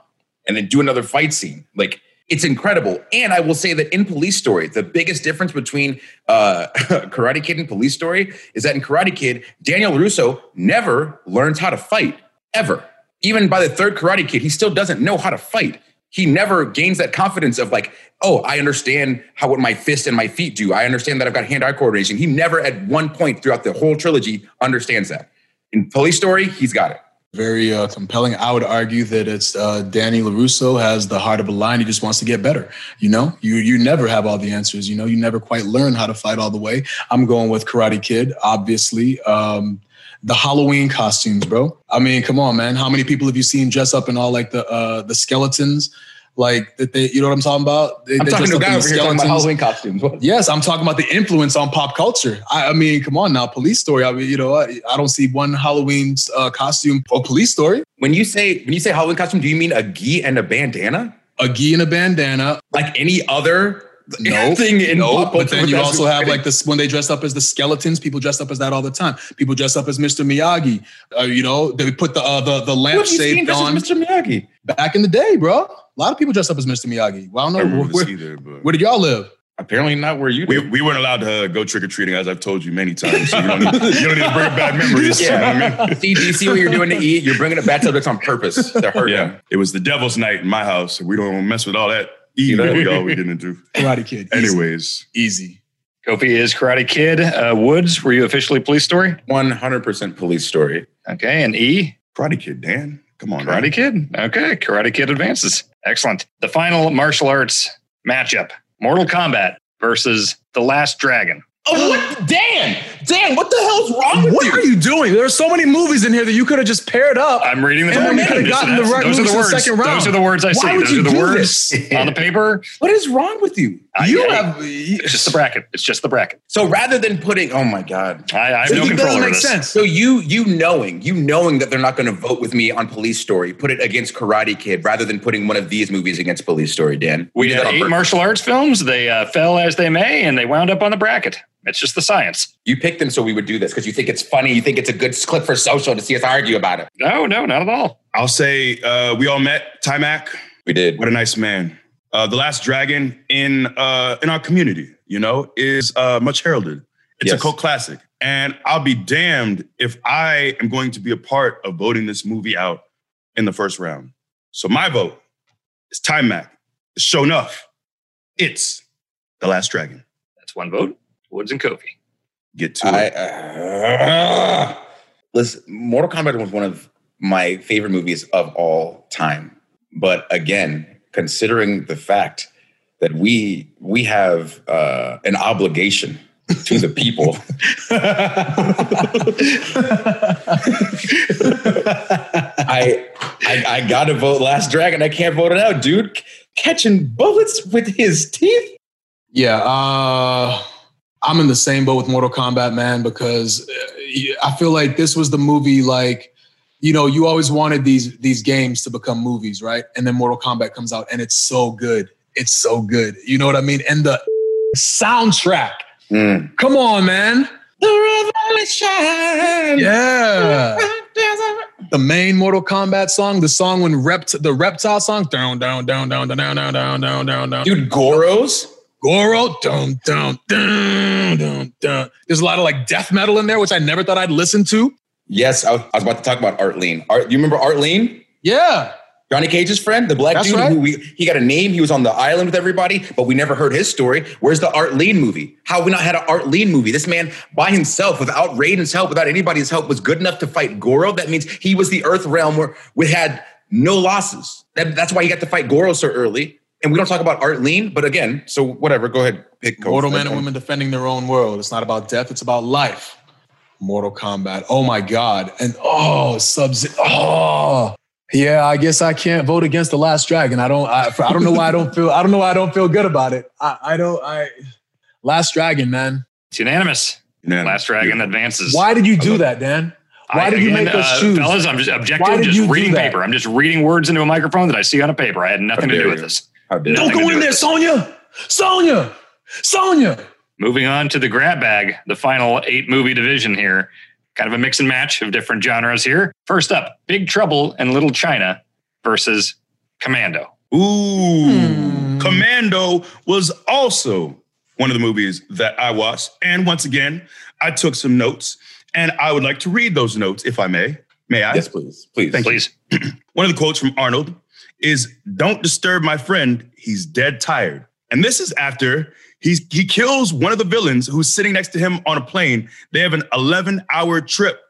Speaker 4: and then do another fight scene. Like it's incredible. And I will say that in Police Story, the biggest difference between uh, Karate Kid and Police Story is that in Karate Kid, Daniel Russo never learns how to fight ever. Even by the third Karate Kid, he still doesn't know how to fight. He never gains that confidence of like, oh, I understand how what my fist and my feet do. I understand that I've got hand-eye coordination. He never, at one point throughout the whole trilogy, understands that. In Police Story, he's got it.
Speaker 5: Very uh, compelling. I would argue that it's uh, Danny Larusso has the heart of a lion. He just wants to get better. You know, you you never have all the answers. You know, you never quite learn how to fight all the way. I'm going with Karate Kid, obviously. Um, the Halloween costumes, bro. I mean, come on, man. How many people have you seen dress up in all like the uh, the skeletons? Like that they, you know what I'm talking about? They,
Speaker 4: I'm
Speaker 5: they
Speaker 4: talking
Speaker 5: dressed
Speaker 4: to a
Speaker 5: up in
Speaker 4: guy over here talking about
Speaker 5: skeletons.
Speaker 4: Halloween costumes. What?
Speaker 5: Yes, I'm talking about the influence on pop culture. I, I mean, come on now, Police Story. I mean, you know, I, I don't see one Halloween uh, costume or Police Story.
Speaker 4: When you say when you say Halloween costume, do you mean a gi and a bandana?
Speaker 5: A gi and a bandana.
Speaker 4: Like any other
Speaker 5: No,
Speaker 4: thing in
Speaker 5: no.
Speaker 4: pop
Speaker 5: But
Speaker 4: culture?
Speaker 5: then you
Speaker 4: that's
Speaker 5: also have like
Speaker 4: created?
Speaker 5: this when they dress up as the skeletons. People dress up as that all the time. People dress up as Mr. Miyagi. Uh, you know, they put the uh, the the
Speaker 4: Who have you seen
Speaker 5: lampshade
Speaker 4: versus
Speaker 5: on
Speaker 4: Mr. Miyagi?
Speaker 5: back in the day, bro. A lot of people dress up as Mr. Miyagi. Well, I
Speaker 3: I
Speaker 5: don't
Speaker 3: don't
Speaker 5: know
Speaker 3: remember
Speaker 5: where,
Speaker 3: this either, but
Speaker 5: where did y'all live.
Speaker 4: Apparently not where you
Speaker 3: we,
Speaker 4: do.
Speaker 3: we weren't allowed to uh, go trick or treating, as I've told you many times. So you don't need, you don't need to bring up bad memories. you know what I mean?
Speaker 4: see, do you see what you're doing to eat? You're bringing up bad subjects on purpose to hurt
Speaker 3: Yeah,
Speaker 4: him.
Speaker 3: it was the devil's night in my house. We don't mess with all that either. we all we didn't do.
Speaker 5: Karate Kid. Easy,
Speaker 3: Anyways,
Speaker 5: easy.
Speaker 6: Kofi is Karate Kid. Uh, Woods, were you officially police story?
Speaker 4: 100% police story.
Speaker 6: Okay. And E,
Speaker 3: Karate Kid, Dan. Come on,
Speaker 6: Karate
Speaker 3: man.
Speaker 6: Kid. Okay. Karate Kid advances. Excellent. The final martial arts matchup Mortal Kombat versus The Last Dragon.
Speaker 4: Oh, what? Dan! Dan, what the hell's wrong with
Speaker 5: What
Speaker 4: you?
Speaker 5: are you doing? There are so many movies in here that you could have just paired up.
Speaker 6: I'm reading the
Speaker 5: And
Speaker 6: top
Speaker 5: we
Speaker 6: ten.
Speaker 5: could've
Speaker 6: Those
Speaker 5: gotten
Speaker 6: are-
Speaker 5: the right moves
Speaker 6: Those are the
Speaker 5: in the
Speaker 6: words.
Speaker 5: second round.
Speaker 6: Those are the words I
Speaker 5: Why
Speaker 6: see.
Speaker 5: would
Speaker 6: Those
Speaker 5: you
Speaker 6: are the
Speaker 5: do
Speaker 6: words
Speaker 5: this?
Speaker 6: on the paper.
Speaker 4: what is wrong with you?
Speaker 6: I-
Speaker 5: you
Speaker 6: I-
Speaker 5: have
Speaker 6: It's just the bracket. It's just the bracket.
Speaker 4: So rather than putting, oh my God.
Speaker 6: I, I have
Speaker 4: So
Speaker 6: no
Speaker 4: it
Speaker 5: doesn't
Speaker 6: control over
Speaker 5: make
Speaker 6: this.
Speaker 5: sense.
Speaker 4: So you you knowing you knowing that they're not going to vote with me on Police Story, put it against Karate Kid rather than putting one of these movies against Police Story. Dan,
Speaker 6: We
Speaker 4: You did
Speaker 6: had
Speaker 4: that on
Speaker 6: eight
Speaker 4: purpose.
Speaker 6: martial arts films. They uh, fell as they may, and they wound up on the bracket. It's just the science.
Speaker 4: you picked them so we would do this because you think it's funny. You think it's a good clip for social to see us argue about it.
Speaker 6: No, no, not at all.
Speaker 3: I'll say uh, we all met Timac.
Speaker 4: We did.
Speaker 3: What a nice man. Uh, the Last Dragon in uh, in our community, you know, is uh, much heralded. It's a
Speaker 4: Yes.
Speaker 3: cult classic, and I'll be damned if I am going to be a part of voting this movie out in the first round. So my vote is Time Mac. It's show enough. It's the Last Dragon.
Speaker 6: That's one vote. Woods and Kofi.
Speaker 3: Get to
Speaker 4: I,
Speaker 3: it.
Speaker 4: uh, listen, Mortal Kombat was one of my favorite movies of all time. But again, considering the fact that we we have uh, an obligation to the people. I, I I gotta vote Last Dragon. I can't vote it out, dude. C- Catching bullets with his teeth.
Speaker 5: Yeah, uh, I'm in the same boat with Mortal Kombat, man, because uh, I feel like this was the movie like you know, you always wanted these these games to become movies, right? And then Mortal Kombat comes out and it's so good. It's so good. You know what I mean? And the soundtrack.
Speaker 3: Hmm.
Speaker 4: Mm.
Speaker 5: Come on, man. The revolution. Yeah. The main Mortal Kombat song, the song when Rept the reptile song, down, down, down, down, down, down, down, down, down, down, down.
Speaker 4: Dude, Goros?
Speaker 5: Goro, dum dum dum dum dum. There's a lot of like death metal in there, which I never thought I'd listen to.
Speaker 4: Yes, I was, I was about to talk about Art Lean. Art, you remember Art Lean?
Speaker 5: Yeah,
Speaker 4: Johnny Cage's friend, the black
Speaker 5: That's
Speaker 4: dude
Speaker 5: right.
Speaker 4: who we, he got a name. He was on the island with everybody, but we never heard his story. Where's the Art Lean movie? How we not had an Art Lean movie? This man by himself, without Raiden's help, without anybody's help, was good enough to fight Goro. That means he was the Earth realm where we had no losses. That, that's why he got to fight Goro so early. And we don't talk about Art Lean, but again, so whatever. Go ahead, pick. Cole.
Speaker 5: mortal men and women defending their own world. It's not about death; it's about life. Mortal Kombat. Oh my God! And oh, subs. Oh, yeah. I guess I can't vote against the Last Dragon. I don't. I, I don't know why I don't feel. I don't know why I don't feel good about it. I, I don't. I Last Dragon, man.
Speaker 6: It's unanimous.
Speaker 4: Yeah.
Speaker 6: Last Dragon advances.
Speaker 5: Why did you do that, Dan? Why
Speaker 6: I-
Speaker 5: did you
Speaker 6: again,
Speaker 5: make us
Speaker 6: uh,
Speaker 5: choose?
Speaker 6: Fellas, I'm just
Speaker 5: Why
Speaker 6: objective,
Speaker 5: did you
Speaker 6: just
Speaker 5: do
Speaker 6: reading
Speaker 5: that?
Speaker 6: paper. I'm just reading words into a microphone that I see on a paper. I had nothing
Speaker 4: How
Speaker 6: to do
Speaker 4: dare
Speaker 6: with
Speaker 4: you.
Speaker 6: this.
Speaker 4: How dare
Speaker 5: Don't
Speaker 6: Nothing to
Speaker 5: go
Speaker 6: do
Speaker 5: in
Speaker 6: with
Speaker 5: there,
Speaker 6: this.
Speaker 5: Sonia! Sonia! Sonia!
Speaker 6: Moving on to the grab bag, the final eight movie division here. Kind of a mix and match of different genres here. First up, Big Trouble in Little China versus Commando.
Speaker 3: Ooh. Commando was also one of the movies that I watched. And once again, I took some notes and I would like to read those notes if I may. May I?
Speaker 4: Yes, please, please.
Speaker 3: Thank you.
Speaker 6: Please.
Speaker 3: One of the quotes from Arnold is Don't disturb my friend. He's dead tired. And this is after he's, he kills one of the villains who's sitting next to him on a plane. They have an 11 hour trip.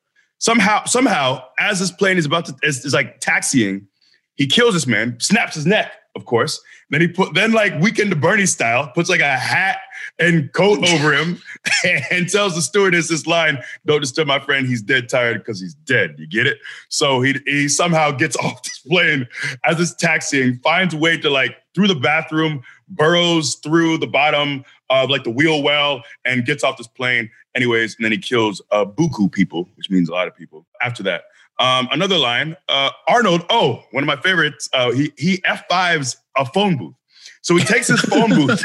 Speaker 3: Somehow, somehow, as this plane is about to, is, is like taxiing, he kills this man, snaps his neck, of course. Then he put, then like Weekend to Bernie style, puts like a hat and coat over him and tells the stewardess this line, don't disturb my friend, he's dead tired because he's dead. You get it? So he, he somehow gets off this plane as it's taxiing, finds a way to like through the bathroom, burrows through the bottom of like the wheel well and gets off this plane. Anyways, and then he kills uh, Buku people, which means a lot of people after that. Um, another line, uh, Arnold, oh, one of my favorites, uh, he, he F5s a phone booth. So he takes his phone booth,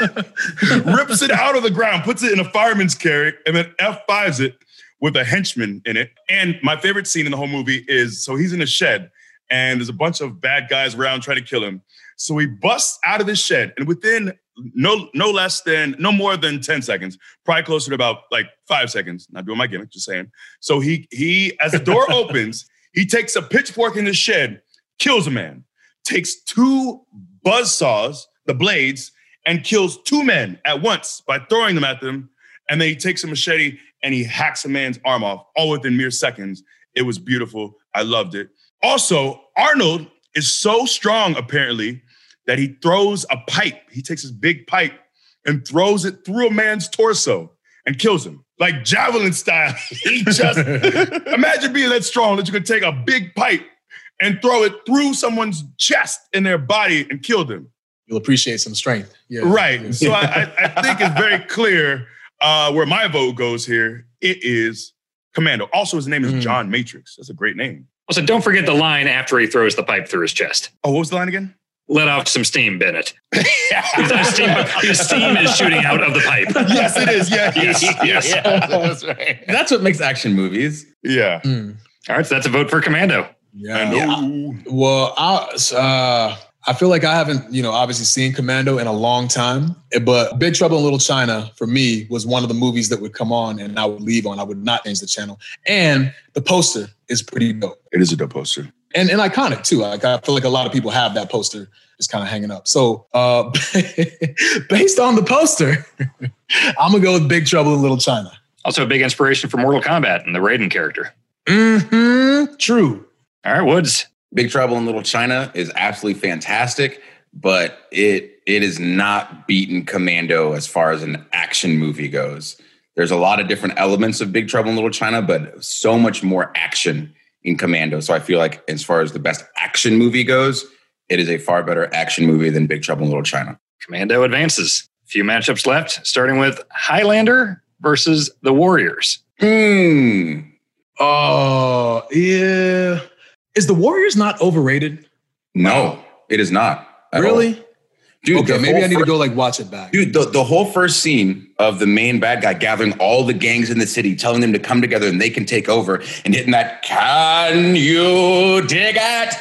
Speaker 3: rips it out of the ground, puts it in a fireman's carry, and then F5s it with a henchman in it. And my favorite scene in the whole movie is so he's in a shed and there's a bunch of bad guys around trying to kill him. So he busts out of this shed and within no no less than no more than 10 seconds, probably closer to about like five seconds. Not doing my gimmick, just saying. So he he as the door opens, he takes a pitchfork in the shed, kills a man, takes two buzzsaws, the blades, and kills two men at once by throwing them at them. And then he takes a machete and he hacks a man's arm off, all within mere seconds. It was beautiful. I loved it. Also, Arnold is so strong, apparently, that he throws a pipe. He takes his big pipe and throws it through a man's torso and kills him. Like javelin style. he just imagine being that strong that you could take a big pipe and throw it through someone's chest in their body and kill them.
Speaker 5: You'll appreciate some strength. Yeah.
Speaker 3: Right. So I, I, I think it's very clear uh, where my vote goes here. It is Commando. Also, his name is
Speaker 5: Mm.
Speaker 3: John Matrix. That's a great name.
Speaker 6: Also, don't forget the line after he throws the pipe through his chest.
Speaker 3: Oh, what was the line again?
Speaker 6: Let off some steam, Bennett. His steam, his steam is shooting out of the pipe.
Speaker 3: yes, it is. Yeah.
Speaker 6: Yes, yes.
Speaker 4: That's right. That's what makes action movies.
Speaker 3: Yeah.
Speaker 5: Mm.
Speaker 6: All right, so that's a vote for Commando.
Speaker 5: Yeah.
Speaker 3: And, oh, ooh,
Speaker 5: Well, I uh, I feel like I haven't, you know, obviously seen Commando in a long time. But Big Trouble in Little China for me was one of the movies that would come on and I would leave on. I would not change the channel. And the poster is pretty dope
Speaker 3: It is a dope poster.
Speaker 5: and and iconic too. Like I feel like a lot of people have that poster just kind of hanging up. So uh, based on the poster, I'm gonna go with Big Trouble in Little China.
Speaker 6: Also, a big inspiration for Mortal Kombat and the Raiden character.
Speaker 5: Mm-hmm. True.
Speaker 6: All right, Woods.
Speaker 4: Big Trouble in Little China is absolutely fantastic, but it it is not beaten Commando as far as an action movie goes. There's a lot of different elements of Big Trouble in Little China, but so much more action in Commando. So I feel like as far as the best action movie goes, it is a far better action movie than Big Trouble in Little China.
Speaker 6: Commando advances. Few matchups left, starting with Highlander versus the Warriors.
Speaker 4: Hmm.
Speaker 5: Oh Uh, yeah. Is the Warriors not overrated?
Speaker 4: No, it is not. at all.
Speaker 5: Really?
Speaker 4: Dude,
Speaker 5: okay,
Speaker 4: the
Speaker 5: maybe
Speaker 4: whole
Speaker 5: I need to
Speaker 4: fir-
Speaker 5: go like watch it back.
Speaker 4: Dude, the, the whole first scene of the main bad guy gathering all the gangs in the city, telling them to come together and they can take over, and hitting that, can you dig it?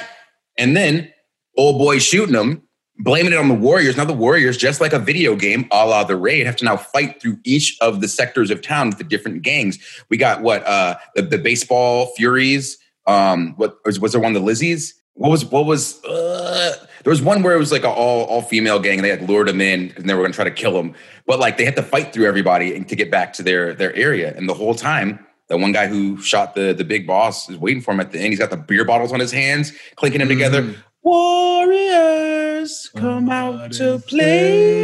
Speaker 4: And then old boy shooting him, blaming it on the Warriors. Now the Warriors, just like a video game, a la the raid, have to now fight through each of the sectors of town with the different gangs. We got what? Uh the, the baseball furies. Um, what was, was there one of the Lizzies? What was what was uh, there was one where it was like a all all female gang and they had lured them in and they were gonna try to kill them, but like they had to fight through everybody and to get back to their their area. And the whole time, the one guy who shot the the big boss is waiting for him at the end. He's got the beer bottles on his hands, clinking them
Speaker 5: Mm-hmm.
Speaker 4: together. Warriors Mm-hmm. come out to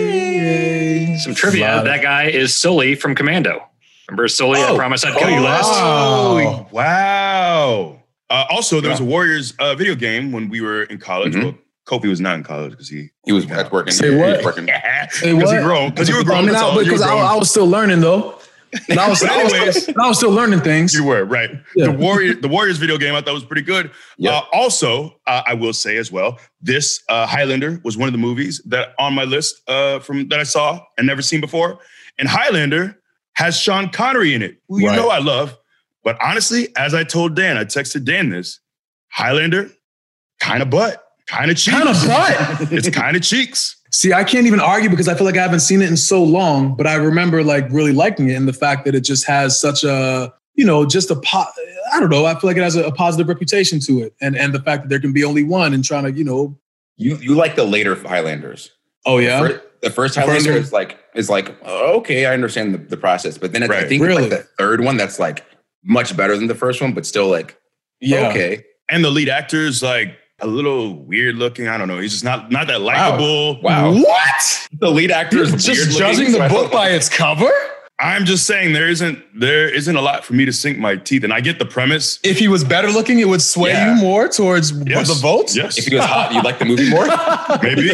Speaker 4: play.
Speaker 6: Some trivia: that guy is Sully from Commando. Remember Sully? I
Speaker 4: Oh.
Speaker 6: promised I'd kill you
Speaker 4: Oh.
Speaker 6: last.
Speaker 3: Oh, wow. Uh, also, there was a Warriors uh, video game when we were in college.
Speaker 4: Mhm.
Speaker 3: Well, Kofi was not in college because he
Speaker 4: He was at working.
Speaker 5: Say
Speaker 4: he
Speaker 5: what?
Speaker 4: was working.
Speaker 3: because
Speaker 5: Hey,
Speaker 3: he
Speaker 5: what?
Speaker 3: grown because you were grown.
Speaker 5: I mean,
Speaker 3: that's
Speaker 5: I,
Speaker 3: all. You were
Speaker 5: because I,
Speaker 3: grown.
Speaker 5: I was still learning though. And I was,
Speaker 3: But
Speaker 5: I was-
Speaker 3: anyways.
Speaker 5: and I was still learning things.
Speaker 3: You were right.
Speaker 5: Yeah.
Speaker 3: The warrior, the Warriors video game, I thought was pretty good.
Speaker 4: Yeah.
Speaker 3: Uh, also, uh, I will say as well, this uh, Highlander was one of the movies that on my list uh, from that I saw and never seen before. And Highlander has Sean Connery in it, who you
Speaker 5: Right.
Speaker 3: know I love. But honestly, as I told Dan, I texted Dan this Highlander, kind of butt, kind of cheeks,
Speaker 5: Kind of butt.
Speaker 3: it's kind of cheeks.
Speaker 5: See, I can't even argue because I feel like I haven't seen it in so long, but I remember like really liking it and the fact that it just has such a, you know, just a po- I don't know, I feel like it has a, a positive reputation to it. And and the fact that there can be only one and trying to, you know,
Speaker 4: You you like the later Highlanders.
Speaker 5: oh yeah.
Speaker 4: Fir-
Speaker 5: The
Speaker 4: the first
Speaker 5: first
Speaker 4: Highlander
Speaker 5: one.
Speaker 4: is like is like oh, okay, I understand the, the process, but then it's, I
Speaker 3: Right.
Speaker 4: think
Speaker 5: Really?
Speaker 4: like the third one that's like much better than the first one, but still like
Speaker 5: yeah.
Speaker 4: okay,
Speaker 3: And the lead actor is like a little weird looking. I don't know. He's just not not that likable.
Speaker 4: wow.
Speaker 5: What?
Speaker 4: The lead actor is
Speaker 5: Just
Speaker 4: weird-looking,
Speaker 5: judging
Speaker 4: so I
Speaker 5: the
Speaker 4: felt
Speaker 5: book by
Speaker 4: like-
Speaker 5: its cover?
Speaker 3: I'm just saying there isn't there isn't a lot for me to sink my teeth, and I get the premise.
Speaker 5: If he was better looking, it would sway
Speaker 4: Yeah.
Speaker 5: you more towards
Speaker 3: Yes.
Speaker 5: the votes.
Speaker 3: Yes,
Speaker 4: If he was hot, you like the movie more.
Speaker 3: maybe.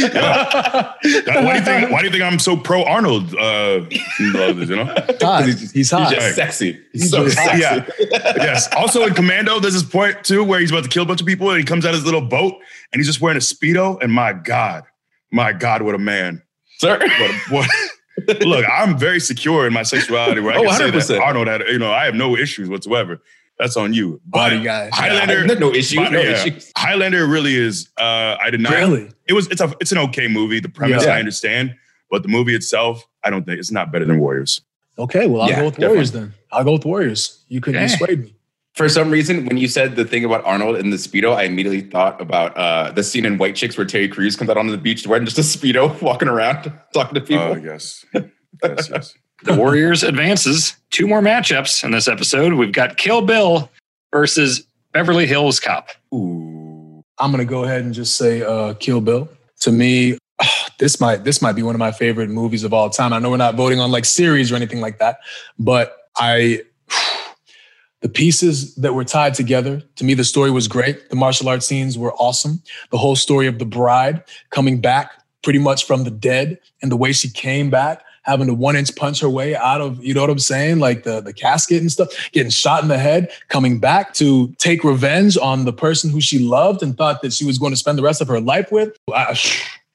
Speaker 3: Yeah. That- why do you think? Why do you think I'm so pro Arnold? Uh, love this, you know.
Speaker 5: Hot. He's, hot.
Speaker 4: He's just sexy. He's so sexy.
Speaker 3: Yeah. Yes. Also in Commando, there's this point too where he's about to kill a bunch of people, and he comes out his little boat, and he's just wearing a speedo. And my God, my God, what a man!
Speaker 4: Sir.
Speaker 3: What? A, what look, I'm very secure in my sexuality, where I
Speaker 4: Oh,
Speaker 3: can say
Speaker 4: 100%.
Speaker 3: that Arnold had, you know, I have no issues whatsoever. That's on you, but
Speaker 5: Body guy.
Speaker 3: Highlander.
Speaker 4: There's no issues.
Speaker 3: But,
Speaker 4: No
Speaker 3: yeah.
Speaker 4: issues.
Speaker 3: Highlander really is. Uh, I did not.
Speaker 5: Really?
Speaker 3: It was. It's a. It's an okay movie. The premise
Speaker 4: Yeah.
Speaker 3: I understand, but the movie itself, I don't think it's not better than Warriors.
Speaker 5: Okay, well, I'll
Speaker 4: Yeah,
Speaker 5: go with Warriors then. I'll go with Warriors. You couldn't
Speaker 4: Yeah.
Speaker 5: persuade me.
Speaker 4: For some reason, when you said the thing about Arnold in the speedo, I immediately thought about uh, the scene in White Chicks where Terry Crews comes out onto the beach wearing just a speedo, walking around talking to people.
Speaker 3: Oh yes. Yes, yes.
Speaker 6: The Warriors advances two more matchups in this episode. We've got Kill Bill versus Beverly Hills Cop.
Speaker 4: Ooh.
Speaker 5: I'm gonna go ahead and just say uh, Kill Bill. To me, this might this might be one of my favorite movies of all time. I know we're not voting on like series or anything like that, but I the pieces that were tied together to me the story was great the martial arts scenes were awesome the whole story of the bride coming back pretty much from the dead and the way she came back having to one inch punch her way out of you know what i'm saying like the, the casket and stuff getting shot in the head coming back to take revenge on the person who she loved and thought that she was going to spend the rest of her life with I-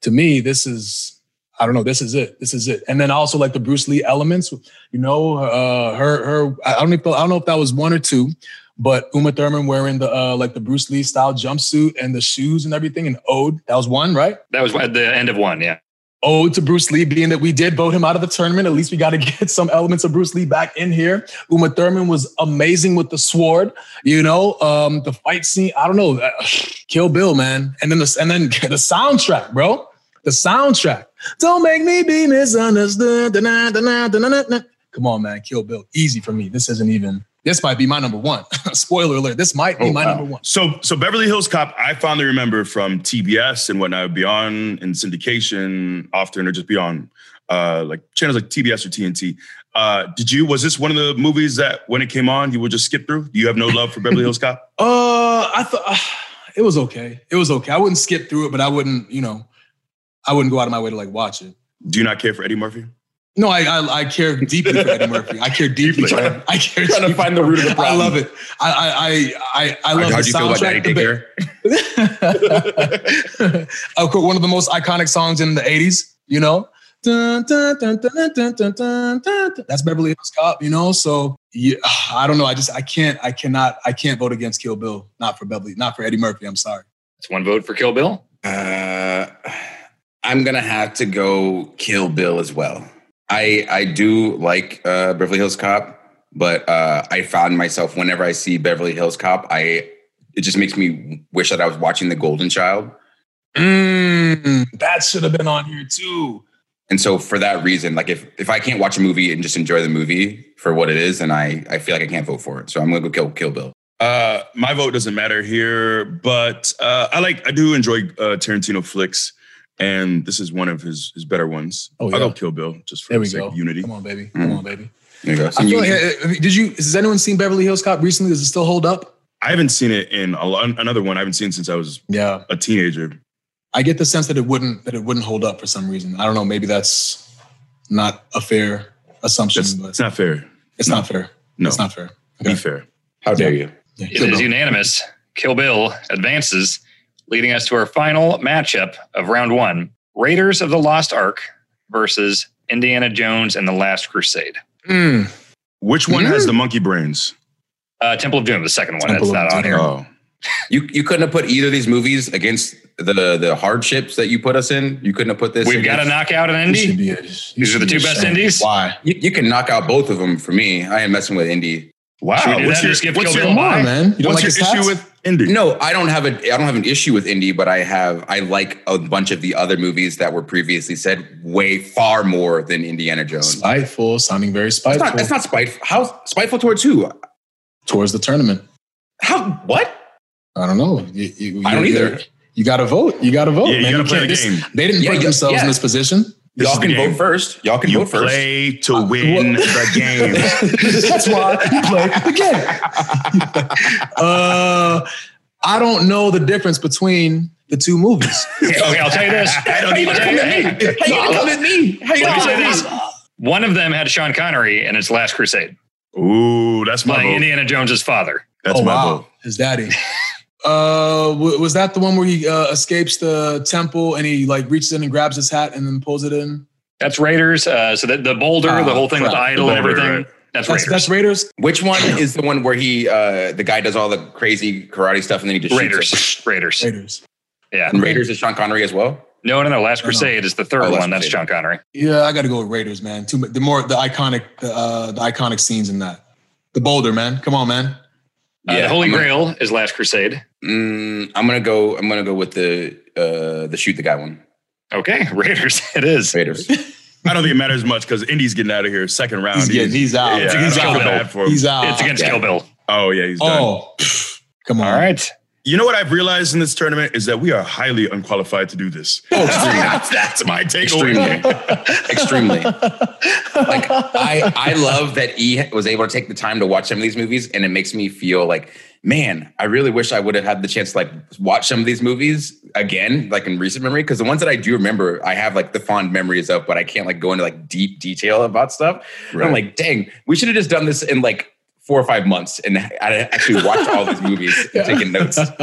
Speaker 5: to me this is I don't know. This is it. This is it. And then also like the Bruce Lee elements, you know, uh, her her. I don't know. If, I don't know if that was one or two, but Uma Thurman wearing the uh, like the Bruce Lee style jumpsuit and the shoes and everything. And ode that was one, right?
Speaker 6: That was at the end of one. Yeah.
Speaker 5: Ode to Bruce Lee, being that we did vote him out of the tournament. At least we got to get some elements of Bruce Lee back in here. Uma Thurman was amazing with the sword. You know, um, the fight scene. I don't know. uh, Kill Bill, man. And then the and then the soundtrack, bro. The soundtrack. Don't make me be misunderstood. Da-na, da-na, da-na, da-na. Come on, man. Kill Bill. Easy for me. This isn't even. This might be my number one. Spoiler alert. This might be
Speaker 4: Oh,
Speaker 5: my
Speaker 4: wow.
Speaker 5: number one.
Speaker 3: So, so Beverly Hills Cop, I fondly remember from TBS and whatnot, be on in syndication often, or just be on uh, like channels like TBS or TNT. Uh, did you? Was this one of the movies that when it came on, you would just skip through? Do you have no love for Beverly Hills Cop?
Speaker 5: Uh, I thought it was okay. It was okay. I wouldn't skip through it, but I wouldn't, you know, I wouldn't go out of my way to like watch it.
Speaker 3: Do you not care for Eddie Murphy?
Speaker 5: No, I, I I care deeply for Eddie Murphy. I care deeply.
Speaker 4: Deeply.
Speaker 5: for him. I care
Speaker 4: Trying to
Speaker 5: deeply.
Speaker 4: find the root of the
Speaker 5: I
Speaker 4: problem.
Speaker 5: love it. I I I I, I love
Speaker 4: How
Speaker 5: the
Speaker 4: do you feel about Daddy
Speaker 5: soundtrack.
Speaker 4: Daycare?
Speaker 5: of course, one of the most iconic songs in the '80s. You know, Dun, dun, dun, dun, dun, dun, dun, dun, dun. that's Beverly Hills Cop. You know, so yeah, I don't know. I just I can't I cannot I can't vote against Kill Bill. Not for Beverly. Not for Eddie Murphy. I'm sorry.
Speaker 6: That's one vote for Kill Bill.
Speaker 4: Uh, I'm gonna have to go Kill Bill as well. I I do like uh, Beverly Hills Cop, but uh, I found myself whenever I see Beverly Hills Cop, I it just makes me wish that I was watching The Golden Child.
Speaker 5: Mm, that should have been on here too.
Speaker 4: And so for that reason, like if if I can't watch a movie and just enjoy the movie for what it is, then I I feel like I can't vote for it. So I'm gonna go Kill Kill Bill.
Speaker 3: Uh, my vote doesn't matter here, but uh, I like I do enjoy uh, Tarantino flicks, and this is one of his his better ones.
Speaker 5: Oh,
Speaker 3: I'll
Speaker 5: yeah.
Speaker 3: go Kill Bill just for
Speaker 5: There
Speaker 3: the
Speaker 5: we
Speaker 3: sake
Speaker 5: go.
Speaker 3: of unity.
Speaker 5: Come on, baby.
Speaker 4: Mm.
Speaker 5: Come on, baby.
Speaker 4: There you go. So
Speaker 5: I feel
Speaker 4: you-
Speaker 5: like, uh, did you? Has anyone seen Beverly Hills Cop recently? Does it still hold up?
Speaker 3: I haven't seen it in a, lo- another one. I haven't seen since I was
Speaker 5: Yeah,
Speaker 3: a teenager.
Speaker 5: I get the sense that it wouldn't that it wouldn't hold up for some reason. I don't know. Maybe that's not a fair assumption,
Speaker 3: That's
Speaker 5: but
Speaker 3: it's not fair.
Speaker 5: it's not fair.
Speaker 3: No,
Speaker 5: It's not fair.
Speaker 3: be
Speaker 5: okay.
Speaker 3: fair.
Speaker 4: how dare you?
Speaker 5: Yeah,
Speaker 6: It
Speaker 5: Kill
Speaker 6: is
Speaker 5: Bill.
Speaker 6: unanimous. Kill Bill advances, leading us to our final matchup of round one Raiders of the Lost Ark versus Indiana Jones and the Last Crusade.
Speaker 5: Mm.
Speaker 3: Which one has the monkey brains?
Speaker 6: Uh, Temple of Doom, the second one.
Speaker 5: Temple
Speaker 6: That's
Speaker 5: of
Speaker 6: not
Speaker 5: Doom.
Speaker 6: on here.
Speaker 3: Oh,
Speaker 4: You you couldn't have put either of these movies against the the hardships that you put us in. You couldn't have put this.
Speaker 6: We've got to
Speaker 4: against-
Speaker 6: knock out an
Speaker 5: You should
Speaker 6: indie.
Speaker 5: be a- you
Speaker 6: These are
Speaker 5: should
Speaker 6: the
Speaker 5: be
Speaker 6: two best
Speaker 5: ashamed.
Speaker 6: indies?
Speaker 5: Why?
Speaker 4: You, you can knock out both of them for me. I am messing with Indy.
Speaker 3: wow.
Speaker 6: Should we do that and just give Kill Bill a
Speaker 5: Come on,
Speaker 6: Why?
Speaker 5: man. You don't
Speaker 3: what's
Speaker 5: like
Speaker 3: your
Speaker 5: his
Speaker 3: issue
Speaker 5: issue
Speaker 3: with Indy?
Speaker 4: No, I don't have a I don't have an issue with Indy, but I have I like a bunch of the other movies that were previously said way far more than Indiana Jones.
Speaker 5: spiteful, sounding very
Speaker 4: It's
Speaker 5: spiteful
Speaker 4: not, it's not spiteful. How spiteful towards who?
Speaker 5: towards the tournament.
Speaker 4: How what?
Speaker 5: I don't know. You, you-
Speaker 4: I don't
Speaker 5: you-
Speaker 4: either.
Speaker 5: You got to vote. You got to vote.
Speaker 3: Yeah, you
Speaker 5: man.
Speaker 3: gotta play
Speaker 5: can't-
Speaker 3: the
Speaker 5: this-
Speaker 3: game.
Speaker 5: They didn't
Speaker 4: Yeah,
Speaker 5: put
Speaker 4: yeah,
Speaker 5: themselves
Speaker 4: yeah.
Speaker 5: in this position.
Speaker 3: This is
Speaker 4: Y'all
Speaker 3: the
Speaker 4: can
Speaker 3: game.
Speaker 4: vote first. Y'all can
Speaker 3: You
Speaker 4: vote first.
Speaker 3: play to win the game.
Speaker 5: That's why you play the game. uh, I don't know the difference between the two movies.
Speaker 6: Okay, I'll tell you this. I don't even tell you, hey,
Speaker 4: How you gonna come at me? How you gonna
Speaker 6: let me
Speaker 4: come
Speaker 6: say
Speaker 4: at
Speaker 6: this.
Speaker 4: me?
Speaker 6: One of them had Sean Connery in its Last Crusade,
Speaker 3: Ooh, that's my
Speaker 6: playing
Speaker 3: vote.
Speaker 6: Indiana Jones's father.
Speaker 3: That's
Speaker 5: oh
Speaker 3: my
Speaker 5: wow,
Speaker 3: vote.
Speaker 5: his daddy. Uh, w- was that the one where he uh, escapes the temple and he like reaches in and grabs his hat and then pulls it in?
Speaker 6: That's Raiders. Uh, so that the boulder,
Speaker 5: Ah,
Speaker 6: the whole thing with
Speaker 5: crap.
Speaker 6: Idol,
Speaker 3: Boulder,
Speaker 6: everything.
Speaker 3: right.
Speaker 6: That's,
Speaker 5: That's
Speaker 6: Raiders.
Speaker 5: that's Raiders.
Speaker 4: Which one is the one where he uh the guy does all the crazy karate stuff and then he just shoots him?
Speaker 6: Raiders. Raiders.
Speaker 5: Raiders.
Speaker 6: Yeah.
Speaker 4: And Raiders is Sean Connery as well.
Speaker 6: No, no, no. Last
Speaker 5: No, no.
Speaker 6: Crusade is the third
Speaker 4: Oh,
Speaker 6: one.
Speaker 4: Last
Speaker 6: That's
Speaker 4: Crusade.
Speaker 6: Sean Connery.
Speaker 5: Yeah, I got to go with Raiders, man. Too mu- the more the iconic uh, the iconic scenes in that. The Boulder, man. Come on, man.
Speaker 6: Uh, the Holy
Speaker 4: I'm gonna-
Speaker 6: Grail is Last Crusade.
Speaker 4: Mm, I'm gonna go. I'm gonna go with the uh the shoot the guy one.
Speaker 6: Okay, Raiders. It is.
Speaker 4: Raiders.
Speaker 3: I don't think it matters much because Indy's getting out of here second round.
Speaker 5: He's getting he's out.
Speaker 3: Yeah,
Speaker 5: he's,
Speaker 3: I feel
Speaker 5: out.
Speaker 3: bad for him.
Speaker 5: he's out.
Speaker 6: It's against
Speaker 4: yeah.
Speaker 6: Kill Bill.
Speaker 3: oh yeah, he's done.
Speaker 5: Oh, pff, come on.
Speaker 6: All right.
Speaker 3: You know what I've realized in this tournament is that we are highly unqualified to do this.
Speaker 4: Oh, extremely,
Speaker 3: That's, that's my takeaway.
Speaker 4: extremely, extremely. Like I, I love that E was able to take the time to watch some of these movies, and it makes me feel like, man, I really wish I would have had the chance to like watch some of these movies again, like in recent memory, because the ones that I do remember, I have like the fond memories of, but I can't like go into like deep detail about stuff. And I'm
Speaker 3: Right.
Speaker 4: like, dang, we should have just done this in like. Four or five months, and I actually watched all these movies and taking notes.
Speaker 6: That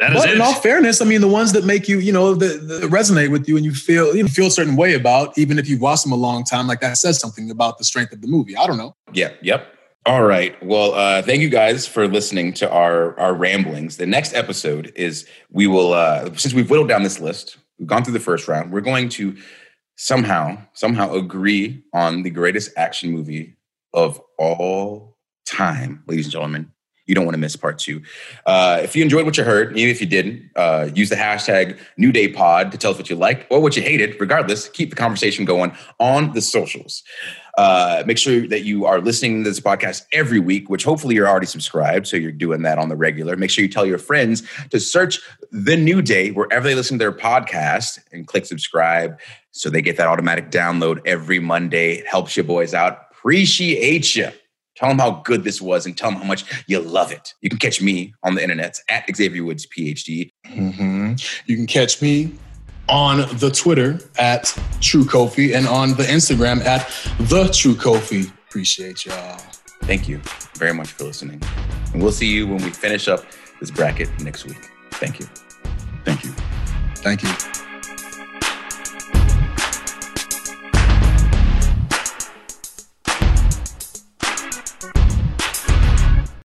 Speaker 6: is
Speaker 5: But in all
Speaker 6: it.
Speaker 5: fairness, I mean, the ones that make you, you know, that, that resonate with you and you feel you feel a certain way about, even if you've watched them a long time, like that says something about the strength of the movie. I don't know.
Speaker 4: Yeah. Yep. All right. Well, uh, thank you guys for listening to our our ramblings. The next episode is we will uh, since we've whittled down this list, we've gone through the first round. We're going to somehow somehow agree on the greatest action movie of all time, ladies and gentlemen. You don't want to miss part two. Uh, if you enjoyed what you heard, even if you didn't, uh, use the hashtag New Day Pod to tell us what you liked or what you hated. Regardless, keep the conversation going on the socials. Uh, make sure that you are listening to this podcast every week, which hopefully you're already subscribed. So you're doing that on the regular. Make sure you tell your friends to search The New Day wherever they listen to their podcast and click subscribe so they get that automatic download every Monday. It helps you boys out. Appreciate you. Tell them how good this was and tell them how much you love it. You can catch me on the internet at Xavier Woods PhD.
Speaker 5: You can Mm-hmm. catch me on the Twitter at True Kofi and on the Instagram at the True Kofi. Appreciate y'all.
Speaker 4: Thank you very much for listening. And we'll see you when we finish up this bracket next week. Thank you.
Speaker 3: Thank you.
Speaker 5: Thank you.